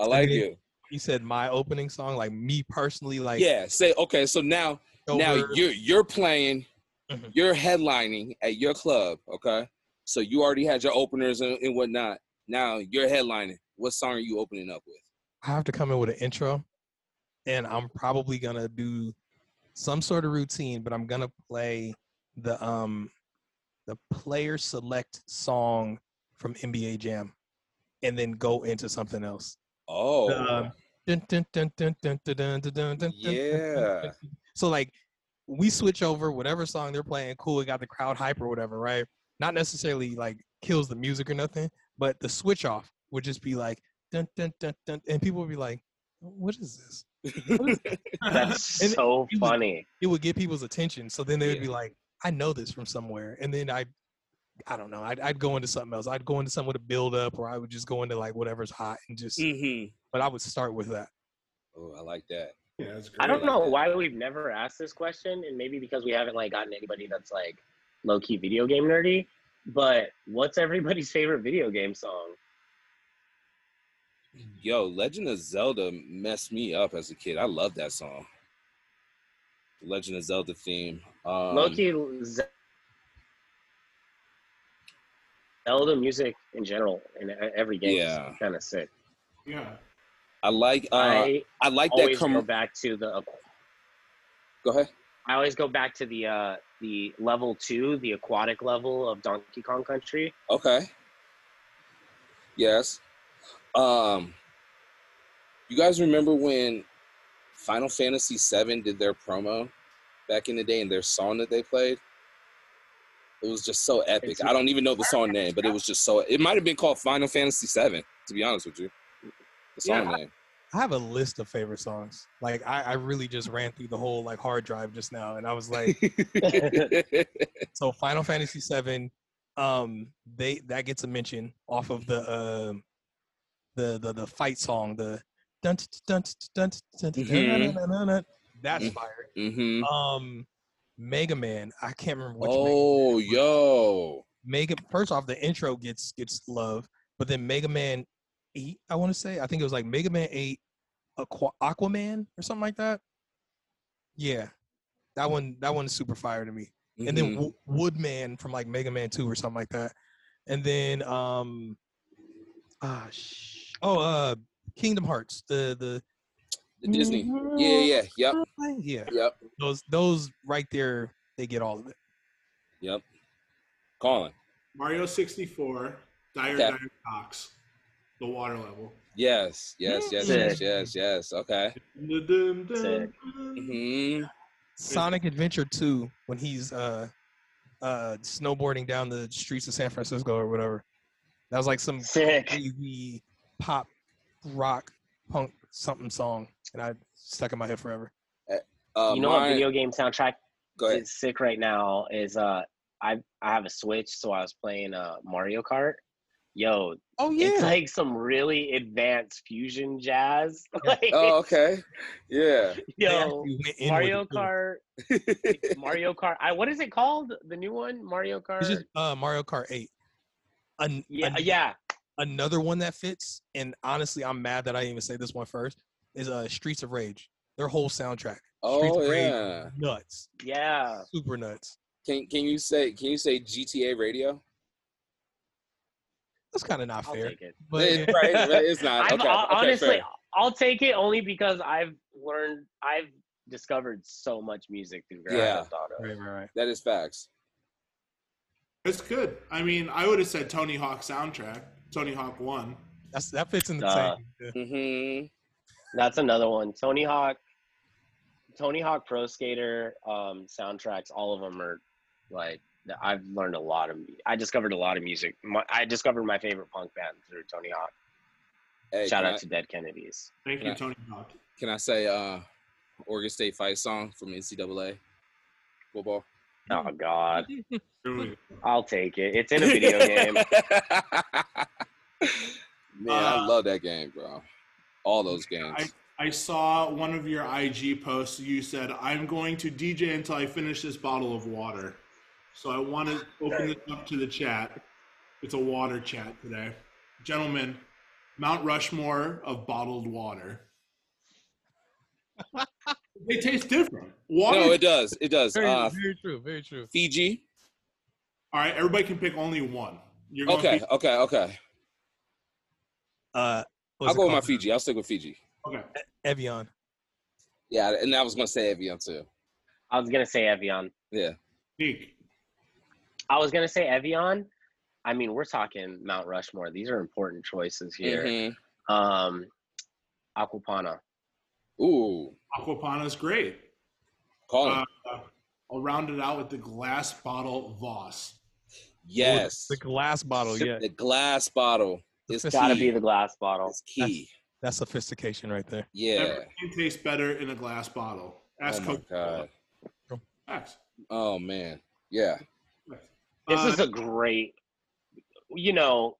S1: I like
S3: mean,
S1: it.
S3: You said my opening song, like me personally, like
S1: Yeah. Say okay. So now, now
S3: over-
S1: you're you're playing,
S4: Mm-hmm.
S3: Mhm.
S1: you're headlining at your club. Okay. So you already had your openers and, and whatnot. Now you're headlining. What song are you opening up with?
S3: I have to come in with an intro, and I'm probably gonna do some sort of routine, but I'm gonna play the um the player select song from NBA Jam, and then go into something else.
S1: Oh.
S3: The, um, dun, dun, dun, dun, dun, dun, dun, dun, dun, dun, dun, dun,
S1: yeah.
S3: dun. So like, we switch over whatever song they're playing. Cool, it got the crowd hype or whatever, right? Not necessarily like kills the music or nothing, but the switch off would just be like dun dun dun dun, and people would be like, "What is this?"
S4: That's
S3: And
S4: so
S3: it was-
S4: funny.
S3: It would get people's attention, so then they would
S1: Yeah.
S3: be like, "I know this from somewhere," and then I. I don't know. I'd, I'd go into something else. I'd go into something with a build up, or I would just go into like whatever's hot and just.
S1: hmm
S3: But I would start with that.
S1: Oh, I like that.
S2: Yeah, that's great.
S4: I don't know why we've never asked this question, and maybe because we haven't like gotten anybody that's like low key video game nerdy. But what's everybody's favorite video game song?
S1: Yo, Legend of Zelda messed me up as a kid. I love that song. The Legend of Zelda theme. Um,
S4: low key Ze- Zelda music in general in e- every game
S1: Yeah.
S4: is kind of sick.
S2: Yeah.
S1: I like. Uh, I,
S4: I
S1: like that.
S4: always
S1: Com-
S4: go
S1: go,
S4: back to the
S1: ahead.
S4: I always go back to the uh the level two, the aquatic level of Donkey Kong Country.
S1: Okay. Yes. Um. You guys remember when Final Fantasy VII did their promo back in the day, and their song that they played? It was just so epic. I don't even know the song name, but it was just so. It might have been called Final Fantasy VII, to be honest with you. The song
S3: Yeah.
S1: name.
S3: I have a list of favorite songs. Like I, I really just ran through the whole like hard drive just now, and I was like, so Final Fantasy VII, um, they that gets a mention off of the um, the the the fight song, the dun t- t- dun t- t- dun t- dun t- dun dun
S1: Mhm.
S3: dun dun dun. That's
S1: Mhm.
S3: fire.
S1: mm-hmm.
S3: Um, Mega Man, I can't remember which. Mega
S1: Oh,
S3: Man it was.
S1: yo.
S3: Mega. First off, the intro gets gets love, but then Mega Man Eight, I want to say, I think it was like Mega Man Eight, Aqua, Aquaman or something like that. Yeah, that one that one's super fire to me. And then
S1: Mhm.
S3: Wo- Woodman from like Mega Man Two or something like that. And then um, ah sh- oh uh, Kingdom Hearts, the the
S1: the Disney. Yeah, yeah, yeah. Yep.
S3: yeah,
S1: Yep.
S3: those those right there, they get all of it.
S1: Yep. Colin.
S2: Mario 64, Dire
S1: Okay.
S2: Dire Cox, the water level.
S1: Yes. Yes. Yes. Yes.
S4: Sick.
S1: Yes. Yes. Okay.
S2: Dun, dun, dun,
S4: Sick.
S2: dun.
S1: hmm
S3: Sonic Adventure Two when he's uh uh snowboarding down the streets of San Francisco or whatever. That was like some
S1: Uh,
S4: Sick.
S3: crazy pop rock punk something song, and I stuck in my head forever.
S1: Uh,
S4: you know what
S1: mine-
S4: video game soundtrack
S1: Go ahead.
S4: is sick right now is uh I I have a Switch, so I was playing uh Mario Kart. Yo,
S3: Oh yeah,
S4: it's like some really advanced fusion jazz. like,
S1: Oh, okay. Yeah.
S3: They
S4: yo,
S3: actually went in with
S4: Mario
S3: it, too.
S4: Kart, Mario Kart. I what is it called? The new one, Mario Kart.
S3: It's just uh, Mario Kart Eight. An-
S4: yeah,
S3: an-
S4: yeah.
S3: Another one that fits, and honestly, I'm mad that I didn't even say this one first. Is uh, Streets of Rage. Their whole soundtrack. Streets
S1: Oh,
S3: of Rage,
S1: yeah.
S3: nuts,
S4: Yeah.
S3: super nuts.
S1: Can Can you say Can you say GTA Radio?
S3: That's kind of not
S4: I'll
S3: fair,
S4: take it.
S3: but
S1: It-
S3: yeah.
S1: right, right, it's not.
S4: I've,
S1: okay.
S4: I'll-
S1: okay,
S4: honestly,
S1: fair.
S4: I'll take it only because I've learned, I've discovered so much music through Grand
S1: Yeah.
S4: Theft Auto.
S3: right, right, right.
S1: that is facts.
S2: That's good. I mean, I would have said Tony Hawk soundtrack, Tony Hawk 1.
S3: That's that fits in the
S4: Duh.
S3: same. yeah.
S1: Mm-hmm.
S4: That's another one. Tony Hawk, Tony Hawk Pro Skater um, soundtracks. All of them are like th- I've learned a lot of. mu- I discovered a lot of music. My, I discovered my favorite punk band through Tony Hawk.
S1: Hey,
S4: Shout
S1: can,
S4: out
S1: I,
S4: to Dead Kennedys.
S2: Thank
S1: Yeah.
S2: you, Tony Hawk.
S1: can I say uh, Oregon State fight song from NCAA football?
S4: Oh God,
S2: Dude,
S4: I'll take it. It's in a video game.
S1: Man, I
S2: Uh,
S1: love that game, bro. All those games.
S2: I saw one of your IG posts. You said, "I'm going to DJ until I finish this bottle of water." So I want to open this up to the chat. It's a water chat today, gentlemen. Mount Rushmore of bottled water. they taste different. Water.
S1: no, it does. It does.
S3: Very,
S1: Uh,
S3: very true. Very true.
S1: Fiji.
S2: All right, everybody can pick only one. You're going
S1: Okay,
S2: Fiji?
S1: okay, okay.
S3: Uh, what's
S1: I'll
S3: it
S1: go with my
S3: called?
S1: Fiji. I'll stick with Fiji.
S2: Okay.
S3: Evian.
S1: Yeah, and I was gonna say Evian too.
S4: I was gonna say Evian.
S1: Yeah.
S2: Nick.
S4: I was gonna say Evian. I mean, we're talking Mount Rushmore. These are important choices here.
S1: Mhm.
S4: Um, Aquapana.
S1: Ooh,
S2: Aquapana's great.
S1: call him.
S2: Uh, I'll round it out with the glass bottle Voss.
S1: yes.
S3: The glass bottle. Yeah.
S1: The glass bottle is
S3: It's
S4: Gotta
S1: key.
S4: be the glass bottle.
S1: It's key.
S3: That's sophistication right there.
S1: Yeah.
S2: Everything tastes better in a glass bottle.
S1: Oh
S2: Ask
S1: my god.
S2: Facts.
S1: Oh man. Yeah.
S2: Facts.
S4: This
S2: Uh,
S4: is a great. You know,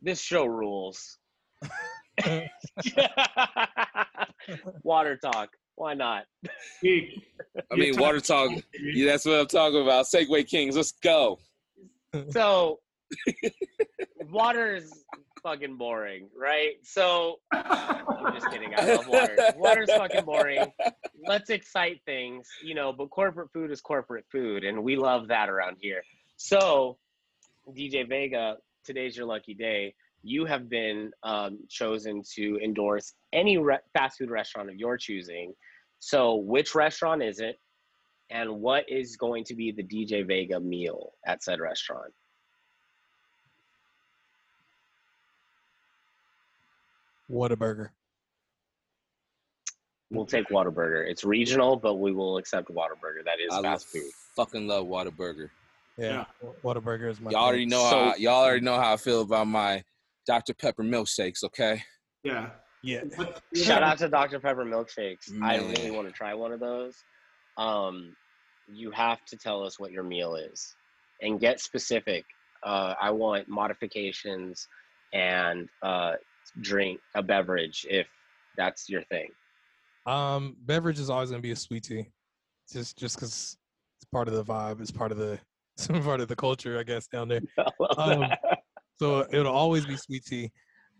S4: this show rules. Water talk. Why not?
S2: Nick,
S1: I mean,
S2: Yeah.
S1: water talk. Yeah, that's what I'm talking about. Segway Kings. Let's go.
S4: So, water is fucking boring, right? So, I'm just kidding. I love water. Water's fucking boring. Let's excite things, you know, but corporate food is corporate food, and we love that around here. So, DJ Vega, today's your lucky day. You have been um, chosen to endorse any re- fast food restaurant of your choosing. So, which restaurant is it? And what is going to be the DJ Vega meal at said restaurant?
S3: Whataburger.
S4: We'll take Whataburger. It's regional, but we will accept Whataburger. That is
S1: I love
S4: fast food.
S1: fucking love Whataburger.
S3: Yeah. Whataburger is my.
S1: Y'all already
S3: favorite.
S1: know
S4: So-
S1: how y'all already know how I feel about my Dr. Pepper milkshakes, okay?
S2: yeah.
S3: Yeah.
S2: What-
S4: Shout out to Dr. Pepper milkshakes. I
S1: Man.
S4: really want to try one of those. Um, you have to tell us what your meal is and get specific. Uh, I want modifications and uh, drink a beverage if that's your thing.
S3: Um, beverage is always gonna be a sweet tea, just just because it's part of the vibe. It's part of the it's part of the culture, I guess, down there.
S4: I love
S3: Um,
S4: that.
S3: So it'll always be sweet tea.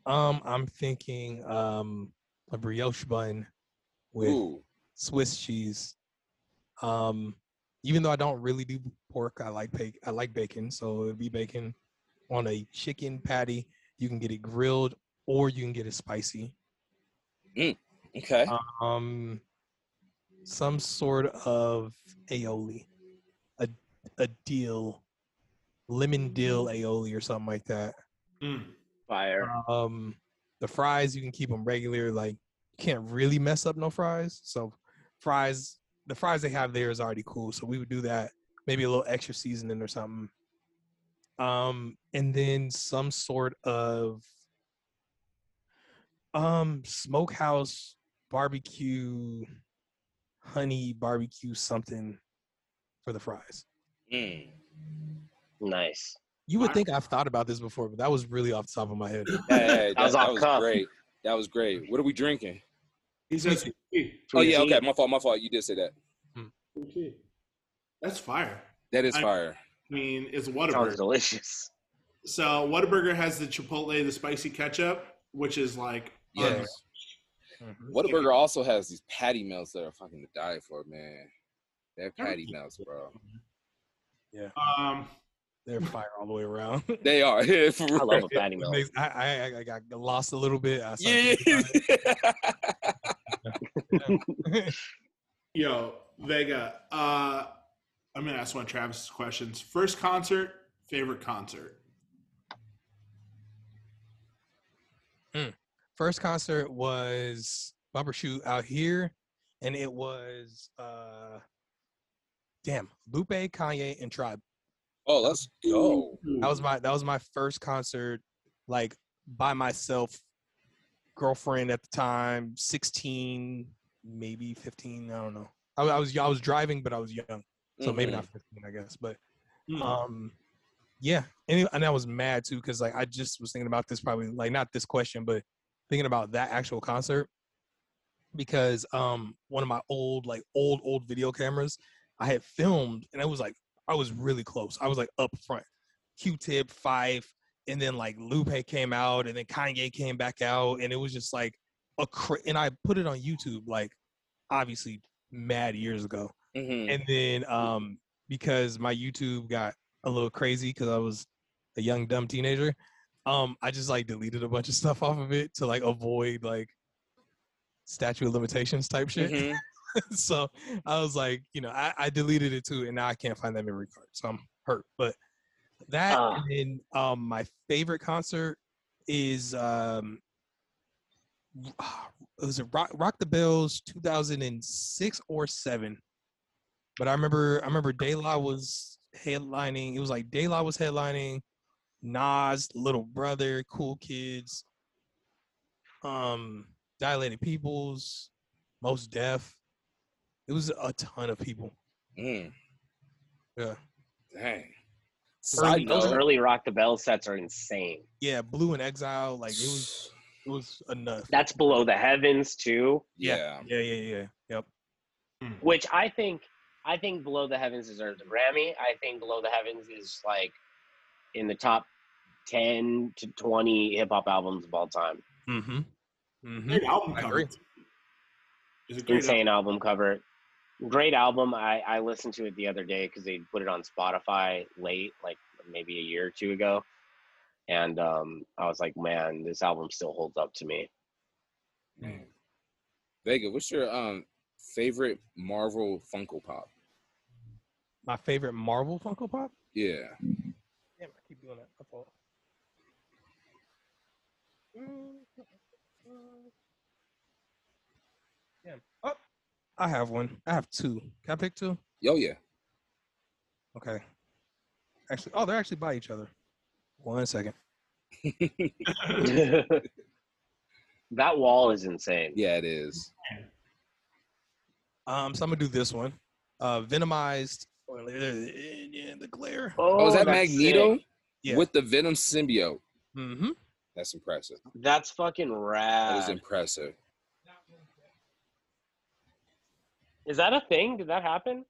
S3: Um, I'm thinking um a brioche bun with
S1: Ooh.
S3: Swiss cheese. Um, even though I don't really do pork, I like bacon. I like bacon, so it'd be bacon on a chicken patty. You can get it grilled or you can get it spicy.
S1: Okay.
S3: Um, some sort of aioli, a a dill, lemon dill aioli or something like that.
S2: Mm.
S4: Fire.
S3: Um, the fries you can keep them regular. Like you can't really mess up no fries. So fries, the fries they have there is already cool. So we would do that. Maybe a little extra seasoning or something. Um, and then some sort of um smokehouse barbecue, honey barbecue something for the fries.
S1: Mm.
S4: Nice.
S3: You would
S2: Wow.
S3: think I've thought about this before, but that was really off the top of my head.
S1: Hey, that,
S4: was
S1: that
S4: off
S1: was
S4: cuff.
S1: great. That was great. What are we drinking?
S2: He says,
S1: Oh yeah,
S4: Sweet
S1: okay.
S4: tea.
S1: My fault, my fault. You did say that.
S2: that's fire.
S1: That is
S2: I-
S1: fire.
S2: I mean, it's
S4: Sounds
S2: Whataburger.
S4: delicious.
S2: So Whataburger has the chipotle, the spicy ketchup, which is like
S1: Yes. Whataburger also has these patty melts that are fucking to die for, man. They're patty melts, bro.
S2: um,
S3: They're fire all the way around.
S1: They are. Yeah, for
S4: I love
S1: real.
S4: a patty melt.
S3: Makes- I, I, I- I got lost a little bit. I
S1: Yeah.
S3: started thinking about it.
S2: yo, Vega. Uh, I'm gonna ask one of Travis's questions. First concert, favorite concert.
S3: First concert was Bumper Shoot out here, and it was uh, damn Lupe, Kanye, and Tribe.
S1: oh, let's go.
S3: That was my that was my first concert, like by myself. Girlfriend at the time, sixteen, maybe fifteen. I don't know. I, wa- I was I was driving, but I was young. So maybe
S1: Mhm.
S3: not 15, I guess. But
S2: Hmm.
S3: um, yeah. And, and I was mad too because like I just was thinking about this probably like not this question, but thinking about that actual concert because um one of my old like old old video cameras I had filmed and I was like I was really close. I was like up front. Q-Tip, Five, and then like Lupe came out and then Kanye came back out and it was just like a cra- and I put it on YouTube like obviously mad years ago
S1: Mhm.
S3: and then um because my youtube got a little crazy because i was a young dumb teenager um i just like deleted a bunch of stuff off of it to like avoid like statute of limitations type shit
S1: Mhm.
S3: so i was like you know I, I deleted it too and now i can't find that memory card so i'm hurt but that
S4: Ah.
S3: and then um my favorite concert is um ah, was it rock, rock the bells 2006 or 7 but I remember I remember De La was headlining. It was like De La was headlining, Nas, Little Brother, Cool Kids, um, Dilated Peoples, Most Deaf. It was a ton of people.
S1: Mm.
S3: Yeah.
S1: Dang.
S4: Early-
S1: Side
S4: those
S1: note,
S4: early Rock the Bell sets are insane.
S3: Yeah, Blue and Exile, like it was it was enough.
S4: That's below the heavens too,
S1: yeah.
S3: Yeah, yeah, yeah. Yep.
S2: Hmm.
S3: Mm-hmm.
S4: which I think I think below the heavens deserves a Grammy. I think below the heavens is like in the top ten to twenty hip hop albums of all time.
S3: Mm-hmm. Mm-hmm.
S2: Great album
S3: I
S2: cover.
S3: agree.
S2: It's a great
S4: Insane album cover. Great album. I, I listened to it the other day because they put it on Spotify late, like maybe a year or two ago. And um, I was like, man, this album still holds up to me. Mm.
S1: Man. Vega, what's your um favorite Marvel Funko Pop?
S3: My favorite Marvel Funko Pop.
S1: Yeah.
S3: Damn, I keep doing that. I fall. Damn. Oh, I have one. I have two. Can I pick two?
S1: Oh yeah.
S3: Okay. Actually, oh, they're actually by each other. One second.
S2: album.
S4: that wall is insane.
S1: Yeah, it is.
S3: Um, so I'm gonna do this one. Uh, venomized. or, uh, Yeah, the glare.
S1: Oh, is that
S4: that's
S1: Magneto
S4: sick.
S3: Yeah.
S1: with the Venom symbiote?
S3: Mm-hmm.
S1: That's impressive.
S4: That's fucking rad.
S1: That is impressive.
S4: Is that a thing? Did that happen?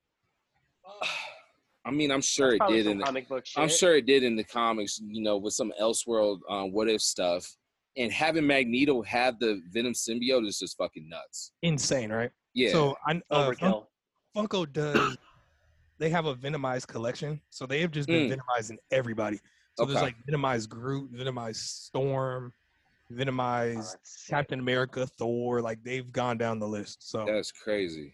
S1: I mean, I'm
S4: That's
S1: sure it did
S4: probably some
S1: in the
S4: comic book shit.
S1: I'm sure it did in the comics, you know, with some Elseworld um, what if stuff. And having Magneto have the Venom symbiote is just fucking nuts.
S3: Insane, right?
S1: Yeah.
S3: So I uh, Fun-
S4: Overkill.
S3: Funko does. They have a Venomized collection, so they have just been
S1: Mm.
S3: Venomizing everybody. So there's
S1: Okay.
S3: like Venomized Groot, Venomized Storm,
S4: Oh,
S3: Venomized
S4: that's sick.
S3: Captain America, Thor. Like they've gone down the list. So,
S1: That's crazy.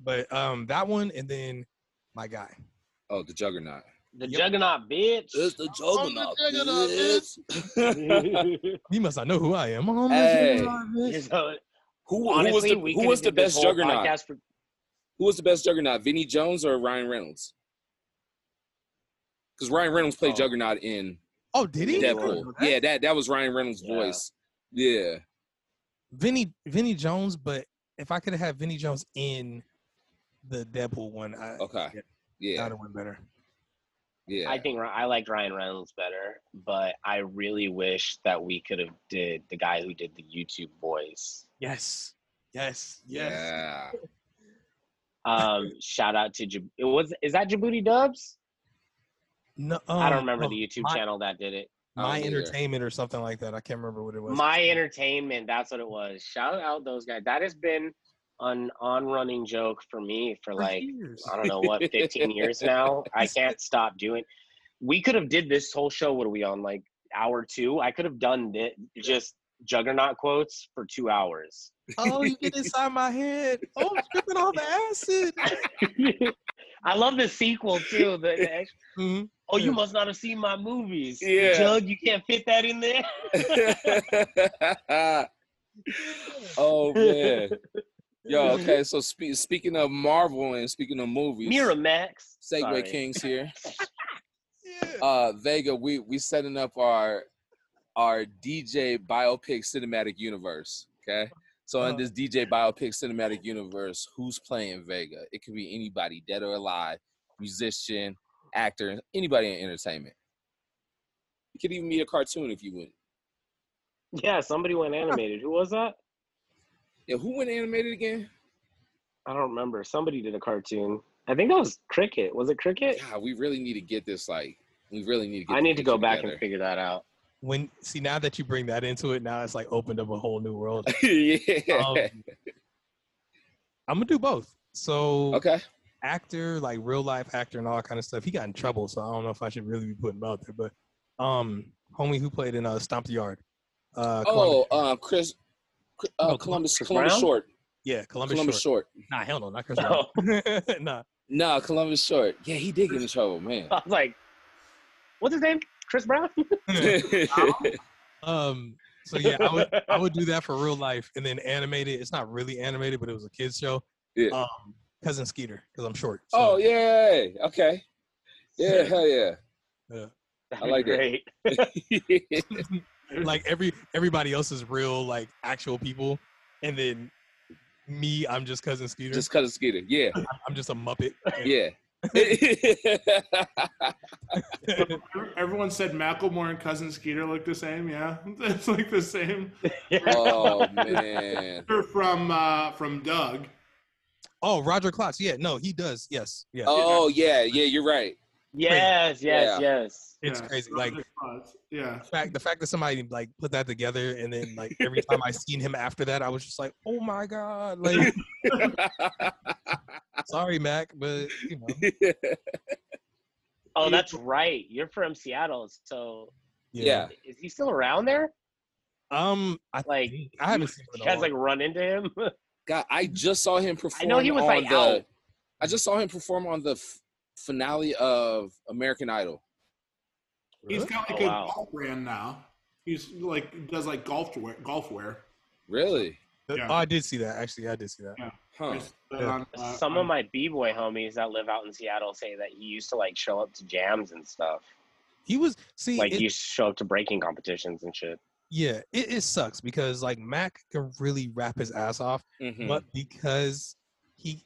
S3: but um, that one, and then my guy.
S1: Oh, the Juggernaut.
S4: the
S3: Yep.
S4: Juggernaut, bitch.
S1: the
S3: Juggernaut, You must not know who I am. Oh, I'm
S1: Hey.
S4: You know,
S1: who, who was
S4: Honestly,
S1: the,
S4: we
S1: who
S4: could've
S1: was the
S4: did this
S1: best
S4: whole
S1: Juggernaut?
S4: podcast for-
S1: Who was the best Juggernaut, Vinny Jones or Ryan Reynolds? Because Ryan Reynolds played
S4: Oh.
S1: Juggernaut in
S3: Oh, did he?
S4: Deadpool.
S1: Deadpool. Yeah, that that was Ryan Reynolds'
S4: Yeah.
S1: voice. Yeah.
S3: Vinny Vinny Jones. But if I could have had Vinny Jones in the Deadpool one, I
S4: Oh,
S1: Okay.
S3: Yeah.
S1: Yeah.
S3: that'd have went better.
S1: Yeah.
S4: I think Ry- I liked Ryan Reynolds better, but I really wish that we could have did the guy who did the YouTube voice.
S3: Yes. Yes. Yes.
S1: Yeah.
S4: Um, shout out to Jab- it was is that Djibouti Dubs?
S3: No,
S4: I
S3: um,
S4: don't remember
S3: no,
S4: the YouTube
S3: my-
S4: channel that did it.
S1: I don't
S3: My
S1: either.
S3: entertainment or something like that. I can't remember what it was.
S4: Oh, My entertainment, that's what it was. Shout out those guys. That has been an on running joke for me for
S3: For
S4: like
S3: years.
S4: I don't know what 15 years now. I can't stop doing. We could have did this whole show. What are we on? Like hour two? I could have done it just juggernaut quotes for two hours.
S3: oh, you get inside my head. Oh, I'm tripping all the acid.
S4: I love the sequel too. The, the ex-
S3: Mhm.
S4: oh, you must not have seen my movies.
S1: Yeah.
S4: Jug, you can't fit that in there.
S1: oh man. Yo, okay. So spe- speaking of Marvel and speaking of movies,
S4: Miramax.
S1: Segway
S4: Sorry.
S1: Kings here.
S3: Yeah.
S1: Uh, Vega, we we setting up our our DJ biopic cinematic universe. Okay, So
S3: Uh-huh.
S1: in this DJ biopic cinematic universe, who's playing Vega? It could be anybody, dead or alive, musician, actor, anybody in entertainment. It could even be a cartoon if you went.
S4: Yeah, somebody went animated. Who was that?
S1: Yeah, who went animated again?
S4: I don't remember. Somebody did a cartoon. I think that was Cricket. Was it Cricket?
S1: God, we really need to get this. Like, we really need to. get
S4: I
S1: the
S4: need to go
S1: picture
S4: back
S1: together.
S4: and figure that out.
S3: When see now that you bring that into it, now it's like opened up a whole new world.
S1: yeah.
S3: Um, I'm gonna do both. So
S1: okay.
S3: actor, like real life actor and all that kind of stuff. He got in trouble, so I don't know if I should really be putting him out there. But um, homie who played in uh, Stomp the Yard. Uh,
S1: Oh,
S3: Columbus-
S1: um, Chris, uh,
S3: No,
S1: Columbus,
S4: Chris
S1: Columbus
S4: Brown?
S1: Short,
S3: yeah, Columbus,
S1: Columbus
S3: Short.
S1: Short.
S3: Nah, hell no, not Chris Brown.
S4: No.
S3: nah,
S1: No, Columbus Short. Yeah, he did get in trouble, man.
S3: Oh,
S4: I was like, what's his name? Chris Brown?
S3: Um, so yeah, I would I would do that for real life, and then animated. It's not really animated, but it was a kids show.
S1: Yeah.
S3: Um, cousin Skeeter, because I'm short. so,
S1: oh yeah. Okay. Yeah. Hell yeah.
S3: yeah.
S1: I like that.
S4: Great.
S3: Like every everybody else is real, like actual people, and then me, I'm just cousin Skeeter.
S1: Just cut a skeeter. Yeah.
S3: I'm just a muppet.
S1: Yeah.
S2: Everyone said Macklemore and Cousin Skeeter look the same. Yeah, it's like the same.
S1: oh man.
S2: They're From uh, from Doug.
S3: oh, Roger Klotz. Yeah, no, he does. Yes, yeah.
S1: Oh yeah. Yeah. You're right.
S4: Yes, yes,
S1: Yeah.
S4: yes.
S3: it's
S2: Yeah,
S3: crazy.
S2: from
S3: Like
S2: the spots. yeah,
S3: the fact the fact that somebody like put that together, and then like every time I seen him after that, I was just like, oh my god. Like, sorry, Mac, but you know.
S4: Oh, that's right. You're from Seattle. So
S1: yeah.
S4: is he still around there?
S3: Um, I
S4: Like,
S3: think- I haven't seen
S4: You
S3: him in a
S4: guys
S3: while.
S4: like run into him?
S1: God, I just saw him perform.
S4: I know he was
S1: on
S4: like
S1: the,
S4: out.
S1: I just saw him perform on the f- finale of American Idol.
S2: he's got like
S4: Oh,
S2: a
S4: wow.
S2: golf brand now. He's like does like golf wear, golf wear.
S1: Really?
S2: yeah.
S3: Oh, I did see that. Actually, I did see that.
S1: Huh.
S2: Just, uh,
S3: Yeah.
S2: on, uh,
S4: Some of
S2: on-
S4: my b boy homies that live out in Seattle say that he used to like show up to jams and stuff.
S3: He was see,
S4: Like
S3: it-
S4: he used to show up to breaking competitions and shit.
S3: yeah. It, it sucks because like Mac can really rap his ass off,
S1: Mhm.
S3: but because he,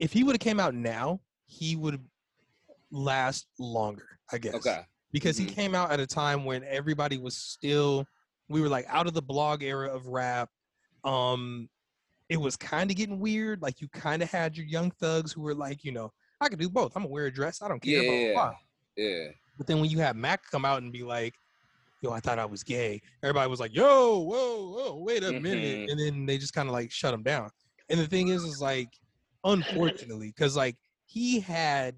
S3: if he would have came out now, he would last longer. I guess.
S1: Okay.
S3: because
S1: Mhm.
S3: he came out at a time when everybody was still we were like out of the blog era of rap um it was kind of getting weird like you kind of had your young thugs who were like you know i could do both i'm gonna wear a dress i don't care blah, blah,
S1: Yeah.
S3: blah."
S1: Yeah.
S3: but then when you had mac come out and be like yo i thought i was gay everybody was like yo whoa whoa wait a minute
S1: Mhm.
S3: and then they just kind of like shut him down and the thing is is like unfortunately because like he had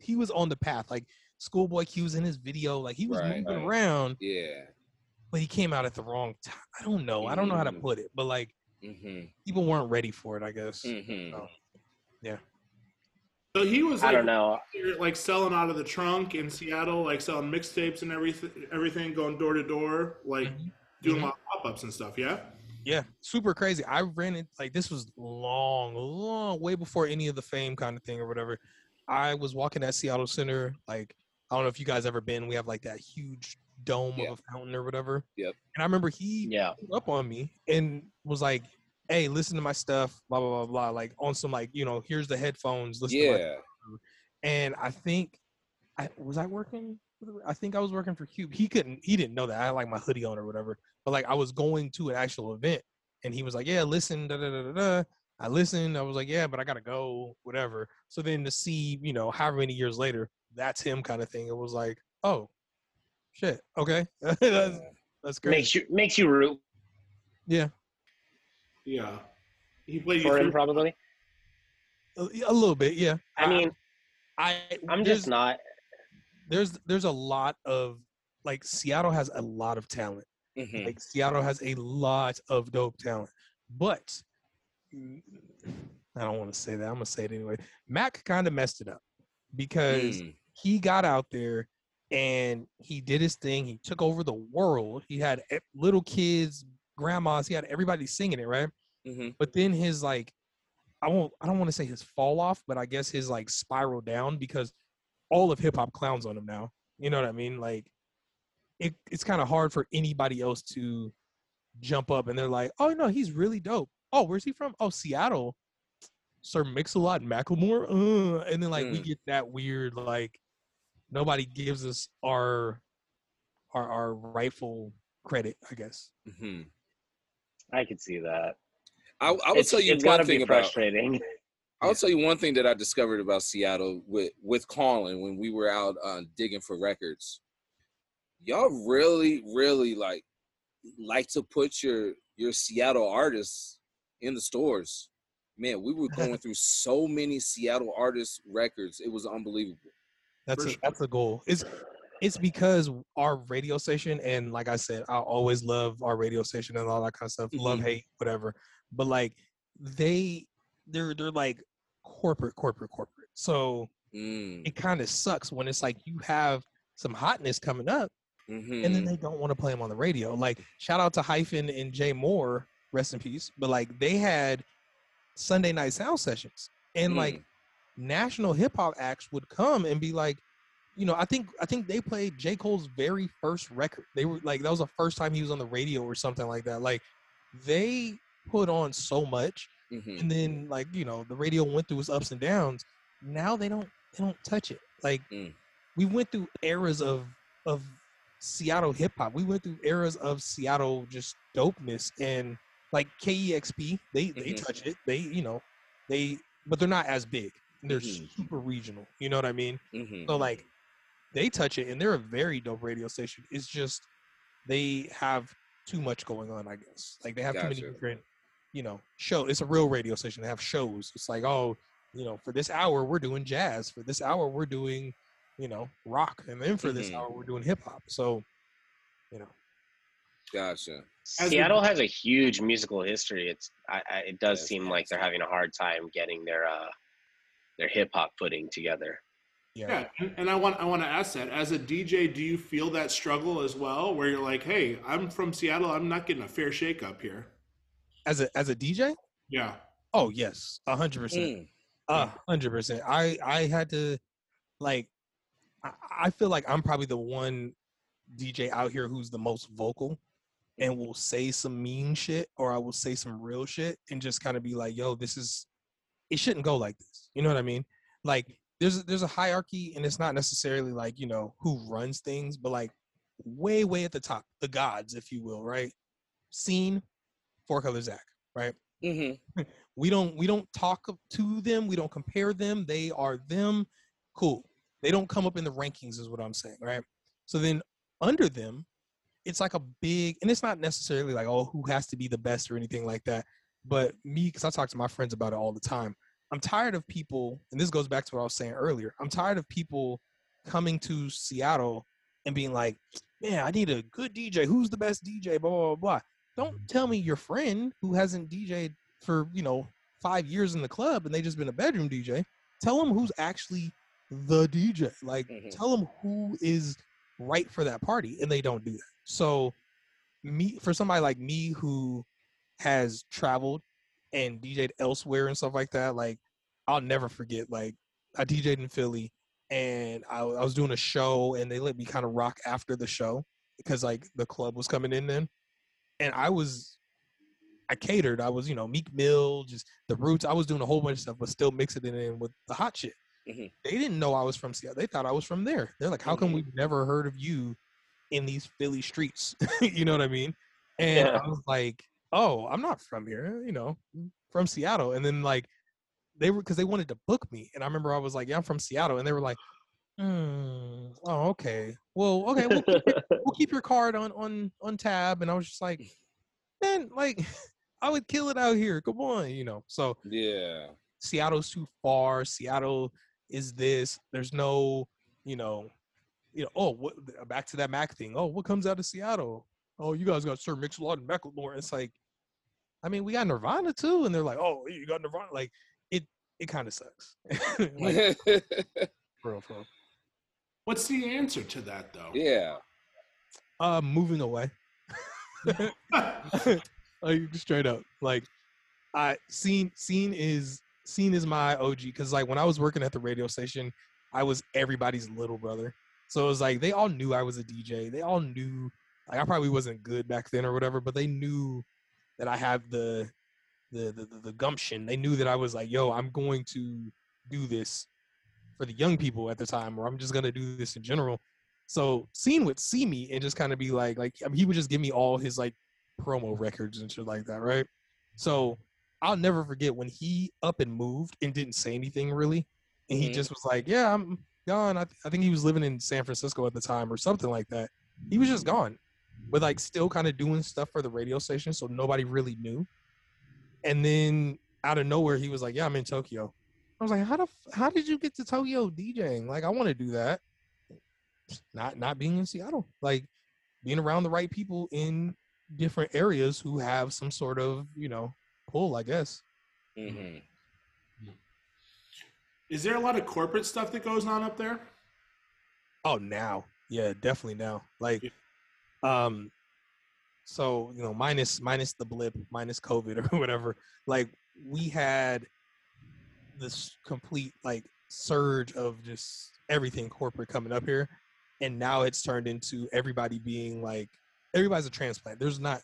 S3: he was on the path like schoolboy q was in his video like he was
S1: Right, right.
S3: moving around
S1: Yeah.
S3: but he came out at the wrong time. I don't know. I don't know how to
S1: Mm.
S3: put it, but like
S1: Mhm.
S3: people weren't ready for it, I guess. Oh,
S1: Mhm.
S2: so he was.
S4: I
S2: Like,
S4: don't know.
S2: Like selling out of the trunk in Seattle, like selling mixtapes and everything, everything going door to door, like
S1: Mm.
S3: Mhm.
S2: doing
S3: Mhm.
S2: a lot of pop ups and stuff. Yeah.
S3: Yeah, super crazy. I rented like this was long, long way before any of the fame kind of thing or whatever. I was walking at Seattle Center. Like I don't know if you guys ever been. We have like that huge dome
S1: Yeah.
S3: of a fountain or whatever.
S1: Yep.
S3: And I remember he
S4: Yeah.
S3: pulled up on me and was like, "Hey, listen to my stuff." Blah blah blah blah. Like on some like you know, here's the headphones. Listen to my
S1: Yeah.
S3: and I think I was I working. for the- I think I was working for Cube. He couldn't. He didn't know that I had like my hoodie on or whatever. But like I was going to an actual event, and he was like, "Yeah, listen." Da da da da. da." I listened. I was like, "Yeah, but I gotta go." Whatever. So then to see, you know, however many years later, that's him kind of thing. It was like, oh, shit. Okay, that's, that's great.
S4: Makes you makes you root
S2: Yeah. He played
S4: for him
S2: you through-
S4: probably.
S3: A, a little bit, yeah.
S4: I mean,
S3: I
S4: I'm
S3: there's-
S4: just not
S3: there's there's a lot of like Seattle has a lot of talent.
S1: Mhm.
S3: Like Seattle has a lot of dope talent, but mm, I don't want to say that. I'm gonna say it anyway. Mac kind of messed it up because
S1: Mm.
S3: he got out there and he did his thing. He took over the world. He had e- little kids, grandmas. He had everybody singing it, right?
S1: Mhm.
S3: But then his like, I won't. I don't want to say his fall off, but I guess his like spiral down because all of hip hop clowns on him now. You know what I mean? Like, it, it's kind of hard for anybody else to jump up and they're like, "Oh no, he's really dope." Oh, where's he from? Oh, Seattle. Sir Mix-a-Lot Macklemore. Uh, and then like we
S1: Mm.
S3: get that weird like nobody gives us our our our rightful credit, I guess.
S1: hmm
S4: I could see that.
S1: I, I will
S4: It's-
S1: tell you
S4: it's
S1: one
S4: gotta
S1: thing
S4: be
S1: about
S4: frustrating.
S1: I'll tell you one thing that I discovered about Seattle with with Colin when we were out uh, digging for records. Y'all really, really like like to put your your Seattle artists in the stores. Man, we were going through so many Seattle artists records. It was unbelievable.
S3: That's
S2: For
S3: a,
S2: sure.
S3: that's a goal. It's it's because our radio station and like I said, I always love our radio station and all that kind of stuff. Love,
S1: Mhm.
S2: Mm-hmm.
S3: hate, whatever. But like they they're they're like corporate, corporate, corporate. So
S1: Mm,
S3: it kind of sucks when it's like you have some hotness coming up and then
S1: mhm.
S3: they don't want to play them on the radio. Like shout out to Hyphen and Jay Moore, rest in peace. But like they had Sunday night sound sessions, and like national hip hop acts would come and be like, you know, I think I think they played J Cole's very first record. They were like that was the first time he was on the radio or something like that. Like they put on so much,
S1: Mhm.
S3: and then like you know the radio went through its ups and downs. Now they don't they don't touch it. Like
S1: Mm.
S3: we went through eras of of Seattle hip hop. We went through eras of Seattle just dopeness and like KEXP. They they
S1: Mhm.
S3: touch it. They you know they but they're not as big. They're
S1: Mhm.
S3: super regional. You know what I mean?
S1: Mhm.
S3: So like they touch it and they're a very dope radio station. It's just they have too much going on, I guess. Like they have too
S1: Gotcha.
S3: many different, you know, show. It's a real radio station. They have shows. It's like, oh, you know, for this hour we're doing jazz. For this hour we're doing, you know, rock. And then for this
S1: Mhm.
S3: hour we're doing hip hop. So, you know,
S1: Gotcha.
S2: As a-
S4: Seattle has a huge musical history. It's I, I, it does
S1: Yes,
S4: seem like they're having a hard time getting their uh, their hip hop footing together.
S3: yeah.
S2: Yeah, and, and I want I want to ask that as a DJ, do you feel that struggle as well, where you're like, "Hey, I'm from Seattle. I'm not getting a fair shake up here."
S3: As a as a DJ,
S2: Yeah,
S3: oh yes, a hundred percent.
S1: Mm.
S3: A hundred percent. I I had to like I, I feel like I'm probably the one DJ out here who's the most vocal and will say some mean shit or I will say some real shit and just kind of be like, yo, this is it shouldn't go like this. You know what I mean? Like there's there's a hierarchy and it's not necessarily like, you know, who runs things, but like way, way at the top, the gods, if you will, right? Scene, four color Zach, right?
S1: Mhm.
S3: we don't we don't talk of- to them we don't compare them they are them cool they don't come up in the rankings is what i'm saying right so then under them it's like a big and it's not necessarily like oh who has to be the best or anything like that but me because i talk to my friends about it all the time i'm tired of people and this goes back to what i was saying earlier i'm tired of people coming to seattle and being like man i need a good dj who's the best dj blah blah blah, blah. don't tell me your friend who hasn't dj'd for you know five years in the club and they just been a bedroom DJ, tell them who's actually the DJ. Like
S1: Mhm.
S3: tell them who is right for that party, and they don't do that. So me for somebody like me who has traveled and DJ'd elsewhere and stuff like that, like I'll never forget. Like I DJ'd in Philly and I, I was doing a show and they let me kind of rock after the show because like the club was coming in then. And I was I catered. I was, you know, Meek Mill, just the roots. I was doing a whole bunch of stuff, but still mixing it in with the hot shit.
S1: Mhm.
S3: They didn't know I was from Seattle. They thought I was from there. They're like, how come
S1: Mhm.
S3: we've never heard of you in these Philly streets? you know what I mean? And
S4: Yeah.
S3: I was like, oh, I'm not from here, you know, from Seattle. And then like they were because they wanted to book me. And I remember I was like, yeah, I'm from Seattle. And they were like, hmm, oh, okay. Well, okay, we'll keep your, we'll keep your card on on on tab. And I was just like, man, like I would kill it out here. Come on, you know. So
S1: Yeah.
S3: Seattle's too far. Seattle is this. There's no, you know, you know. Oh, what, back to that Mac thing. Oh, what comes out of Seattle? Oh, you guys got Sir Mix-a-Lot and Macklemore. It's like, I mean, we got Nirvana too, and they're like, oh, you got Nirvana. Like, it it kind of sucks. like, for real, for real.
S2: what's the answer to that though?
S1: yeah.
S3: Uh, moving away. like straight up like i scene scene is scene is my og because like when i was working at the radio station i was everybody's little brother so it was like they all knew i was a dj they all knew Like I probably wasn't good back then or whatever, but they knew that I have the the the, the, the gumption. They knew that I was like, yo, I'm going to do this for the young people at the time, or I'm just gonna do this in general. So Scene would see me and just kind of be like, like I mean, he would just give me all his like promo records and shit like that, right? So I'll never forget when he up and moved and didn't say anything really, and he
S1: Mhm.
S3: just was like, "Yeah, I'm gone." I, th- I think he was living in San Francisco at the time or something like that. He was just gone, but like still kind of doing stuff for the radio station, so nobody really knew. And then out of nowhere, he was like, "Yeah, I'm in Tokyo." I was like, "How the f- how did you get to Tokyo DJing? Like, I want to do that." Not not being in Seattle, like being around the right people in different areas who have some sort of you know pull, I guess.
S1: Mhm.
S2: Is there a lot of corporate stuff that goes on up there?
S3: Oh, now, yeah, definitely now. Like, um, so you know, minus minus the blip, minus COVID or whatever. Like, we had this complete like surge of just everything corporate coming up here, and now it's turned into everybody being like everybody's a transplant. There's not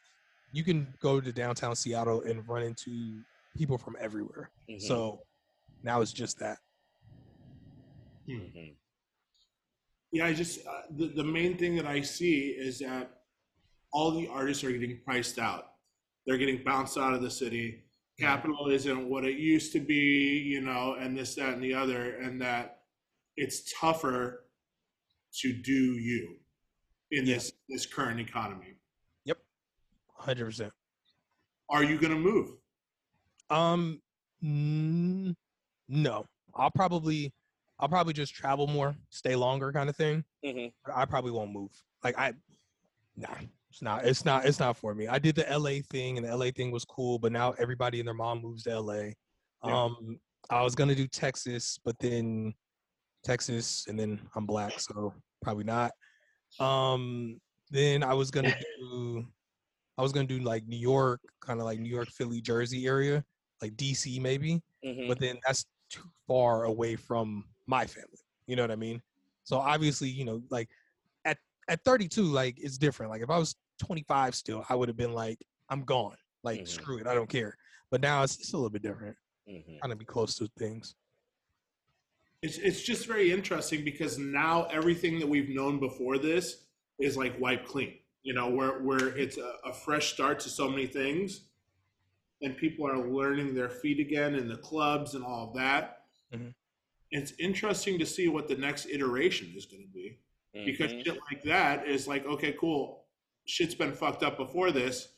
S3: you can go to downtown Seattle and run into people from everywhere.
S1: Mhm.
S3: So now it's just that. Mm-hmm.
S1: Mhm.
S2: Yeah, I just uh, the, the main thing that I see is that all the artists are getting priced out. They're getting bounced out of the city. Capital isn't what it used to be, you know, and this, that, and the other, and that it's tougher to do you in
S3: Yeah.
S2: this this current economy.
S3: Hundred percent.
S2: Are you going to move?
S3: Um, mm, no. I'll probably, I'll probably just travel more, stay longer, kind of thing.
S1: Mhm.
S3: But I probably won't move. Like I, nah, it's not, it's not, it's not for me. I did the LA thing, and the LA thing was cool, but now everybody and their mom moves to LA.
S2: Yeah.
S3: Um, I was gonna do Texas, but then Texas, and then I'm black, so probably not. Um, then I was gonna do, I was gonna do like New York, kind of like New York, Philly, Jersey area, like DC maybe.
S1: Mhm.
S3: But then that's too far away from my family. You know what I mean? So obviously, you know, like at at 32, like it's different. Like if I was 25 still, I would have been like, I'm gone. Like
S1: Mhm.
S3: screw it, I don't care. But now it's, it's a little bit different.
S1: Mhm.
S3: Trying to be close to things.
S2: It's it's just very interesting because now everything that we've known before this is like wiped clean. You know, where where it's a, a fresh start to so many things, and people are learning their feet again in the clubs and all of that.
S3: Mhm.
S2: It's interesting to see what the next iteration is going to be because
S1: Mhm.
S2: shit like that is like okay, cool, shit's been fucked up before this,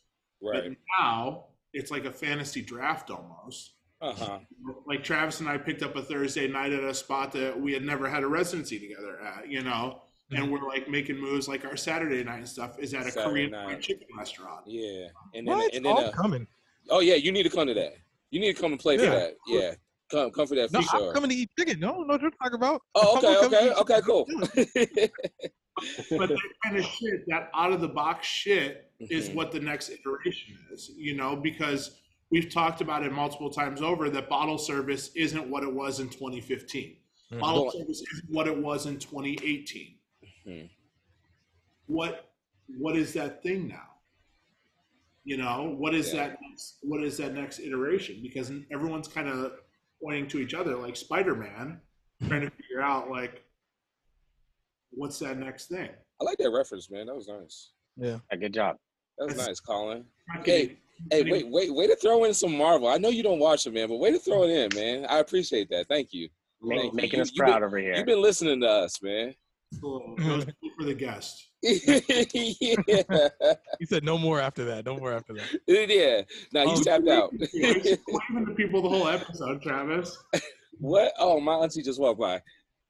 S1: Mm-hmm. right.
S2: but now it's like a fantasy draft almost
S1: Uh huh.
S2: like Travis and I picked up a Thursday night at a spot that we had never had a residency together at, you know, and we're like making moves like our Saturday night and stuff is at a
S1: Mm-hmm. Saturday
S2: Korean
S1: night.
S2: fried chicken restaurant.
S1: Yeah. And then,
S3: What?
S1: and then,
S3: oh, I'm
S1: uh,
S3: coming.
S1: oh yeah, you need to come to that. You need to come and play
S3: Yeah.
S1: for that. Yeah. Come, come for that
S3: No,
S1: for sure.
S3: I'm coming to eat chicken. No, no, what you're talking about.
S1: Oh,
S3: I'm
S1: okay,
S3: gonna come
S1: okay,
S3: eat
S1: okay,
S3: chicken.
S1: cool.
S2: But that kind of shit, that out of the box shit is
S1: Mhm.
S2: what the next iteration is, you know, because we've talked about it multiple times over that bottle service isn't what it was in 2015.
S3: Mhm.
S2: Bottle
S1: Well-
S2: service isn't what it was in 2018.
S1: Mhm.
S2: What what is that thing now? You know, what is
S1: Yeah.
S2: that next, what is that next iteration? Because everyone's kind of pointing to each other like Spider-Man trying to figure out like what's that next thing?
S1: I like that reference, man. That was nice.
S4: Yeah, good job.
S1: That was
S2: That's-
S1: nice, Colin.
S2: Not
S1: Hey,
S2: getting-
S1: Hey,
S2: Anyway.
S1: wait, wait, way to throw in some Marvel. I know you don't watch it, man, but way to throw it in, man. I appreciate that. Thank you.
S4: Make-
S1: Thank you.
S4: making
S1: You-
S4: us
S1: you've been-
S4: proud over here.
S1: You've been listening to us, man.
S2: Cool. Those are for the guest.
S1: yeah.
S3: He said no more after that. No more after that.
S1: yeah. Now he's
S3: Oh,
S1: tapped out.
S2: You're explaining to people the whole episode, Travis.
S1: what? Oh, my auntie just walked by.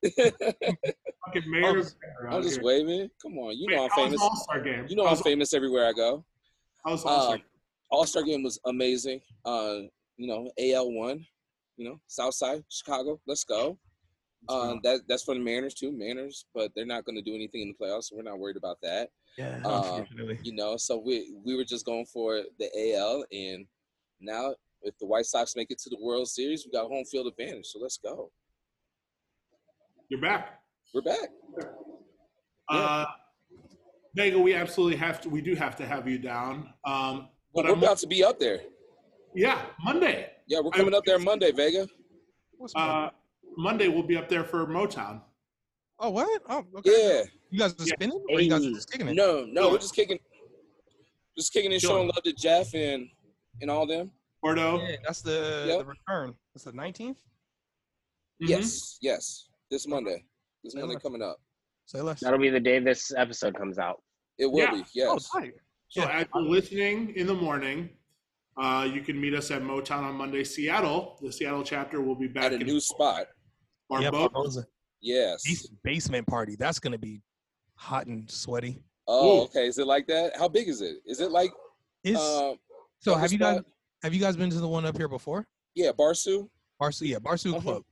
S2: Fucking mayor. of
S1: I'm just waving. Come on. You know I'm famous.
S2: All star game.
S1: You know I'm
S2: How's-
S1: famous everywhere I go.
S2: how's All-Star
S1: uh,
S2: Game?
S1: All Star game was amazing. Uh, you know, AL one, you know, Southside, Chicago, let's go. Uh, that that's for the Mariners too, Mariners, but they're not going to do anything in the playoffs, so we're not worried about that.
S3: Yeah,
S1: uh,
S3: unfortunately.
S1: You know, so we we were just going for the AL, and now if the White Sox make it to the World Series, we got home field advantage, so let's go.
S2: You're back.
S1: We're back.
S2: Uh, Vega, we absolutely have to. We do have to have you down. Um,
S1: But
S2: but
S1: we're
S2: I'm,
S1: about to be up there.
S2: yeah, Monday.
S1: Yeah, we're
S2: I-
S1: coming up there Monday, Vega.
S3: What's
S2: Uh, Monday we'll be up there for Motown.
S3: oh what? Oh okay.
S1: Yeah.
S3: You guys are
S2: Yeah.
S3: spinning, or you guys are
S4: Hey.
S3: just kicking it?
S1: No, no, we're just kicking, just kicking and
S2: Sure.
S1: showing love to Jeff and and all them.
S2: Porto.
S3: Yeah, that's the,
S1: Yep.
S3: the return. That's the nineteenth.
S2: Mhm.
S1: Mm-hmm. Yes, yes. This Monday, this
S3: Yeah,
S1: Monday
S3: Mm-hmm. right.
S1: coming up.
S3: Say less.
S4: That'll be the day this episode comes out.
S1: It will
S2: Yeah.
S1: be.
S3: Oh,
S1: Yes.
S3: tight.
S2: So
S3: Yeah.
S2: as you're listening in the morning, uh, you can meet us at Motown on Monday, Seattle. The Seattle chapter will be back
S1: At a new spot.
S3: Yeah,
S2: Barbo.
S3: Barbosa.
S1: Yes.
S3: Bas- basement party. That's gonna be hot and sweaty.
S1: Oh,
S2: Ooh.
S1: okay. Is it like that? How big is it? Is it like?
S3: Is
S1: Uh,
S3: so?
S1: other
S3: Have you guys
S1: spot?
S3: have you guys been to the one up here before?
S1: Yeah, Barsu.
S3: Barsu, yeah, Barsu
S1: Uh-huh.
S3: Club.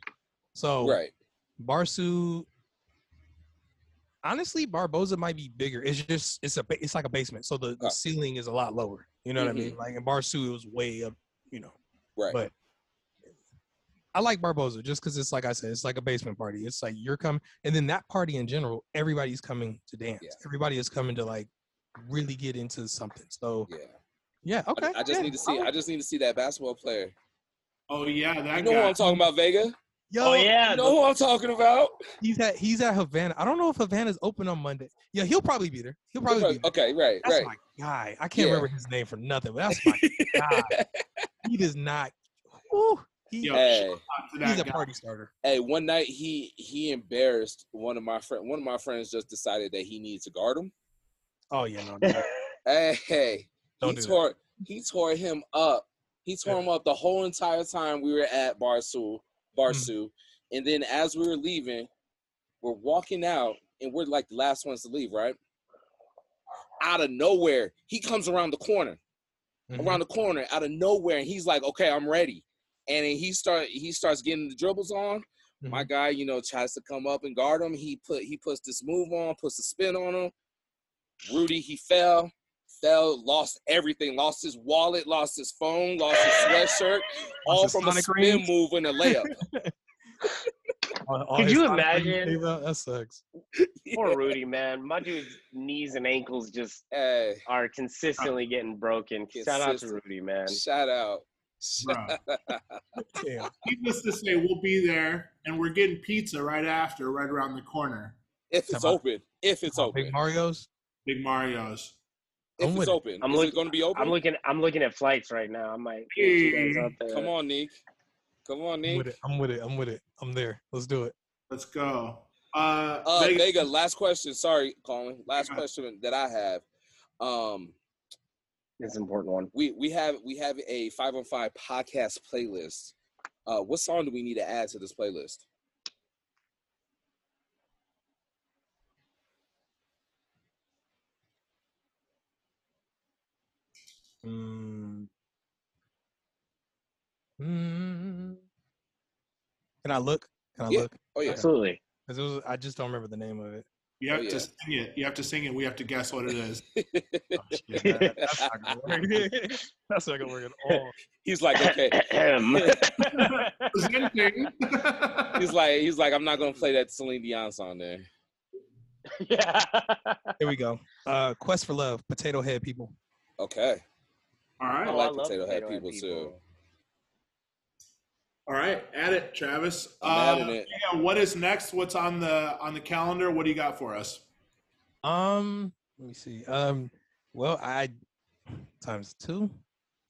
S3: So
S1: Right.
S3: Barsu. Honestly, Barboza might be bigger. It's just it's a ba- it's like a basement, so the, the
S1: Oh.
S3: ceiling is a lot lower. You know what
S1: Mhm.
S3: I mean? Like in Barsu, it was way up. You know,
S1: Right.
S3: But- I like Barboza just because it's like I said, it's like a basement party. It's like you're coming, and then that party in general, everybody's coming to dance.
S1: Yeah.
S3: Everybody is coming to like really get into something. So
S1: yeah.
S3: yeah,
S1: I-
S3: okay.
S1: I, just
S3: yeah.
S1: need to see.
S3: I'll-
S1: I just need to see that basketball player.
S2: Oh yeah, that
S1: You know
S2: guy.
S1: what I'm talking about, Vega.
S3: Yo,
S4: Oh yeah,
S1: You know who I'm talking about.
S3: he's at he's at Havana. I don't know if Havana's open on Monday. Yeah, he'll probably be there. He'll probably be there.
S1: Okay. Right.
S3: That's
S1: right.
S3: my guy. I can't
S1: Yeah.
S3: remember his name for nothing, but that's my guy. He does not. whew, he,
S2: Yo,
S1: Hey.
S2: to that
S3: he's a
S2: guy.
S3: party starter.
S1: Hey, one night he he embarrassed one of my friend. One of my friends just decided that he needed to guard him.
S3: Oh yeah, no, no.
S1: Hey, hey, he
S3: Don't do that.
S1: tore he tore him up. He tore him up the whole entire time we were at Barsu,
S3: Hmm.
S1: Barsu, and then as we were leaving, we're walking out, and we're like the last ones to leave, right? Out of nowhere, he comes around the corner,
S3: Mhm.
S1: around the corner, out of nowhere, and he's like, "Okay, I'm ready," and then he start he starts getting the dribbles on. My
S3: Mm-hmm.
S1: guy, you know, tries to come up and guard him. He put he puts this move on, puts a spin on him. Rudy, he fell, fell, lost everything, lost his wallet, lost his phone, lost his sweatshirt, all
S3: his
S1: from a
S3: Sonic
S1: spin
S3: rings.
S1: move and a layup.
S3: On- on
S4: Could
S3: his
S4: you
S3: Sonic Rings
S4: imagine-
S3: thing, though, That sucks.
S4: poor Rudy, man. My dude's knees and ankles just
S1: hey,
S4: are consistently getting broken. Shout out to
S1: Consistent.
S4: Rudy, man.
S1: shout out.
S2: Bruh.
S3: Damn.
S2: Needless to say, we'll be there, and we're getting pizza right after, right around the corner.
S1: If it's
S3: Come on.
S1: open, if it's
S3: Big
S1: open,
S3: Mario's.
S2: Big Mario's.
S1: if
S3: I'm
S1: it's
S3: with it.
S1: open,
S4: I'm
S1: is it
S4: looking-
S1: going to be open?
S4: I'm looking. I'm looking at flights right now. I might. get you guys out there.
S1: Mm, Come on, Nick. Come on,
S3: I'm with
S1: Nick.
S3: it. I'm with it. I'm with it. I'm there. Let's do it.
S2: Let's go. Uh,
S1: Uh,
S2: Vegas-
S1: Vega, last question. Sorry, Colin. Last
S2: Yeah.
S1: question that I have. Um,
S4: It's an important one.
S1: we we have we have a five on five podcast playlist. Uh, what song do we need to add to this playlist?
S3: Mm. Mm. Can I look? Can I
S1: Yeah.
S3: look?
S1: Oh yeah,
S4: Absolutely.
S3: 'Cause it was, I just don't remember the name of it.
S2: You have
S1: Oh, yeah.
S2: to sing it. You have to sing it. We have to guess what it is.
S3: Oh, shit, that- that's not gonna work. that's not gonna work at all.
S1: he's like okay.
S2: Presenting.
S1: He's like he's like I'm not gonna play that Celine Dion song there.
S4: yeah.
S3: Here we go. Uh, Quest for Love, Potato Head people.
S1: Okay,
S2: All
S1: I
S2: right.
S1: like potato head people, too.
S2: All right. At it, Travis.
S1: I'm
S2: Uh,
S1: adding it.
S2: yeah, what is next? What's on the on the calendar? What do you got for us?
S3: Um, let me see. Um, well, I times two.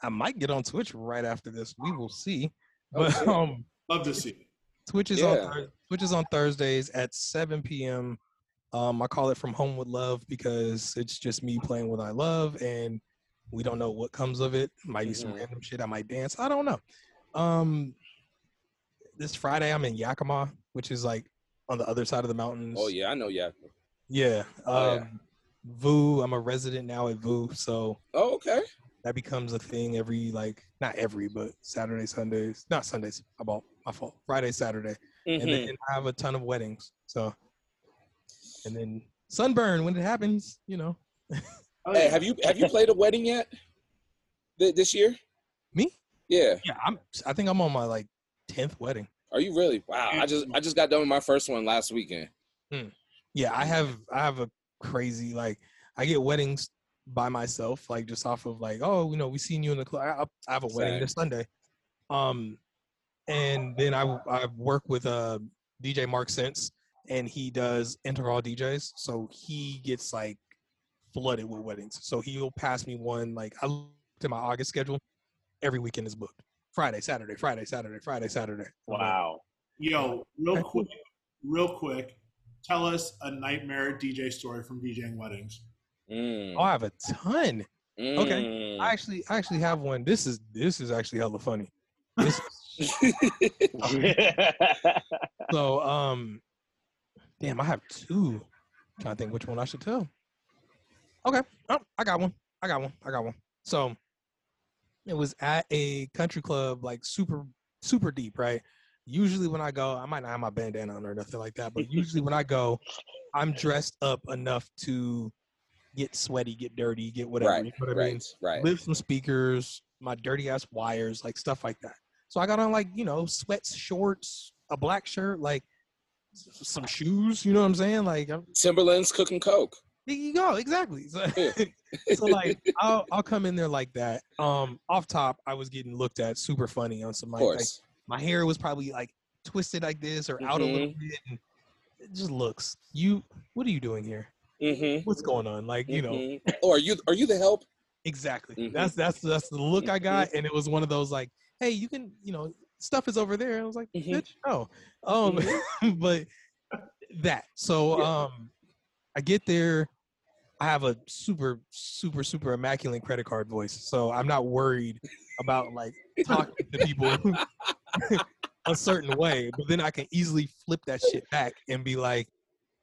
S3: I might get on Twitch right after this. We will see. But
S1: Okay.
S3: um,
S2: Love to see.
S3: Twitch is
S1: Yeah.
S3: on Thurs- Twitch is on Thursdays at 7 p.m. Um, I call it from home with love because it's just me playing what I love, and we don't know what comes of it. Might be some
S1: Mhm.
S3: random shit. I might dance. I don't know. Um, this Friday I'm in Yakima, which is like on the other side of the mountains.
S1: Oh yeah, I know yeah.
S3: Yeah. Um,
S1: Oh, yeah.
S3: Vu, I'm a resident now at Vu, so
S1: Oh okay.
S3: that becomes a thing every like not every but Saturday, Sundays, not Sundays. My fault. My fault. Friday, Saturday and
S1: Mhm.
S3: then I have a ton of weddings. So, and then sunburn when it happens, you know.
S2: Oh,
S1: Hey,
S2: yeah.
S1: have you have you played a wedding yet? Th- this year?
S3: Me?
S1: Yeah.
S3: Yeah, I'm. I think I'm on my like tenth wedding.
S1: Are you really? Wow. I just I just got done with my first one last weekend.
S3: Yeah, I have. I have a crazy like. I get weddings by myself, like just off of like, oh, you know, we seen you in the club. I, I- I have a wedding
S1: Sorry.
S3: this Sunday, um, and then I I work with uh DJ Mark Sense, and he does enter all DJs, so he gets like flooded with weddings. So he'll pass me one like I looked at my August schedule, every weekend is booked. Friday, Saturday, Friday, Saturday, Friday, Saturday. I'm like,
S4: Wow.
S2: Yo, real quick, real quick, tell us a nightmare DJ story from DJing weddings.
S1: Mm,
S3: Oh, I have a ton. okay.
S1: mm.
S3: I actually I actually have one. This is this is actually hella funny. This, so um damn, I have two. trying to think which one I should tell. Okay. Oh, I got one. I got one. I got one. So it was at a country club, like super, super deep, right? Usually when I go, I might not have my bandana on or nothing like that, but usually when I go, I'm dressed up enough to get sweaty, get dirty, get whatever.
S1: right,
S3: you know what I mean?
S1: right, right.
S3: Live some speakers, my dirty ass wires, like stuff like that. So I got on like, you know, sweats, shorts, a black shirt, like s- some shoes, you know what I'm saying? Like I'm,
S1: Timberland's cooking coke.
S3: there you go, exactly. So,
S1: Yeah.
S3: so like I'll I'll come in there like that. Um off top, I was getting looked at super funny on some
S1: Of
S3: like, like
S1: course.
S3: my hair was probably like twisted like this or out a little bit and it just looks. You what are you doing here?
S1: Mm-hmm.
S3: What's going on? Like, you know,
S1: Or Oh, are you are you the help?
S3: Exactly.
S1: Mhm.
S3: That's that's that's the look I got, and it was one of those like, hey, you can, you know, stuff is over there. I was like,
S1: Mhm.
S3: bitch, no. Um, but that. So
S1: Yeah.
S3: um, I get there. I have a super, super, super immaculate credit card voice, so I'm not worried about like talking to people a certain way. But then I can easily flip that shit back and be like,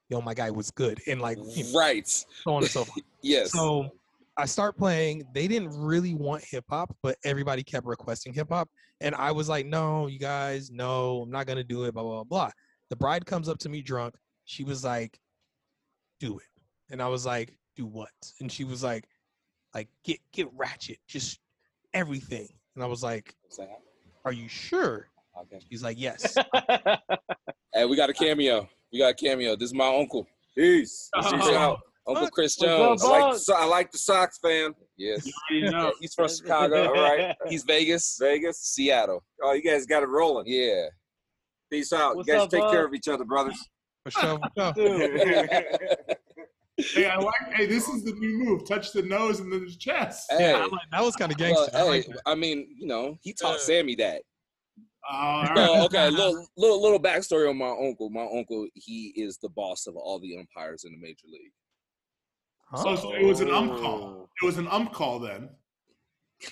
S3: "Yo, my guy was good," and like you know,
S1: Right.
S3: so on and so forth.
S1: Yes.
S3: So I start playing. They didn't really want hip hop, but everybody kept requesting hip hop. And I was like, no, you guys, no, I'm not going to do it, blah, blah, blah. The bride comes up to me drunk. She was like, do it. And I was like, do what? And she was like, like, get, get ratchet, just everything. And I was like, are you sure?
S1: okay.
S3: She's like, yes.
S1: Hey, we got a cameo. We got a cameo. This is my uncle. Peace.
S2: Oh.
S1: Peace
S3: Uh-huh.
S1: out. Uncle Chris
S4: What's up,
S1: Jones. I like, the,
S4: Bucks?
S1: So- I like the Sox, fam. Yes.
S2: You
S1: Yeah,
S2: know,
S1: he's from Chicago.
S6: All right.
S1: He's Vegas.
S6: Vegas.
S1: Seattle.
S6: Oh, you guys got it rolling.
S1: Yeah.
S6: Peace out.
S4: What's
S6: you guys
S4: up,
S6: take
S4: bud?
S6: care of each other, brothers.
S3: For sure, for sure.
S4: Dude.
S2: hey, I like, hey, this is the new move. Touch the nose and then the chest.
S1: Hey.
S3: I like- that was kind of
S1: Well,
S3: gangster. I
S1: hey,
S3: like that.
S1: I mean, you know, he taught
S3: Yeah.
S1: Sammy that.
S2: Oh, all right.
S1: So, okay, little, little little backstory on my uncle. My uncle, he is the boss of all the umpires in the major league.
S2: So,
S3: Huh?
S2: so it was an ump call.
S1: Oh.
S2: It was an ump call then.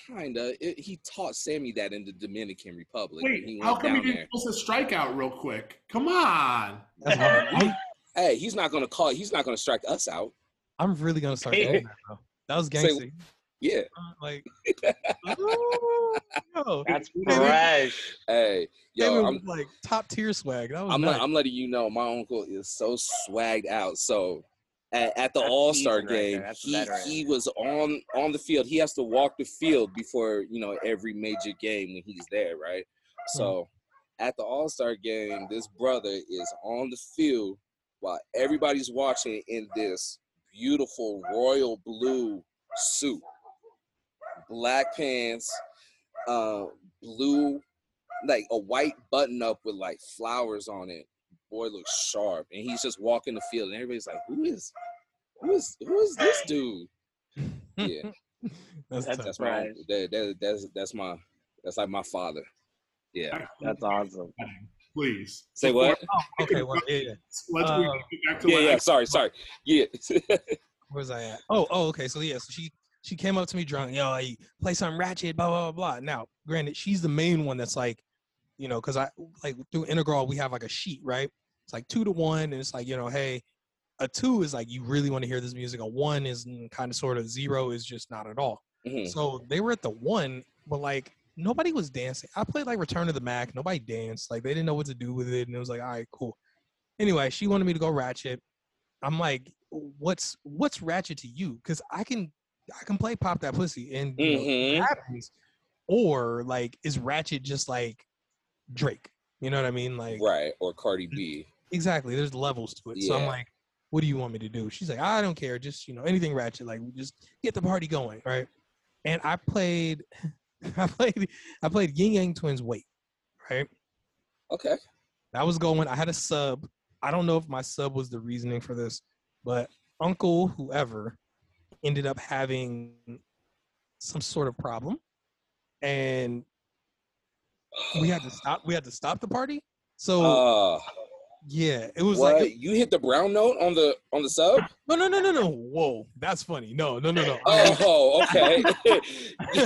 S1: Kinda. It, he taught Sammy that in the Dominican Republic. when
S2: Wait,
S1: he
S2: how
S1: went
S2: come he
S1: down there.
S2: didn't post a strikeout real quick? Come on.
S3: That's hard. I'm,
S1: Hey, he's not gonna call. He's not gonna strike us out.
S3: I'm really going to start doing that, though. That was
S1: Say-
S3: gangster.
S1: Yeah.
S3: Uh, like "Oh, ooh, yo.
S4: That's
S3: Maybe-
S4: fresh.
S1: Hey,
S3: Maybe it
S1: yo,
S3: was,
S1: I'm
S3: like top tier swag. That was
S1: I'm,
S3: nuts.
S1: let- I'm letting you know my uncle is so swagged out. So at, at the
S4: That's
S1: All Star
S4: seasoned right there.
S1: game,
S4: That's a
S1: he
S4: veteran.
S1: he was on on the field. He has to walk the field before you know every major game when he's there, right?
S4: Mm-hmm.
S1: So at the All Star game, this brother is on the field while everybody's watching in this beautiful royal blue suit, black pants, uh, blue like a white button up with like flowers on it. Boy looks sharp, and he's just walking the field, and everybody's like, "Who is, who is, who is this dude?" Yeah,
S3: That's
S4: That's-
S3: tough.
S1: that's my
S4: Right.
S1: uncle. that, that, that's that's my that's like my father. Yeah.
S4: That's awesome.
S2: Please.
S1: Say what?
S3: Oh, okay. Well, yeah, yeah.
S2: Let's
S3: Uh,
S2: get back to
S1: Yeah, yeah.
S2: what-
S1: Sorry, sorry. Yeah.
S3: Where's I at? Oh, oh, okay. So yeah, so she she came up to me drunk. Yo, like, play some ratchet, blah blah blah. blah. Now, granted, she's the main one that's like, you know, because I like through Integral we have like a sheet, right? It's like two to one, and it's like you know, hey, a two is like you really want to hear this music. A one is kind of sort of zero is just not at all.
S1: Mhm.
S3: So they were at the one, but like nobody was dancing. I played like Return of the Mac. Nobody danced. Like they didn't know what to do with it, and it was like, all right, cool. Anyway, she wanted me to go ratchet. I'm like, what's what's ratchet to you? Because I can I can play pop that pussy, and you know, it
S1: Mhm.
S3: happens. Or like, is ratchet just like Drake? You know what I mean? Like
S1: Right. Or Cardi B.
S3: exactly. There's levels to it. So I'm
S1: Yeah.
S3: like, what do you want me to do? She's like, I don't care, just you know, anything ratchet, like just get the party going, right? And I played, I played, I played Yin Yang Twins Wait, right?
S1: Okay.
S3: That was going. I had a sub. I don't know if my sub was the reasoning for this, but Uncle whoever ended up having some sort of problem, and we had to stop. We had to stop the party. So
S1: Uh,
S3: yeah, it was
S1: what?
S3: like
S1: you hit the brown note on the on the sub?
S3: no, no, no, no, no. Whoa, that's funny. No, no, no, no.
S1: Oh, okay.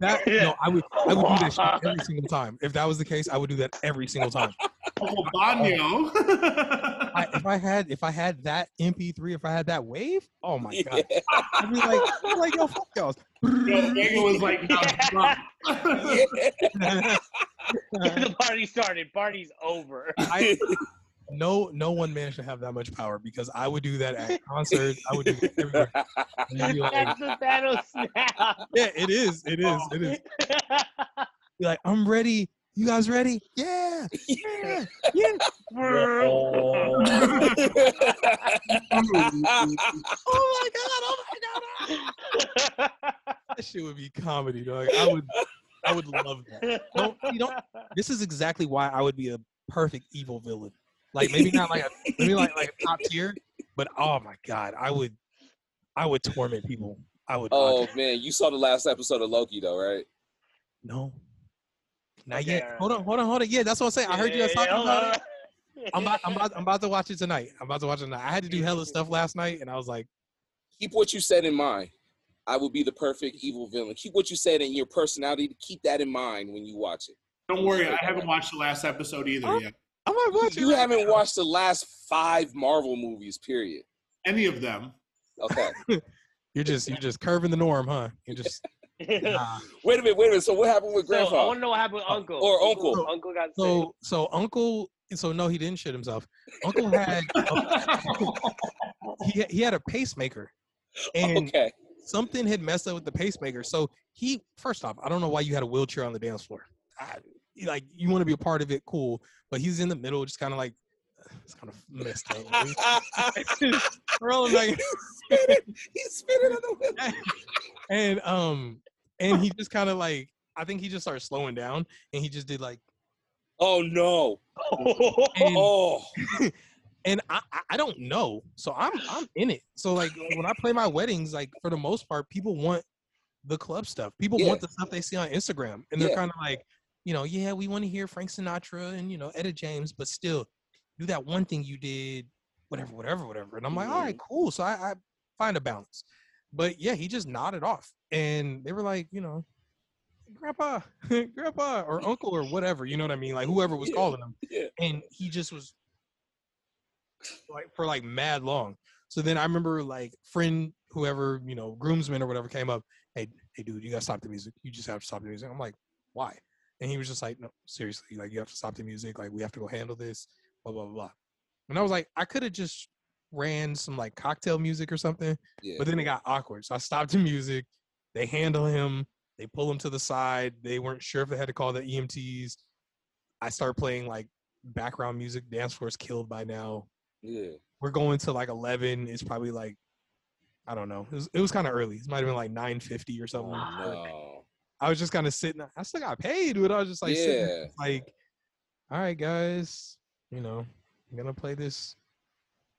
S3: That no, I would I would do that shit every single time. If that was the case, I would do that every single time.
S2: Uncle Banyo.
S3: I, if I had if I had that MP3, if I had that wave, oh my god,
S1: Yeah.
S3: I'd be like, I'd be like yo, fuck y'all.
S2: Yo, Megan was like, "Now jump."
S4: the party started. Party's over.
S3: I, no, no one man should have that much power because I would do that at concerts. I would do that everywhere. I'd be like,
S4: That's the Thanos snap.
S3: yeah, it is, it is, it is. Be like, I'm ready. You guys ready? Yeah, yeah, yeah. Oh my god! Oh my god! That shit would be comedy, dog. I would, I would love that. Don't you don't? This is exactly why I would be a perfect evil villain. Like maybe not like a maybe like like a top tier, but oh my god, I would, I would torment people. I would.
S1: oh man, you saw the last episode of Loki though, right?
S3: no, not
S4: Okay,
S3: yet.
S4: all right.
S3: Hold on, hold on, hold on. Yeah, that's what I'm saying. I heard you guys
S4: Yeah,
S3: talking about it.
S4: hold
S3: I'm
S4: on.
S3: about, I'm, about, I'm about to watch it tonight. I'm about to watch it tonight. I had to do hella stuff last night, and I was like,
S1: Keep what you said in mind. I would be the perfect evil villain. Keep what you said in your personality. Keep that in mind when you watch it.
S2: Don't worry, I haven't watched the last episode either yet.
S3: I'm not watching.
S1: You haven't watched the last five Marvel movies, period.
S2: Any of them.
S1: Okay.
S3: You're just you're just curving the norm, huh? You're just nah.
S1: wait a minute, wait a minute. So what happened with
S4: So, I
S1: Grandpa? Oh,
S4: want to know what happened with Uncle.
S1: Or Uncle.
S4: Uncle got sick.
S3: so so uncle so no he didn't shit himself. Uncle had he he had a pacemaker, and
S1: okay.
S3: something had messed up with the pacemaker. So he first off, I don't know why you had a wheelchair on the dance floor. I, like you want to be a part of it, cool, but he's in the middle, just kind of like it's kind of messed up. Rolling like
S1: He's Ah, spinning on the wheel.
S3: and um and he just kind of like I think he just started slowing down and he just did like
S1: Oh no.
S3: and,
S1: Oh.
S3: and I I- I don't know so I'm I'm in it so like when I play my weddings like for the most part people want the club stuff people
S1: Yeah.
S3: want the stuff they see on Instagram and they're
S1: Yeah.
S3: kind of like you know yeah we want to hear Frank Sinatra and you know Etta James but still do that one thing you did whatever whatever whatever and I'm like all right
S1: Mm-hmm.
S3: cool so I, I find a balance but yeah he just nodded off and they were like you know grandpa, grandpa, or uncle, or whatever. You know what I mean? Like whoever was
S1: Yeah,
S3: calling him.
S1: yeah.
S3: And he just was like for like mad long. So then I remember like friend, whoever you know, groomsman or whatever came up. Hey, hey, dude, you gotta stop the music. You just have to stop the music. I'm like, why? And he was just like, no, seriously, like you have to stop the music. Like we have to go handle this. Blah blah blah. And I was like, I could have just ran some like cocktail music or something.
S1: Yeah.
S3: But then it got awkward. So I stopped the music. They handle him. They pull him to the side. They weren't sure if they had to call the EMTs. I start playing like background music. Dance floor's killed by now.
S1: yeah.
S3: We're going to like eleven. It's probably like I don't know. It was, it was kind of early. It might have been like nine fifty or
S1: Oh
S3: something.
S1: no.
S3: I was just kind of sitting. I still got paid, dude. I was just like sitting
S1: yeah.
S3: like, all right, guys, you know, I'm gonna play this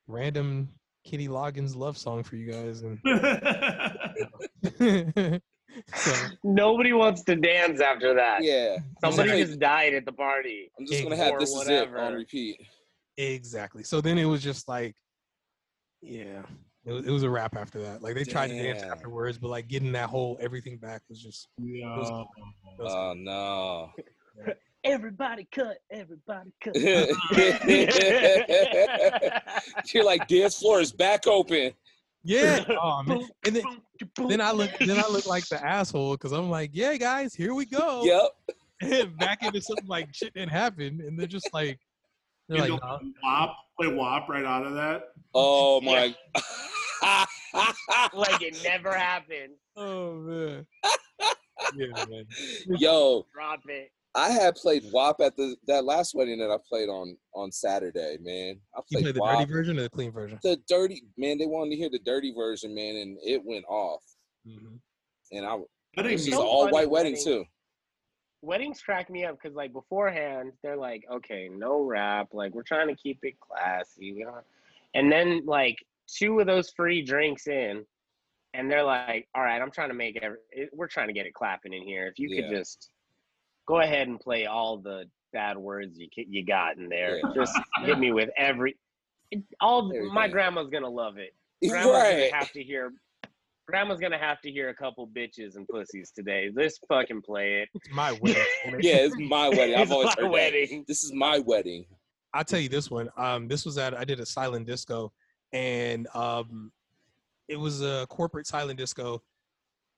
S3: random Kitty Loggins love song for you guys, and so,
S4: Nobody wants to dance after that.
S1: Yeah. I'm just
S4: Somebody
S1: gonna-
S4: just died at the party.
S1: I'm just gonna have
S4: or
S1: this is it
S4: whatever.
S1: on repeat.
S3: exactly. So then it was just like, yeah, it was, it was a wrap after that. Like they tried to dance
S1: Damn.
S3: afterwards, but like getting that whole everything back was just.
S2: Yeah.
S3: that was
S1: Oh no.
S4: Everybody cut. Everybody cut.
S1: You're like dance floor is back open.
S3: Yeah. Oh, man.
S4: Boom,
S3: And then,
S4: boom, boom.
S3: then I look then I look like the asshole because I'm like, yeah, guys, here we go.
S1: Yep.
S3: back into something like shit didn't happen, and they're just like, they're
S2: You
S3: like,
S2: know,
S3: "Nah."
S2: WAP, play WAP right out of that.
S1: Oh my.
S4: like it never happened.
S3: oh man, yeah, man.
S1: Yo,
S4: Drop it.
S1: I had played WAP at the that last wedding that I played on on Saturday, man. I
S3: You
S1: played,
S3: play the
S1: WAP.
S3: dirty version or the clean version?
S1: The dirty man, they wanted to hear the dirty version, man, and it went off. And I
S2: That
S1: it was
S2: ain't
S1: just
S2: me.
S1: an
S4: So
S1: all white
S4: funny
S1: wedding
S4: wedding.
S1: too.
S4: Weddings crack me up because like beforehand they're like, okay, no rap, like we're trying to keep it classy, we don't. And then like two of those free drinks in, and they're like, all right, I'm trying to make every, it, we're trying to get it clapping in here. If you could
S1: Yeah.
S4: just go ahead and play all the bad words you ca- you got in there,
S1: Yeah.
S4: just hit me with every. it- All my
S1: Everything.
S4: grandma's gonna love it. Grandma's
S1: Right.
S4: gonna have to hear. Grandma's gonna have to hear a couple bitches and pussies today. Let's fucking play it.
S3: It's my wedding.
S1: Yeah, it's my wedding. I've
S4: It's
S1: always
S4: my
S1: heard that.
S4: wedding.
S1: This is my wedding.
S3: I'll tell you this one. Um, this was at I did a silent disco, and um, it was a corporate silent disco.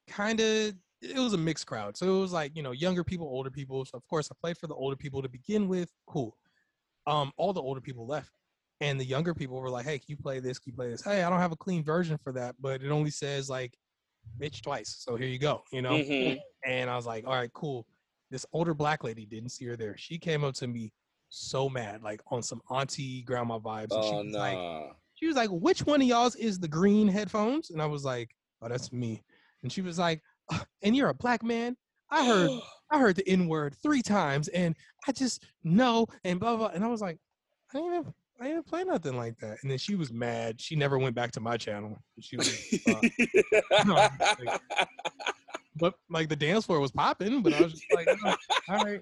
S3: Kind of, it was a mixed crowd. So it was like you know younger people, older people. So of course I played for the older people to begin with. Cool. Um, all the older people left, and the younger people were like, "Hey, can you play this? Can you play this? Hey, I don't have a clean version for that, but it only says like bitch twice. So here you go. You know."
S1: Mhm.
S3: And I was like, all right, cool. This older black lady didn't see her there. She came up to me so mad, like on some auntie grandma vibes. And she
S1: Oh
S3: was
S1: no.
S3: like, she was like, which one of y'all's is the green headphones? And I was like, oh, that's me. And she was like, "Ugh, and you're a black man. I heard I heard the N word three times, and I just know and blah blah. And I was like, I didn't even, I didn't play nothing like that. And then she was mad. She never went back to my channel. She was, uh, but like the dance floor was popping. But I was just like, "Oh, all right,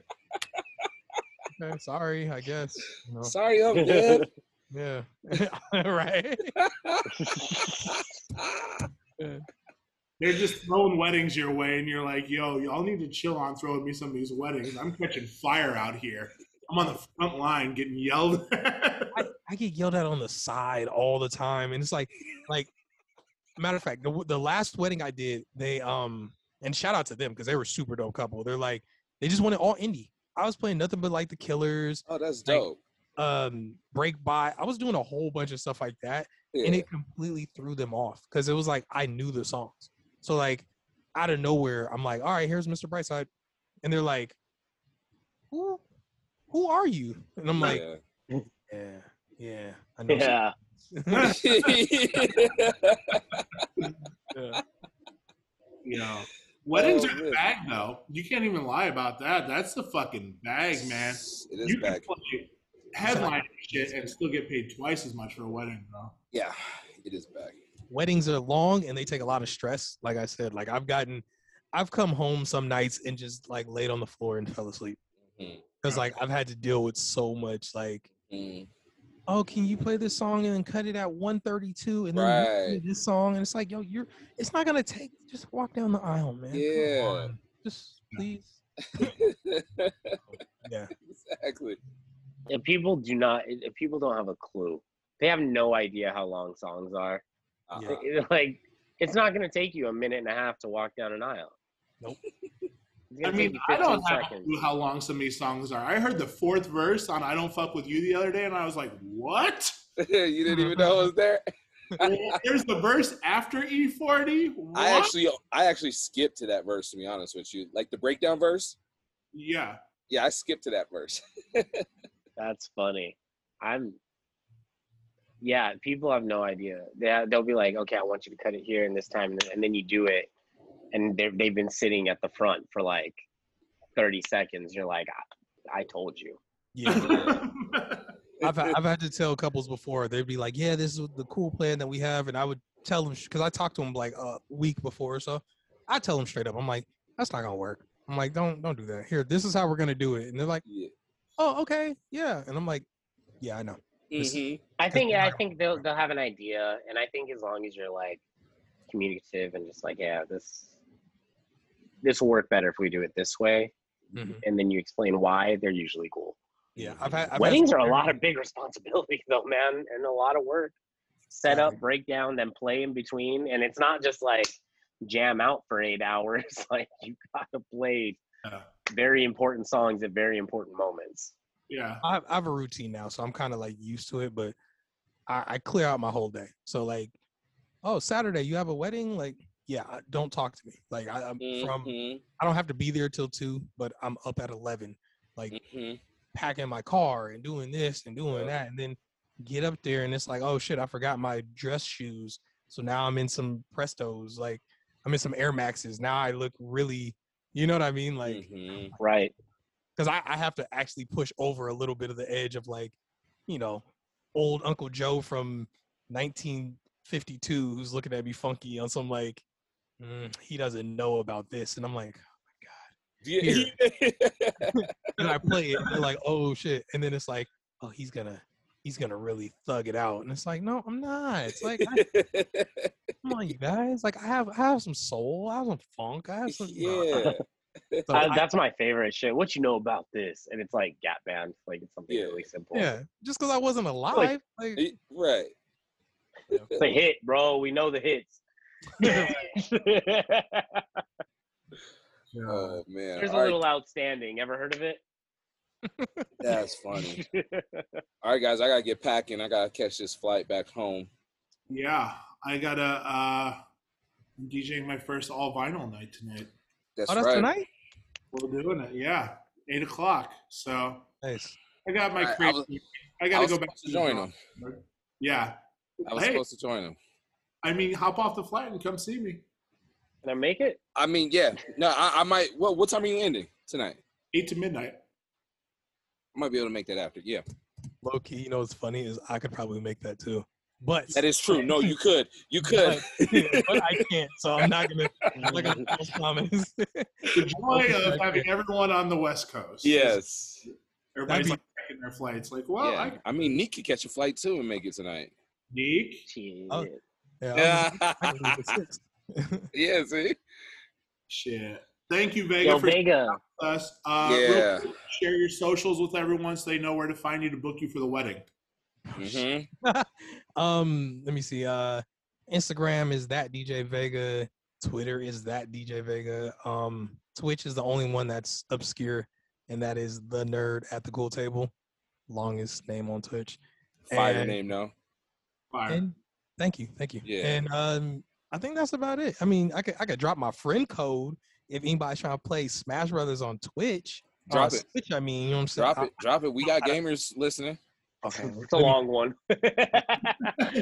S3: okay, sorry, I guess. You know,
S1: Sorry, I'm dead.
S3: yeah, right.
S2: They're just throwing weddings your way, and you're like, yo, y'all need to chill on throwing me some of these weddings. I'm catching fire out here. I'm on the front line getting yelled at.
S3: I, I get yelled at on the side all the time, and it's like, like, matter of fact, the w- the last wedding I did, they um, and shout out to them because they were super dope couple. They're like, they just wanted all indie. I was playing nothing but like the Killers,
S1: oh, that's dope.
S3: um, Break By. I was doing a whole bunch of stuff like that,
S1: Yeah.
S3: and it completely threw them off because it was like I knew the songs. So like, out of nowhere, I'm like, all right, here's Mr. Brightside, and they're like, who, who are you? And I'm like, yeah, yeah, I know.
S4: Yeah.
S1: Yeah.
S3: Yeah.
S2: you know, weddings
S1: Oh,
S2: are the
S1: man.
S2: bag, though. You can't even lie about that. That's the fucking bag, man.
S1: It is
S2: You can
S1: back.
S2: play headline shit and still get paid twice as much for a wedding, bro.
S1: Yeah, it is back.
S3: weddings are long and they take a lot of stress. Like I said, like I've gotten, I've come home some nights and just like laid on the floor and fell asleep
S1: Mhm.
S3: because like I've had to deal with so much. Like,
S1: Mm.
S3: oh, can you play this song and then cut it at one thirty-two and then you play
S1: Right.
S3: this song and it's like, yo, you're. It's not gonna take. Just walk down the aisle, man. Come
S1: Yeah.
S3: on. Just please. Yeah.
S1: exactly.
S4: if people do not if people don't have a clue they have no idea how long songs are
S1: Uh-uh.
S4: like it's not going to take you a minute and a half to walk down an aisle
S3: Nope.
S4: it's
S2: I
S4: gonna take
S2: mean,
S4: you
S2: I
S4: 15
S2: don't have a
S4: seconds.
S2: clue how long some of these songs are. I heard the fourth verse on "I Don't Fuck with You" the other day, and I was like, "What?
S1: you didn't even know I was there.
S2: There's the verse after E40? What?"
S1: I actually, I actually skipped to that verse. To be honest with you, like the breakdown verse.
S2: yeah.
S1: Yeah, I skipped to that verse.
S4: that's funny i'm yeah people have no idea they, they'll be like okay i want you to cut it here and this time and then- and then you do it and they're- they've been sitting at the front for like 30 seconds you're like i, I told you
S3: Yeah. I've, had- I've had to tell couples before they'd be like, "Yeah, this is the cool plan that we have," and I would tell them because I talked to them like a week before or so. I tell them straight up, I'm like, "That's not gonna work." I'm like, "Don't don't do that. Here, this is how we're gonna do it," and they're like,
S1: Yeah.
S3: "Oh, okay, yeah," and I'm like, "Yeah, I know." This-
S1: Mhm.
S4: I think
S3: they're
S4: yeah, I
S3: not-
S4: think they'll they'll have an idea, and I think as long as you're like communicative and just like yeah, this this will work better if we do it this way,
S3: Mm-hmm.
S4: and then you explain why, they're usually cool.
S3: Yeah, I've had I've
S4: Weddings
S3: had,
S4: are a lot of big responsibility though, man, and a lot of work. Set up, break down, then play in between, and it's not just like jam out for eight hours. Like you gotta play
S2: Yeah.
S4: very important songs at very important moments.
S2: Yeah.
S3: I've, I have a routine now, so I'm kind of like used to it, but I, I clear out my whole day. So like, oh, Saturday you have a wedding, like. Yeah, I- don't talk to me. Like I, I'm from
S1: Mhm.
S3: I don't have to be there till two, but I'm up at eleven. like
S1: Mhm.
S3: packing my car and doing this and
S1: Yeah.
S3: doing that, and then get up there and it's like, oh shit, I forgot my dress shoes. So now I'm in some Prestos, like I'm in some Air Maxes. Now I look really, you know what I mean? Like,
S1: Mhm.
S4: Right.
S3: because I, I have to actually push over a little bit of the edge of like, you know, old Uncle Joe from 1952 who's looking at me funky on some like, "Mm, he doesn't know about this, and I'm like,
S1: Yeah.
S3: and I play it, and they're like, oh shit, and then it's like, oh, he's gonna, he's gonna really thug it out, and it's like, no, I'm not. It's like, I, come on, you guys, like I have, I have some soul, I have some funk, I have some, no.
S1: yeah.
S3: So
S4: I,
S3: I-
S4: that's my favorite shit. What you know about this? And it's like Gap Band. Like it's something
S1: Yeah.
S4: really simple.
S3: yeah, just because I wasn't alive, like,
S1: Y- Right.
S4: It's a hit, bro. We know the hits. Here's
S1: Oh man.
S4: a
S1: All right.
S4: little outstanding. Ever heard of it?
S1: That's funny. All right, guys, I gotta get packing. I gotta catch this flight back home.
S2: Yeah, I gotta. Uh, I'm DJing my first all vinyl night tonight.
S1: That's,
S3: oh, that's
S1: right.
S3: tonight.
S2: We're doing it. Yeah, eight o'clock. So
S3: Nice.
S2: I got my.
S1: I- I
S2: crazy.
S1: was-
S2: I,
S1: I
S2: gotta
S1: was
S2: go back
S1: supposed to join
S2: the-
S1: them.
S2: Yeah,
S1: I was
S2: Hey.
S1: supposed to join them.
S2: I mean, hop off the flight and come see me.
S4: Can I make it?
S1: I mean, yeah. No, I, I might. Well, what time are you ending tonight?
S2: Eight to midnight.
S1: I might be able to make that after. Yeah,
S3: Low key, you know what's funny is I could probably make that too, but
S1: that is true. No, you could. You could.
S3: but, but I can't, so I'm not gonna like a false promise.
S2: The joy of having everyone on the West Coast.
S1: yes.
S2: everybody's like
S3: That'd
S2: checking their flights. Like, well,
S1: yeah.
S2: I
S1: I mean, Nick could catch a flight too and make it tonight.
S2: Nick.
S4: Shit.
S3: Oh. Yeah,
S1: Yeah.
S3: I was- I was like, "Six."
S1: yeah. See.
S2: Shit. Thank you, Vega,
S4: Yo,
S2: for
S4: Vega.
S2: us. Uh, real
S1: yeah.
S2: quick, share your socials with everyone so they know where to find you to book you for the wedding.
S1: Mhm.
S3: um, let me see. Uh, Instagram is that DJ Vega. Twitter is that DJ Vega. Um, Twitch is the only one that's obscure, and that is the nerd at the cool table. Longest name on Twitch.
S1: Fire
S3: And-
S1: name no.
S2: Fire.
S3: And thank you, thank you.
S1: Yeah.
S3: And um, I think that's about it. I mean, I could I could drop my friend code if anybody's trying to play Smash Brothers on Twitch. or
S1: Drop it.
S3: Switch, I mean, you know what I'm saying?
S1: Drop it. Drop it. We got gamers listening.
S3: Okay,
S4: It's a long one.
S3: I,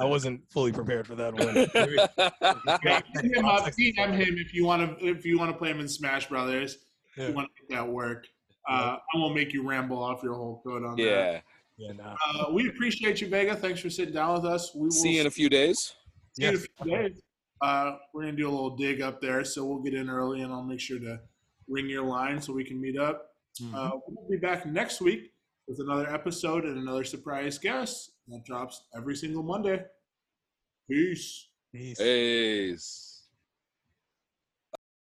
S3: I wasn't fully prepared for that one.
S2: Yeah, hit him up, DM him if you want to if you want to play him in Smash Brothers. If
S3: Yeah.
S2: you want to make that work. Uh, I won't make you ramble off your whole code on that.
S1: yeah.
S3: yeah, nah.
S2: Uh, we appreciate you, Vega. Thanks for sitting down with us. We will
S1: See you in a few days.
S2: see you in a
S3: Yes.
S2: few days. Uh, we're gonna do a little dig up there, so we'll get in early, and I'll make sure to ring your line so we can meet up.
S3: Mm,
S2: Uh, we'll be back next week with another episode and another surprise guest that drops every single Monday. Peace.
S3: Peace.
S1: Peace.